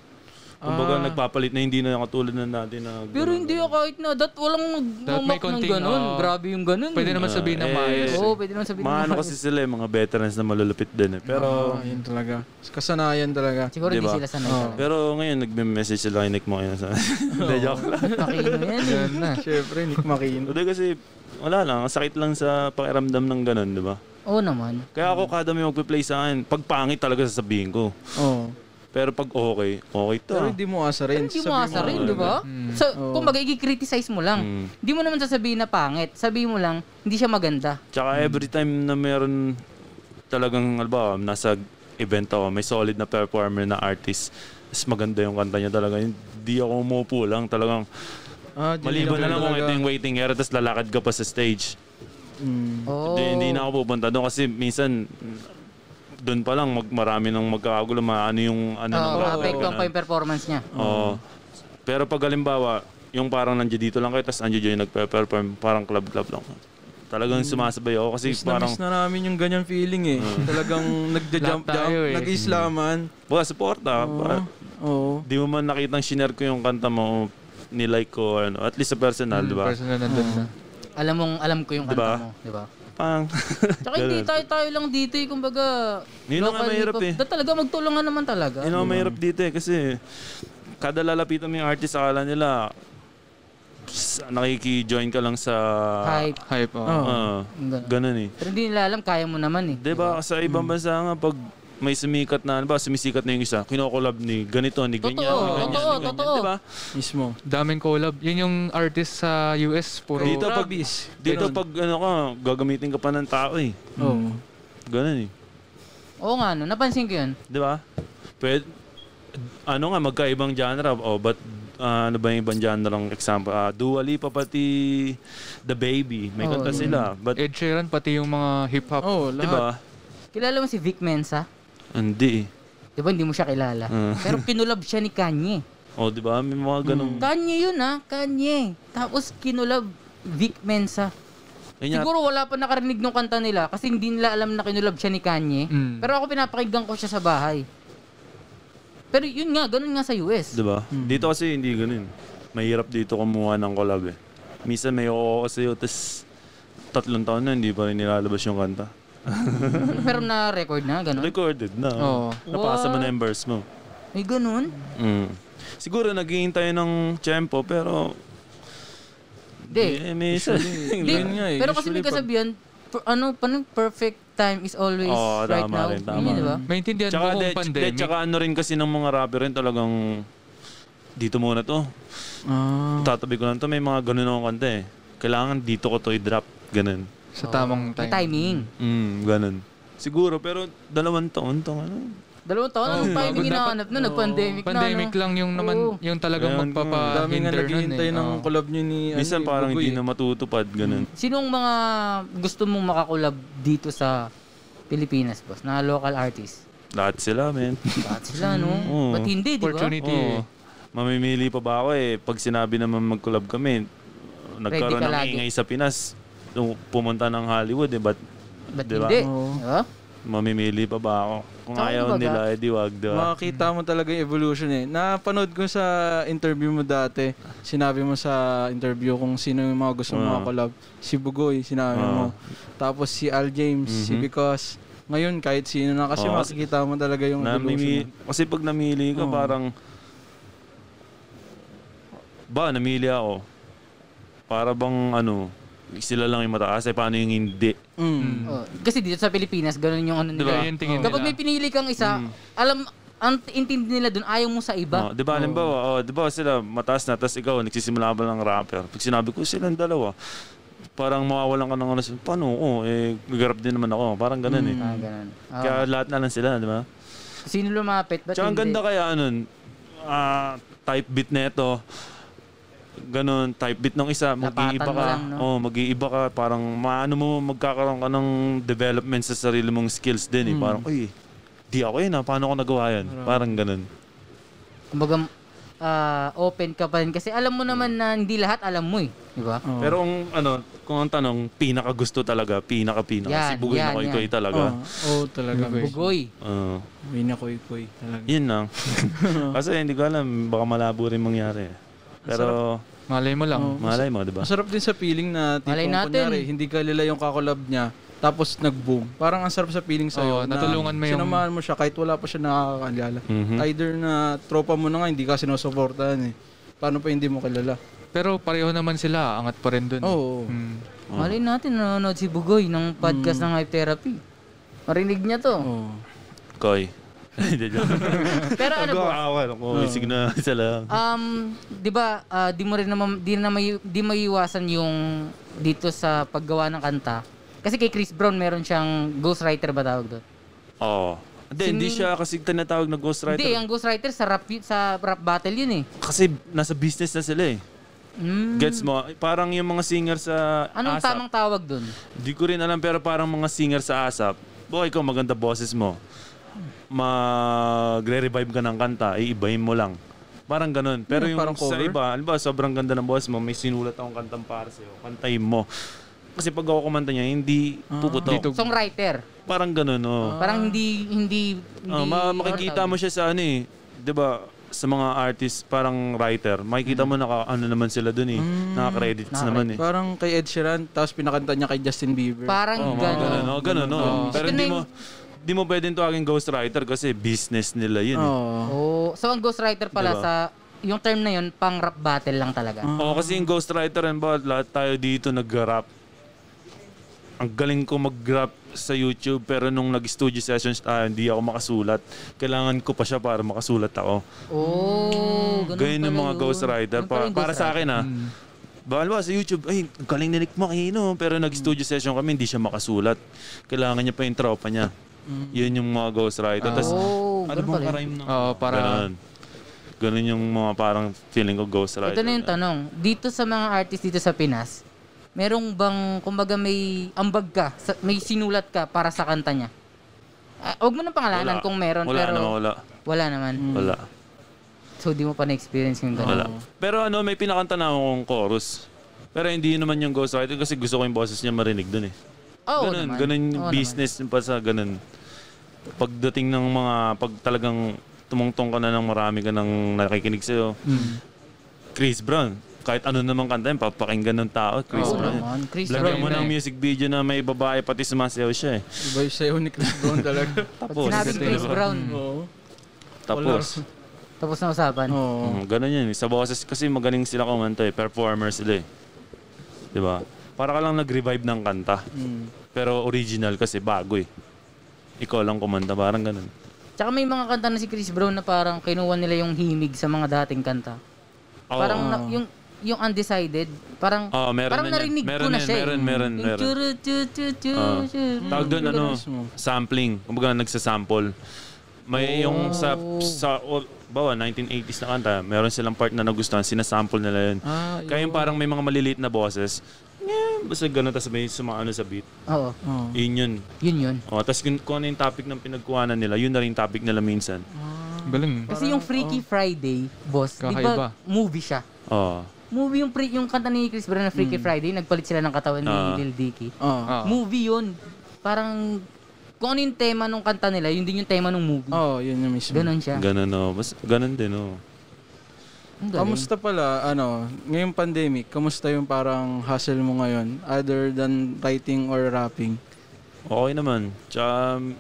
Speaker 1: Kumbaga nagpapalit na hindi na katulad na natin na...
Speaker 2: Pero hindi ako kahit na, dat walang
Speaker 4: That may
Speaker 2: nagmamak ng
Speaker 4: konting,
Speaker 2: ganun.
Speaker 4: oo.
Speaker 2: Grabe yung ganun. eh.
Speaker 4: Pwede
Speaker 1: Ah,
Speaker 4: naman sabihin na
Speaker 1: eh,
Speaker 4: maayos.
Speaker 2: Oo, pwede naman sabihin.
Speaker 1: Maano
Speaker 2: na-
Speaker 1: kasi sila eh, mga veterans na malulupit din eh. Pero,
Speaker 3: Oo, Ah, yun talaga. Kasanayan talaga.
Speaker 2: Siguro hindi
Speaker 1: Diba?
Speaker 2: sila sanay
Speaker 3: Oo.
Speaker 2: talaga.
Speaker 1: pero ngayon, nagme-message sila kay Nick mo ngayon sa... Hindi, joke lang.
Speaker 2: Nakino yan eh.
Speaker 4: Ganun na.
Speaker 3: Siyempre, Nick Makino.
Speaker 1: Hindi kasi, wala lang. Ang sakit lang sa pakiramdam ng ganun, di ba?
Speaker 2: Oo naman.
Speaker 1: Kaya ako kada may magpe-play sa akin, pag pangit talaga sasabihin ko.
Speaker 3: Oo.
Speaker 1: Pero pag okay, okay to.
Speaker 3: Pero hindi mo asa rin.
Speaker 2: Hindi mo
Speaker 3: Sabi
Speaker 2: asa rin,
Speaker 1: ano,
Speaker 2: di ba?
Speaker 4: diba?
Speaker 2: So,
Speaker 4: Mm.
Speaker 2: kung kumbaga, i-criticize mo
Speaker 1: Mm.
Speaker 2: lang. Hindi mo naman sasabihin na pangit. Sabihin mo lang, hindi siya maganda.
Speaker 1: Tsaka
Speaker 3: Hmm.
Speaker 1: every time na meron talagang, alba, nasa event ako, may solid na performer na artist, mas maganda yung kanta niya talaga. Hindi ako umupo lang talagang.
Speaker 3: Ah, di
Speaker 1: Maliban na lang kung ito
Speaker 3: talaga.
Speaker 1: yung waiting area, tapos lalakad ka pa sa stage.
Speaker 3: Mm.
Speaker 2: Oo.
Speaker 1: Hindi, hindi na ako pupunta doon kasi minsan doon pa lang mag, marami nang magkakagulo, maano yung ano ng
Speaker 2: Oo,
Speaker 1: rap,
Speaker 2: maapektuhan pa
Speaker 1: ganun.
Speaker 2: yung performance niya.
Speaker 1: Oo. Ah, Pero pag halimbawa, yung parang nandiyo dito lang kayo, tapos nandiyo yung nagpe-perform, parang club-club lang. Talagang sumasabay ako kasi
Speaker 3: Miss na
Speaker 1: parang,
Speaker 3: miss na namin yung ganyan feeling eh. Talagang nagja-jump,
Speaker 4: Ah. Lahat tayo
Speaker 3: jump,
Speaker 4: eh.
Speaker 3: nag-islaman.
Speaker 1: wala, support ah. Parang,
Speaker 3: Oo.
Speaker 1: Di mo man nakitang shinare ko yung kanta mo, nilike ko, ano, at least sa personal, di ba?
Speaker 4: Personal nandun na.
Speaker 2: Alam mong alam ko yung kanta
Speaker 1: Diba?
Speaker 2: mo, di ba?
Speaker 1: Pang.
Speaker 2: Tsaka hindi tayo tayo lang dito eh, kumbaga.
Speaker 1: Yun ang
Speaker 2: local
Speaker 1: mahirap
Speaker 2: hip-hop.
Speaker 1: eh.
Speaker 2: Da- talaga magtulungan naman talaga.
Speaker 1: Yun ang mahirap dito eh, kasi kada lalapitan mo yung artist, akala nila, s- nakiki-join ka lang sa...
Speaker 2: Hype.
Speaker 4: Hype, oo.
Speaker 1: Ah,
Speaker 2: Ganun.
Speaker 1: ganun eh.
Speaker 2: Pero hindi nila alam, kaya mo naman eh.
Speaker 3: Mm.
Speaker 1: Di ba? Sa ibang bansa nga, pag may sumikat na, ano ba, sumisikat na yung isa, kinokolab ni ganito, ni ganyan, ni
Speaker 2: Totoo,
Speaker 1: ganyan,
Speaker 2: totoo,
Speaker 1: ni ganyan,
Speaker 2: totoo.
Speaker 1: di ba?
Speaker 3: Mismo.
Speaker 4: Daming collab. Yun yung artist sa US. Puro
Speaker 1: Dito pag,
Speaker 3: Rabis.
Speaker 1: dito
Speaker 3: Ganun.
Speaker 1: pag ano ka, gagamitin ka pa ng tao eh.
Speaker 3: Oo.
Speaker 4: Hmm.
Speaker 1: Ganun eh.
Speaker 2: Oo nga, no? Napansin ko yun.
Speaker 1: Di ba? Pwede, ano nga, magkaibang genre. O, but ah, ano ba yung ibang genre ng example? Uh, Dua Lipa pati The Baby. May
Speaker 2: Oo,
Speaker 1: kanta
Speaker 2: Oh, yun.
Speaker 1: sila. But,
Speaker 4: Ed Sheeran, pati yung mga hip-hop.
Speaker 3: Oo,
Speaker 1: di
Speaker 3: Eh, lahat.
Speaker 1: ba?
Speaker 2: Kilala mo si Vic Mensa?
Speaker 1: Hindi eh.
Speaker 2: Di ba hindi mo siya kilala?
Speaker 1: Ah.
Speaker 2: Pero kinulab siya ni Kanye.
Speaker 1: O, di ba? May mga ganun.
Speaker 3: Mm.
Speaker 2: Kanye yun ha, Kanye. Tapos kinulab Vic Mensa.
Speaker 1: Yun yata-
Speaker 2: Siguro wala pa nakarinig ng kanta nila kasi hindi nila alam na kinulab siya ni Kanye.
Speaker 4: Mm.
Speaker 2: Pero ako pinapakinggan ko siya sa bahay. Pero yun nga, ganun nga sa US.
Speaker 1: Di ba? Diba? Dito kasi hindi ganun. Mahirap dito kumuha ng collab eh. Minsan may oo kasi yun, tas tatlong taon na hindi pa rin nilalabas yung kanta.
Speaker 2: Pero na-record na, ganun.
Speaker 1: Recorded na.
Speaker 4: Oo.
Speaker 1: Napasa mo na
Speaker 2: What?
Speaker 1: yung verse mo.
Speaker 2: May ganun?
Speaker 1: Mm. Siguro naghihintay ng tempo pero
Speaker 2: Hindi.
Speaker 1: eh, may isa.
Speaker 2: Hindi.
Speaker 3: Yun nga eh.
Speaker 2: Pero kasi may
Speaker 3: Usually pag-
Speaker 2: kasabihan, per- ano, paano perfect time is always
Speaker 1: Oo,
Speaker 2: right
Speaker 1: tama
Speaker 2: now.
Speaker 1: rin, tama
Speaker 2: Yun, di ba?
Speaker 4: Maintindihan
Speaker 1: tsaka,
Speaker 4: mo
Speaker 1: de,
Speaker 4: kung pandemic.
Speaker 1: de- tsaka ano rin kasi ng mga rapper rin talagang dito muna to.
Speaker 3: Ah.
Speaker 1: Tatabi ko lang to. May mga ganun akong kanta eh. Kailangan dito ko to i-drop. Ganun.
Speaker 4: sa tamang
Speaker 2: May
Speaker 4: time.
Speaker 2: timing.
Speaker 1: Mm, ganun. Siguro, pero dalawang taon tong ano.
Speaker 2: Dalawang taon, anong timing hinahanap na? Nag-pandemic na.
Speaker 4: Pandemic
Speaker 2: ano?
Speaker 4: lang yung naman,
Speaker 2: Oo.
Speaker 4: yung talagang
Speaker 1: Ayun,
Speaker 3: Ang dami nga
Speaker 4: magpapa-hinder nun
Speaker 3: naghihintay
Speaker 4: eh.
Speaker 3: ng
Speaker 4: Oo.
Speaker 3: collab niyo ni... ano,
Speaker 1: Minsan
Speaker 3: ni
Speaker 1: parang
Speaker 3: Bugoy
Speaker 1: hindi
Speaker 3: eh.
Speaker 1: na matutupad. Ganun.
Speaker 2: Sinong mga gusto mong makakulab dito sa Pilipinas, boss? Na local artist?
Speaker 1: Lahat sila, men.
Speaker 2: Bakit sila, no?
Speaker 1: Oo.
Speaker 2: Ba't hindi, di ba?
Speaker 4: Opportunity eh.
Speaker 1: Oo. Mamimili pa ba ako eh. Pag sinabi naman mag-collab kami, nagkaroon
Speaker 2: ka
Speaker 1: ng
Speaker 2: lagi.
Speaker 1: ingay sa Pinas. Nung Pumunta ng Hollywood eh. Ba't,
Speaker 2: Ba't
Speaker 1: di ba?
Speaker 2: hindi?
Speaker 3: Oo.
Speaker 2: Di ba?
Speaker 1: Mamimili pa ba ako? Kung
Speaker 2: Tsaka
Speaker 1: ayaw
Speaker 2: kumbaga,
Speaker 1: nila, eh di wag, di ba?
Speaker 3: Makakita mo talaga yung evolution eh. Napanood ko sa interview mo dati, sinabi mo sa interview kung sino yung mga gusto
Speaker 1: Ah.
Speaker 3: mo collab. Si Bugoy,
Speaker 1: Ah.
Speaker 3: sinabi
Speaker 1: Mm-hmm.
Speaker 3: mo. Tapos si Al James, si Because. Ngayon, kahit sino na kasi
Speaker 1: Oo, kasi-
Speaker 3: makikita mo talaga yung
Speaker 1: Ah. Namimi-
Speaker 3: evolution. eh.
Speaker 1: kasi pag namili ka,
Speaker 3: Oo.
Speaker 1: parang... Ba, namili ako. Para bang ano, sila lang yung mataas, eh paano yung hindi?
Speaker 3: Mm.
Speaker 2: Oh, kasi dito sa Pilipinas, ganun yung ano
Speaker 1: Di
Speaker 2: nila.
Speaker 1: ba?
Speaker 4: Hmm. Yun yung tingin
Speaker 2: Kapag
Speaker 4: nila. Hmm.
Speaker 2: may pinili kang isa, alam, ang intindi nila dun, ayaw mo sa iba.
Speaker 1: Oh, di ba, halimbawa, oh, di ba sila mataas na, tapos ikaw, nagsisimula pa lang rapper. Pag sinabi ko silang dalawa, parang mawawalan ka ng ano, paano, oh, eh, gagarap din naman ako. Parang ganun eh.
Speaker 2: Ah, ganun. Oh.
Speaker 1: Kaya lahat na lang sila, di ba?
Speaker 2: Sino lumapit? Ba't
Speaker 1: Tsaka ang
Speaker 2: hindi?
Speaker 1: ganda kaya nun, ah, type beat na ito, ganun, type beat ng isa, mag-iiba
Speaker 2: Tapatan mo
Speaker 1: ka.
Speaker 2: lang, no?
Speaker 1: Oh, mag-iiba ka, parang maano mo magkakaroon ka ng development sa sarili mong skills din eh.
Speaker 2: Mm.
Speaker 1: Parang, uy, di ako yun ah, paano ko nagawa yan? Parang ganun.
Speaker 2: Kumbaga, ah, open ka pa rin. Kasi alam mo naman na hindi lahat alam mo eh. Di ba?
Speaker 3: Oo.
Speaker 1: Pero kung ano, kung ang tanong, pinaka gusto talaga, pinaka pinaka
Speaker 2: Yan,
Speaker 1: si Bugoy
Speaker 2: yan,
Speaker 1: na koy koy
Speaker 2: yan.
Speaker 1: talaga.
Speaker 3: Oo, talaga.
Speaker 2: Bugoy.
Speaker 1: Oo.
Speaker 3: Uy na koy-koy talaga.
Speaker 1: yun lang. Kasi hindi ko alam, baka malabo rin mangyari. Pero,
Speaker 4: Malay mo lang.
Speaker 1: malay mo, di ba?
Speaker 3: Masarap din sa feeling na tipong
Speaker 2: Malay natin.
Speaker 3: kunyari, hindi ka lila yung kakolab niya, tapos nag-boom. Parang ang sarap sa feeling
Speaker 4: Oo,
Speaker 3: sa'yo. na
Speaker 4: natulungan mo yung-
Speaker 3: Sinamahan mo siya kahit wala pa siya nakakakilala.
Speaker 1: Mhm.
Speaker 3: Either na tropa mo na nga, hindi ka sinusuportahan eh. Paano pa hindi mo kilala?
Speaker 4: Pero pareho naman sila, angat pa rin dun.
Speaker 3: Oo.
Speaker 4: Mm.
Speaker 2: Malay natin, nanonood si Bugoy ng podcast ng Hype Therapy. Marinig niya to.
Speaker 3: Oo.
Speaker 1: Koy. Hindi, joke.
Speaker 2: Pero ano po,
Speaker 1: Nakakaawa. Ako, isig na isa lang.
Speaker 2: um, di ba, ah, di mo rin naman, di, na may, di maiiwasan yung dito sa paggawa ng kanta. Kasi kay Chris Brown, meron siyang ghostwriter ba tawag doon?
Speaker 1: Oo. Hindi, hindi siya kasi tinatawag na ghostwriter.
Speaker 2: Hindi, ang ghostwriter sa rap, y- sa rap battle yun eh.
Speaker 1: Kasi nasa business na sila eh.
Speaker 2: Mm.
Speaker 1: Gets mo? Parang yung mga singer sa
Speaker 2: Anong
Speaker 1: ASAP.
Speaker 2: tamang tawag doon?
Speaker 1: Hindi ko rin alam pero parang mga singer sa ASAP. Boy, ikaw maganda boses mo. Magre-revive ka ng kanta, iibahin mo lang. Parang ganun. Pero
Speaker 3: Hmm,
Speaker 1: yung
Speaker 3: parang
Speaker 1: sa
Speaker 3: cover?
Speaker 1: iba, alam ba, sobrang ganda ng boses mo, may sinulat akong kantang para sa'yo, kantahin mo. Kasi pag ako kumanta niya, hindi puputok.
Speaker 4: Dito-
Speaker 2: Songwriter.
Speaker 1: Parang ganun, oh.
Speaker 2: Parang hindi, hindi, Ah, hindi
Speaker 1: Oh, ma- makikita mo siya sa ano eh. 'Di ba? Sa mga artist, parang writer. Makikita mo naka ano naman sila dun eh. Naka-credits naman eh.
Speaker 3: Parang kay Ed Sheeran, tapos pinakanta niya kay Justin Bieber.
Speaker 2: Parang
Speaker 1: Oh, mga
Speaker 2: gano'n.
Speaker 1: ganun, oh, ganun, oh. Pero
Speaker 2: Ito na
Speaker 1: hindi mo
Speaker 2: yung-
Speaker 1: hindi mo pwedeng tawagin ghostwriter kasi business nila yun. eh.
Speaker 3: Oo.
Speaker 2: Oh, so ang ghostwriter pala
Speaker 1: Diba?
Speaker 2: sa yung term na yun pang rap
Speaker 1: Hmm.
Speaker 2: battle lang talaga.
Speaker 1: Oo, kasi yung ghostwriter and ba lahat tayo dito nag-rap. ang galing ko mag-rap sa YouTube pero nung nag-studio sessions tayo, hindi ako makasulat. Kailangan ko pa siya para makasulat ako.
Speaker 2: Oh, ganun
Speaker 1: Ganyan ng
Speaker 2: pala
Speaker 1: mga
Speaker 2: yun.
Speaker 1: ghostwriter.
Speaker 2: Ganun pala
Speaker 1: Pa,
Speaker 2: yung Hmm.
Speaker 1: para sa
Speaker 2: ghostwriter.
Speaker 1: akin ah. Bakal ba sa YouTube, ay, ang galing ni Nick Makino. Pero nag-studio session kami, hindi siya makasulat. Kailangan niya pa yung tropa niya.
Speaker 2: Hmm.
Speaker 1: Yun yung mga ghostwriter. Tapos,
Speaker 2: Oh,
Speaker 1: ano
Speaker 2: ganun
Speaker 1: bang
Speaker 2: pala yun.
Speaker 1: karime ng...
Speaker 4: Oo, para...
Speaker 1: Ganun. Ganun yung mga parang feeling ko ghostwriter.
Speaker 2: Ito na yung tanong. Dito sa mga artist dito sa Pinas, merong bang, kumbaga may ambag ka, sa- may sinulat ka para sa kanta niya? Ah, huwag mo nang pangalanan kung meron,
Speaker 1: wala
Speaker 2: pero
Speaker 1: naman, wala.
Speaker 2: wala naman.
Speaker 1: Wala.
Speaker 2: So, di mo pa na-experience yung
Speaker 1: Wala.
Speaker 2: gano'n.
Speaker 1: Pero ano, may pinakanta na akong chorus. Pero hindi naman yung ghostwriter kasi gusto ko yung boses niya marinig dun eh.
Speaker 2: Oo
Speaker 1: ganun,
Speaker 2: naman.
Speaker 1: ganun yung
Speaker 2: Oo
Speaker 1: business pa sa ganun. Pagdating ng mga, pag talagang tumungtong ka na ng marami ka nang nakikinig sa'yo, Chris Brown, kahit ano namang kanta yun, papakinggan ng tao, Chris
Speaker 2: Oo
Speaker 1: Brown.
Speaker 2: naman. Chris
Speaker 1: Lagyan
Speaker 2: Brown.
Speaker 1: mo ng music video na may babae pati sumasayaw siya eh.
Speaker 3: Iba yung sayo ni Chris Brown talaga.
Speaker 2: Pag
Speaker 1: Tapos,
Speaker 2: sinabing Chris Brown,
Speaker 3: Oo.
Speaker 1: tapos.
Speaker 2: tapos na usapan.
Speaker 3: Oo.
Speaker 1: Mm, ganun yun. eh. Sa boses kasi magaling sila kumanta eh. Performer sila eh. Di ba? Para ka lang nag-revive ng kanta.
Speaker 2: Mm.
Speaker 1: Pero original kasi bago eh. Ikaw lang kumanta, parang ganun.
Speaker 2: Tsaka may mga kanta na si Chris Brown na parang kinuha nila yung himig sa mga dating kanta.
Speaker 1: Oo.
Speaker 2: Parang na- yung yung undecided, parang
Speaker 1: Oo, Oh, meron
Speaker 2: parang
Speaker 1: na yan.
Speaker 2: narinig
Speaker 1: Meron
Speaker 2: ko na
Speaker 1: yan,
Speaker 2: siya. eh.
Speaker 1: meron, meron,
Speaker 2: Yung
Speaker 1: meron.
Speaker 2: churu, chu, chu, chu,
Speaker 1: Oo.
Speaker 2: chu.
Speaker 1: Tawag doon ano,
Speaker 3: mismo.
Speaker 1: sampling. Kumbaga nagsasample.
Speaker 2: Oh.
Speaker 1: May yung sa, sa o- bawa, 1980s na kanta, meron silang part na nagustuhan, sinasample nila yun.
Speaker 3: Ah,
Speaker 1: Kaya yung parang may mga maliliit na boses, yeah, basta ganun, tapos may sumaano sa beat.
Speaker 2: Oo,
Speaker 3: Oo.
Speaker 1: Yun yun.
Speaker 2: yun yun.
Speaker 1: Oh, tapos kung, kung ano yung topic ng pinagkuhanan nila, yun na rin yung topic nila minsan.
Speaker 4: Galing.
Speaker 2: Kasi yung Freaky Friday, boss, di ba
Speaker 4: Kakaiba.
Speaker 2: movie siya?
Speaker 1: Oh.
Speaker 2: Movie yung, pre, yung kanta ni Chris Brown na Freaky Friday, nagpalit sila ng katawan ni
Speaker 1: Ah.
Speaker 2: Lil Dicky.
Speaker 3: Oo.
Speaker 4: Oo.
Speaker 2: Movie yun. Parang, kung ano yung tema nung kanta nila, yun din yung tema nung movie.
Speaker 3: Oo, yun yung mismo.
Speaker 2: Ganon siya.
Speaker 1: Ganun, no. Mas, ganun din, oh. no.
Speaker 2: Ang galing.
Speaker 3: Kamusta pala, ano, ngayong pandemic, kamusta yung parang hustle mo ngayon? Other than writing or rapping?
Speaker 1: Okay naman. Tsaka, um,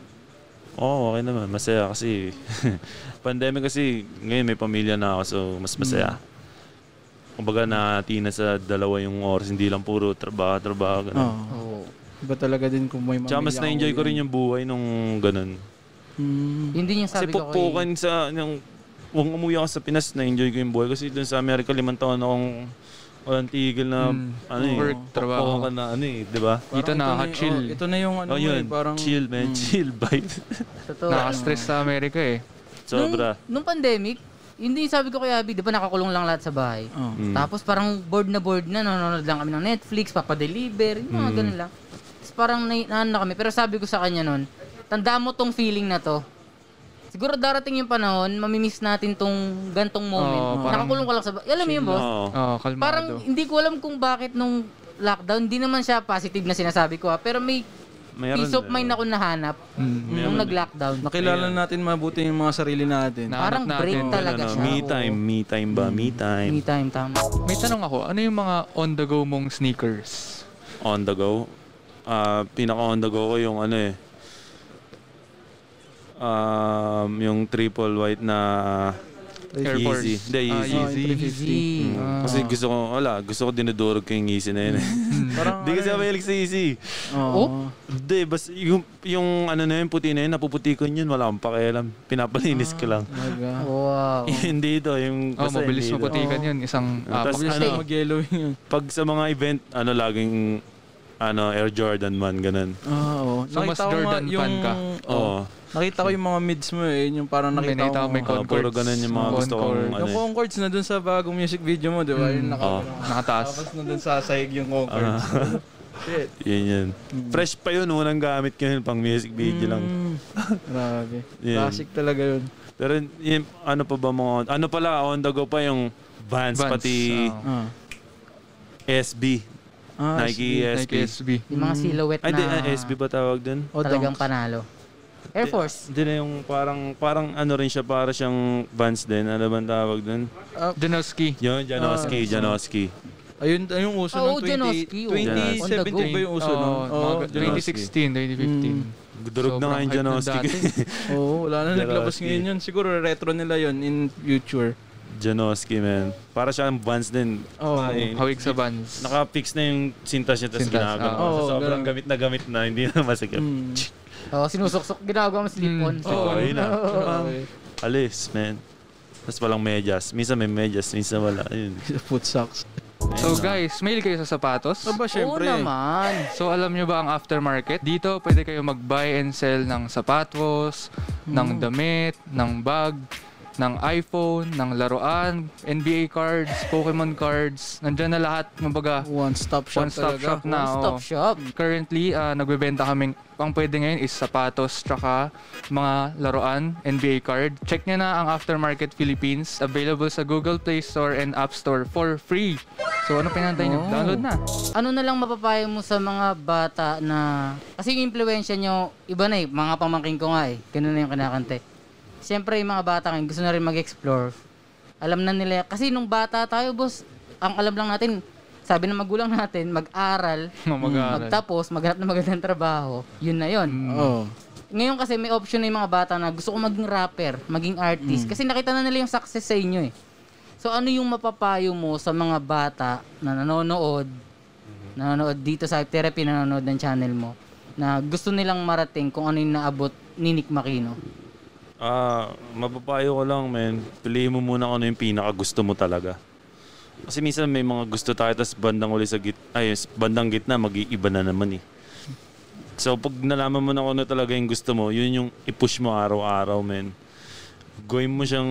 Speaker 1: oh, okay naman. Masaya kasi, pandemic kasi, ngayon may pamilya na ako, so mas masaya. Kumbaga, nahati na sa dalawa yung oras, hindi lang puro trabaho, trabaho, ganun.
Speaker 3: Oo.
Speaker 2: Oo.
Speaker 3: Iba talaga din kung may
Speaker 1: Tsaka mas na-enjoy ko rin yung buhay nung ganun.
Speaker 3: Hmm.
Speaker 2: Yun din yung
Speaker 1: Kasi
Speaker 2: sabi ko kay...
Speaker 1: pukpukan sa, yung, kung umuwi ako sa Pinas, na-enjoy ko yung buhay. Kasi doon sa Amerika, limang taon akong walang tigil na,
Speaker 4: Mm.
Speaker 1: ano eh,
Speaker 4: Work, trabaho.
Speaker 1: pukpukan na, ano eh, di ba?
Speaker 4: Dito
Speaker 3: Parang
Speaker 4: na,
Speaker 3: yung-
Speaker 4: chill.
Speaker 3: oh, ito na yung ano,
Speaker 1: Oh, yun.
Speaker 3: eh, parang...
Speaker 1: chill, man.
Speaker 4: hmm.
Speaker 1: Chill, bite.
Speaker 2: Totoo.
Speaker 4: Nakastress sa Amerika eh.
Speaker 1: Sobra.
Speaker 2: Nung, nung pandemic, yun din yung sabi ko kay Abby, di ba nakakulong lang lahat sa bahay.
Speaker 3: Oo.
Speaker 4: Oh.
Speaker 1: Mm.
Speaker 2: Tapos parang bored na bored na, nanonood lang kami ng Netflix, papadeliver, yung mga ganun lang. Tapos parang na, na, na kami. Pero sabi ko sa kanya nun, tandaan mo tong feeling na to. Siguro darating yung panahon, mamimiss natin tong gantong moment.
Speaker 4: Oo, Oh, parang-
Speaker 2: Nakakulong ka lang sa bahay. Alam mo yun, boss?
Speaker 1: Oo.
Speaker 4: Oo, kalmado.
Speaker 2: Parang hindi ko alam kung bakit nung lockdown, hindi naman siya positive na sinasabi ko ha, pero may
Speaker 1: Meron.
Speaker 2: peace of mind
Speaker 1: meron.
Speaker 2: ako nahanap nung nag-lockdown.
Speaker 3: Nakilala natin mabuti yung mga sarili natin.
Speaker 4: Na-
Speaker 2: Parang
Speaker 4: nahanap
Speaker 2: break
Speaker 4: natin.
Speaker 2: talaga
Speaker 1: Ano,
Speaker 2: siya.
Speaker 1: me time, me time ba? Me
Speaker 4: Hmm.
Speaker 2: Oo.
Speaker 1: time.
Speaker 2: Me time, tama.
Speaker 4: May tanong ako, ano yung mga on-the-go mong sneakers?
Speaker 1: On the go. Ah, pinaka on the go ko yung ano eh. Um, yung triple white na
Speaker 4: Air Force.
Speaker 1: Yeezy. Hindi,
Speaker 4: Ah,
Speaker 1: Yeezy.
Speaker 4: Yeezy.
Speaker 1: Mm.
Speaker 2: Easy.
Speaker 4: Ah.
Speaker 1: Kasi gusto ko, wala, gusto ko dinudurog ko yung Yeezy na yun. eh.
Speaker 4: Hmm.
Speaker 3: Parang,
Speaker 1: Hindi kasi ako mahilig sa Yeezy.
Speaker 3: Oo.
Speaker 4: Oh.
Speaker 1: Hindi, bas, yung, yung ano na yun, puti na yun, napuputi ko yun, wala akong pakialam. Pinapalinis ko lang.
Speaker 3: Talaga.
Speaker 2: Wow.
Speaker 1: Hindi to, yung
Speaker 4: Ah. Oh,
Speaker 1: basta
Speaker 4: mabilis
Speaker 1: hindi to.
Speaker 4: maputikan yun. Isang
Speaker 1: Ah,
Speaker 4: apak.
Speaker 1: tas
Speaker 3: Obviously,
Speaker 1: ano?
Speaker 3: mag-yellow yun.
Speaker 1: Pag sa mga event, ano laging ano Air Jordan man ganun.
Speaker 3: Oo.
Speaker 4: So, Ah, mas Jordan fan ka?
Speaker 1: Oo.
Speaker 4: Oh.
Speaker 3: Nakita ko yung mga mids mo eh. Yun yung parang
Speaker 4: May
Speaker 3: nakita ko.
Speaker 4: nakita ko may
Speaker 1: Ah, puro
Speaker 4: Concords.
Speaker 1: ganun yung mga gusto kong
Speaker 4: Concord.
Speaker 1: ano.
Speaker 3: Yung
Speaker 1: eh.
Speaker 3: Concords na dun sa bagong music video mo, di ba?
Speaker 4: Hmm.
Speaker 3: Yung naka-
Speaker 1: Oo.
Speaker 4: Nakataas.
Speaker 3: Tapos na dun sasayag yung
Speaker 1: Uh-huh.
Speaker 3: Concords. Shit.
Speaker 1: Yun yun.
Speaker 4: Hmm.
Speaker 1: Fresh pa yun, unang gamit ko yun, pang music video lang.
Speaker 3: Mm. Grabe.
Speaker 1: Yun.
Speaker 3: Classic talaga yun.
Speaker 1: Pero yun, ano pa ba mga, ano pala, on the go pa yung Vans,
Speaker 4: Vans,
Speaker 1: pati
Speaker 4: ah.
Speaker 3: Ah.
Speaker 1: SB.
Speaker 3: Ah,
Speaker 1: Nike SB.
Speaker 4: Nike SB.
Speaker 2: Yung mga silhouette
Speaker 1: Ay, di,
Speaker 2: na
Speaker 1: ah, SB ba tawag dun?
Speaker 3: O,
Speaker 2: talagang
Speaker 3: Talagang
Speaker 2: panalo. Air Force.
Speaker 1: Hindi na yung parang, parang ano rin siya, para siyang Vans din. Ano ba ang tawag dun?
Speaker 4: Danoski.
Speaker 1: Yun, Janoski, Janoski.
Speaker 3: ayun, ayun uso
Speaker 2: Oo,
Speaker 3: ng 20,
Speaker 2: Janoski, oo. On the
Speaker 3: 2017
Speaker 2: go.
Speaker 3: ba yung uso nun?
Speaker 4: Oo,
Speaker 3: Oo,
Speaker 4: mga- 2016, 2015.
Speaker 1: Mm. Durog na nga yung
Speaker 4: Sobrang hype nun
Speaker 1: Janoski.
Speaker 4: dati.
Speaker 3: Oo, wala na naglabas
Speaker 1: Janoski.
Speaker 3: ngayon yun. Siguro retro nila yun in future.
Speaker 1: Janoski, man. Para siyang Vans din.
Speaker 3: Oo.
Speaker 1: Ay,
Speaker 4: Hawig sa bands.
Speaker 1: Naka-fix na yung sintas niya tapos
Speaker 4: Sintas,
Speaker 1: ginagawa. So,
Speaker 4: oo.
Speaker 3: Oo,
Speaker 1: sobrang
Speaker 3: ganun.
Speaker 1: gamit na gamit na, hindi na masikip.
Speaker 3: Mm.
Speaker 2: Oh, sinusuksok. Ginagawa mo slip-on.
Speaker 4: Mm.
Speaker 1: Oo, yun na.
Speaker 3: Grabe.
Speaker 1: Alis, man. Tapos walang medyas. Minsan may medyas, minsan wala. Ayun.
Speaker 3: Foot socks.
Speaker 4: So guys, mail kayo sa sapatos.
Speaker 3: Aba,
Speaker 2: Oo
Speaker 3: syempre.
Speaker 2: naman.
Speaker 4: So alam nyo ba ang aftermarket? Dito pwede kayo mag-buy and sell ng sapatos, ng damit, ng bag, ng iPhone, ng laruan, NBA cards, Pokemon cards. Nandyan na lahat. Kumbaga,
Speaker 3: One-stop shop
Speaker 4: one-stop
Speaker 3: talaga.
Speaker 4: shop na. oh.
Speaker 2: One-stop
Speaker 1: oh.
Speaker 4: oo.
Speaker 2: shop.
Speaker 4: Currently, ah, nagbebenta kami. Ang pwede ngayon is sapatos, tsaka mga laruan, NBA card. Check nyo na ang Aftermarket Philippines. Available sa Google Play Store and App Store for free. So ano pinantay nyo?
Speaker 2: Oh.
Speaker 4: Download na.
Speaker 2: Ano na lang mapapayo mo sa mga bata na... Kasi yung impluensya nyo, iba na eh. Mga pamangking ko nga eh. Ganun na yung kinakante. Siyempre, yung mga bata ngayon, gusto na rin mag-explore. Alam na nila. Kasi nung bata tayo, boss, ang alam lang natin, sabi ng magulang natin, mag-aral,
Speaker 4: Mag-aral.
Speaker 2: magtapos, maghanap ng magandang trabaho, yun na yun.
Speaker 3: Oo.
Speaker 2: Ngayon kasi may option na yung mga bata na gusto ko maging rapper, maging artist. Kasi nakita na nila yung success sa inyo eh. So ano yung mapapayo mo sa mga bata na nanonood, nanonood dito sa Hype Therapy, nanonood ng channel mo, na gusto nilang marating kung ano yung naabot ni Nick Makino?
Speaker 1: Ah, mapapayo ko lang, man. Piliin mo muna kung ano yung pinaka gusto mo talaga. Kasi minsan may mga gusto tayo, tapos bandang uli sa git ay, s- bandang gitna, mag-iiba na naman eh. So, pag nalaman mo na kung ano talaga yung gusto mo, yun yung i-push mo araw-araw, man. Gawin mo siyang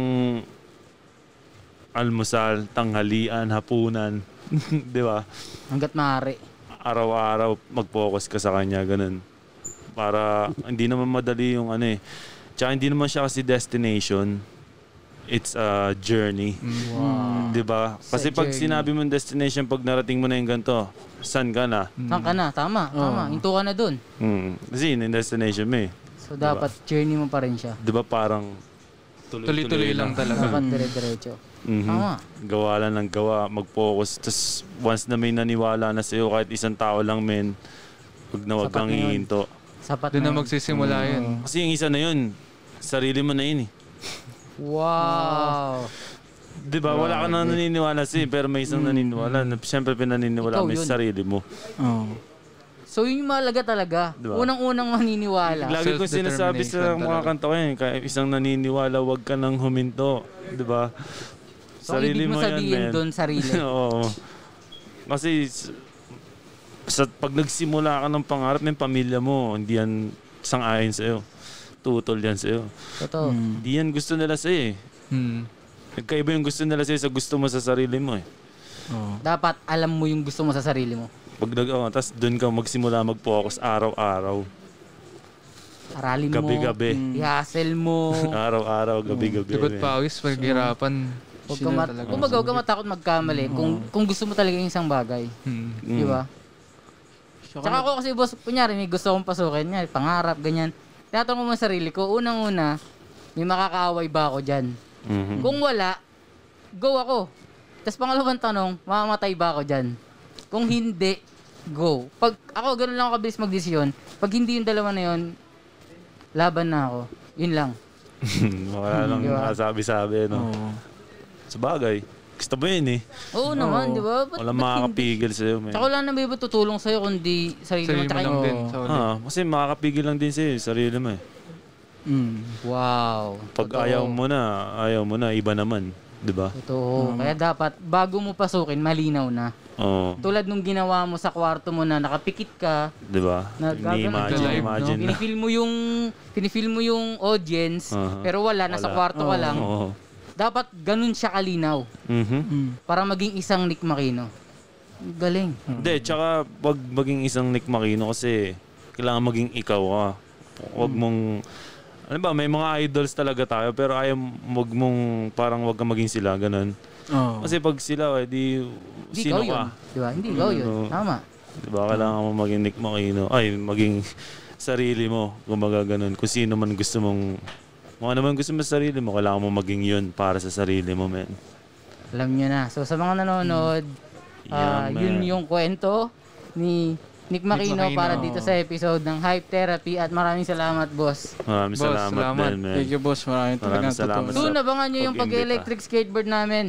Speaker 1: almusal, tanghalian, hapunan. Di ba?
Speaker 2: Hanggat maaari.
Speaker 1: araw-araw mag-focus ka sa kanya, ganun. Para hindi naman madali yung ano eh. Tsaka hindi naman siya kasi destination. It's a journey.
Speaker 2: Wow.
Speaker 1: 'Di ba? Kasi
Speaker 2: Mm. Sa
Speaker 1: pag
Speaker 2: journey.
Speaker 1: sinabi mo destination, pag narating mo na yung ganito, saan ka na?
Speaker 2: Saan ka na? Tama, tama. Into ka na dun.
Speaker 1: Hmm. Kasi yun yung destination mo eh.
Speaker 2: So dapat journey mo pa rin siya.
Speaker 1: 'Di ba parang
Speaker 4: Tuloy-tuloy lang talaga.
Speaker 2: Dapat dire-diretso.
Speaker 1: Mhm.
Speaker 2: Tama.
Speaker 1: Gawa lang ng gawa, mag-focus. Tapos once na may naniwala na sa'yo, kahit isang tao lang men, huwag na huwag
Speaker 2: Sapat
Speaker 1: kang
Speaker 2: na yun.
Speaker 1: hihinto.
Speaker 2: Sapat
Speaker 4: Doon na
Speaker 2: yun.
Speaker 4: magsisimula yun.
Speaker 1: Kasi yung isa na yun, sarili mo na yun eh.
Speaker 2: Wow.
Speaker 1: Di ba? Wala ka na naniniwala sa'yo, pero may isang naniniwala. Na, Siyempre, pinaniniwala
Speaker 2: Mm. Ikaw
Speaker 1: mo yung
Speaker 2: yun.
Speaker 1: sarili mo.
Speaker 3: Oo.
Speaker 2: So yun yung mahalaga talaga.
Speaker 1: Diba?
Speaker 2: Unang-unang maniniwala.
Speaker 1: Lagi kong sinasabi sa
Speaker 4: Self-determination
Speaker 1: mga
Speaker 4: talaga.
Speaker 1: kanta ko yun, kaya isang naniniwala, huwag ka nang huminto. Di ba?
Speaker 2: So, ang ibig mo sabihin doon, sarili.
Speaker 1: Oo. Kasi, s- sa, pag nagsimula ka ng pangarap, may pamilya mo, hindi yan sang-ayon sa'yo. Tutol yan sa'yo.
Speaker 2: Totoo.
Speaker 1: Hindi yan gusto nila sa'yo eh.
Speaker 4: Hmm.
Speaker 1: Nagkaiba yung gusto nila sa'yo sa gusto mo sa sarili mo eh.
Speaker 3: Oo.
Speaker 2: Dapat alam mo yung gusto mo sa sarili mo.
Speaker 1: Pag nag, oh, tas doon ka magsimula mag-focus araw-araw.
Speaker 2: Aralin mo.
Speaker 1: Gabi-gabi.
Speaker 2: I-hustle mo.
Speaker 1: Araw-araw, gabi-gabi.
Speaker 4: Tugot
Speaker 1: man.
Speaker 4: pawis, paghirapan.
Speaker 2: Huwag ka mat- kumbaga, huwag ka matakot magkamali. Kung, kung gusto mo talaga yung isang bagay.
Speaker 4: Hmm.
Speaker 2: Di ba?
Speaker 3: Tsaka
Speaker 2: Tsaka ako kasi boss, kunyari may gusto akong pasukin niya, pangarap, ganyan. Tinatanong ko mo sa sarili ko, unang-una, may makakaaway ba ako dyan?
Speaker 1: Mhm.
Speaker 2: Kung wala, go ako. Tapos pangalawang tanong, mamamatay ba ako dyan? Kung hindi, go. Pag ako, ganun lang ako kabilis magdesisyon. Pag hindi yung dalawa na yun, laban na ako. Yun lang.
Speaker 1: Mm-hmm. Wala lang
Speaker 2: Diba?
Speaker 1: sabi-sabi, no?
Speaker 3: Oo.
Speaker 1: Sa bagay, gusto mo yun eh.
Speaker 2: Oo naman, di ba? Ba't-
Speaker 1: Walang
Speaker 2: ba't hindi?
Speaker 1: makakapigil sa'yo, man.
Speaker 2: Tsaka wala na may iba tutulong sa'yo kundi sarili,
Speaker 4: Sarili
Speaker 2: mo.
Speaker 4: mo
Speaker 2: Tsaka
Speaker 4: lang
Speaker 2: yung-
Speaker 4: din.
Speaker 3: Oo.
Speaker 4: Sa ulit.
Speaker 1: Ah, kasi makakapigil lang din sa'yo, yung sarili mo eh.
Speaker 3: Mm.
Speaker 2: Wow.
Speaker 1: Pag
Speaker 2: Totoo.
Speaker 1: ayaw mo na, ayaw mo na, iba naman. Di ba?
Speaker 2: Totoo. Kaya dapat, bago mo pasukin, malinaw na.
Speaker 1: Oo.
Speaker 2: Tulad nung ginawa mo sa kwarto mo na nakapikit ka,
Speaker 1: Di ba?
Speaker 2: Na gagawin.
Speaker 1: Ni-imagine,
Speaker 4: Live, no?
Speaker 1: imagine na.
Speaker 2: pinifil mo yung pinifil mo yung audience
Speaker 1: Aha.
Speaker 2: pero wala nasa
Speaker 1: Wala.
Speaker 2: kwarto ka lang.
Speaker 1: Oo.
Speaker 2: Dapat ganun siya kalinaw
Speaker 1: Mhm.
Speaker 3: Mm.
Speaker 2: para maging isang Nick Marino. Galing.
Speaker 1: Hindi, tsaka wag maging isang Nick Marino kasi kailangan maging ikaw ka. Wag mong... Ano ba, may mga idols talaga tayo pero ayaw, wag mong parang wag ka maging sila, ganun.
Speaker 3: Oo.
Speaker 1: Kasi pag sila, eh, di
Speaker 2: Hindi
Speaker 1: sino
Speaker 2: ikaw yun.
Speaker 1: ka? Ano,
Speaker 2: Di ba? Hindi ikaw yun.
Speaker 1: Oo.
Speaker 2: Tama.
Speaker 1: Di ba? Kailangan mo maging Nick Marino. Ay, maging sarili mo. Kumbaga ganun. Kung sino man gusto mong... Kung ano man gusto mo sa sarili mo, kailangan mo maging yun para sa sarili mo, man.
Speaker 2: Alam nyo na. So sa mga nanonood, ah,
Speaker 1: Hmm. Yan, man.
Speaker 2: yun yung kwento ni Nick Marino,
Speaker 4: Marino.
Speaker 2: para dito sa episode ng Hype Therapy at maraming salamat, boss.
Speaker 1: Maraming
Speaker 4: Boss,
Speaker 1: salamat,
Speaker 4: salamat.
Speaker 1: din, man.
Speaker 3: Thank you, boss. Maraming
Speaker 1: Maraming
Speaker 3: talagang totoo.
Speaker 1: salamat.
Speaker 2: Soon, abangan nyo yung
Speaker 1: Pag-imbita.
Speaker 2: pag-electric skateboard namin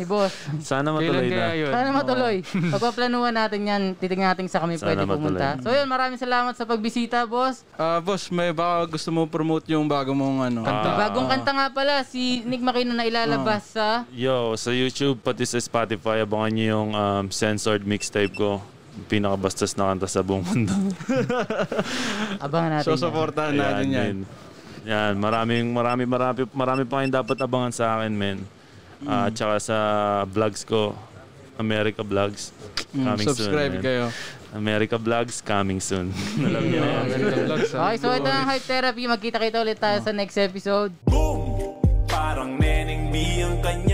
Speaker 2: ni boss.
Speaker 1: Sana
Speaker 4: Kailan
Speaker 1: matuloy na.
Speaker 4: kaya yun?
Speaker 2: Sana matuloy. Pagpaplanuhan natin yan, titignan natin sa kami
Speaker 1: Sana
Speaker 2: pwede pumunta.
Speaker 1: matuloy.
Speaker 2: So yun, maraming salamat sa pagbisita, boss.
Speaker 3: Ah, boss, may baka gusto mo promote yung bago mong ano.
Speaker 4: Kanta.
Speaker 2: May bagong kanta nga pala, si Nick Marino na ilalabas
Speaker 1: Ah.
Speaker 2: sa...
Speaker 1: Yo, sa YouTube pati sa Spotify, abangan niyo yung um, censored mixtape ko. Pinakabastos na kanta sa buong mundo.
Speaker 2: Abangan natin yan.
Speaker 3: so, supportahan
Speaker 1: Ayan,
Speaker 3: natin yan.
Speaker 1: man. Yan, maraming, marami, marami, marami pa kayong dapat abangan sa akin, men. Ah,
Speaker 3: Hmm.
Speaker 1: tsaka sa vlogs ko, America Vlogs.
Speaker 3: Mm,
Speaker 1: Coming
Speaker 3: subscribe
Speaker 1: soon, man.
Speaker 3: kayo.
Speaker 1: America Vlogs coming soon. Alam niyo na yan.
Speaker 2: Okay, so ito ang Hype Therapy. Magkita kita ulit tayo sa next episode.
Speaker 5: Boom! Parang neneng B ang kanya.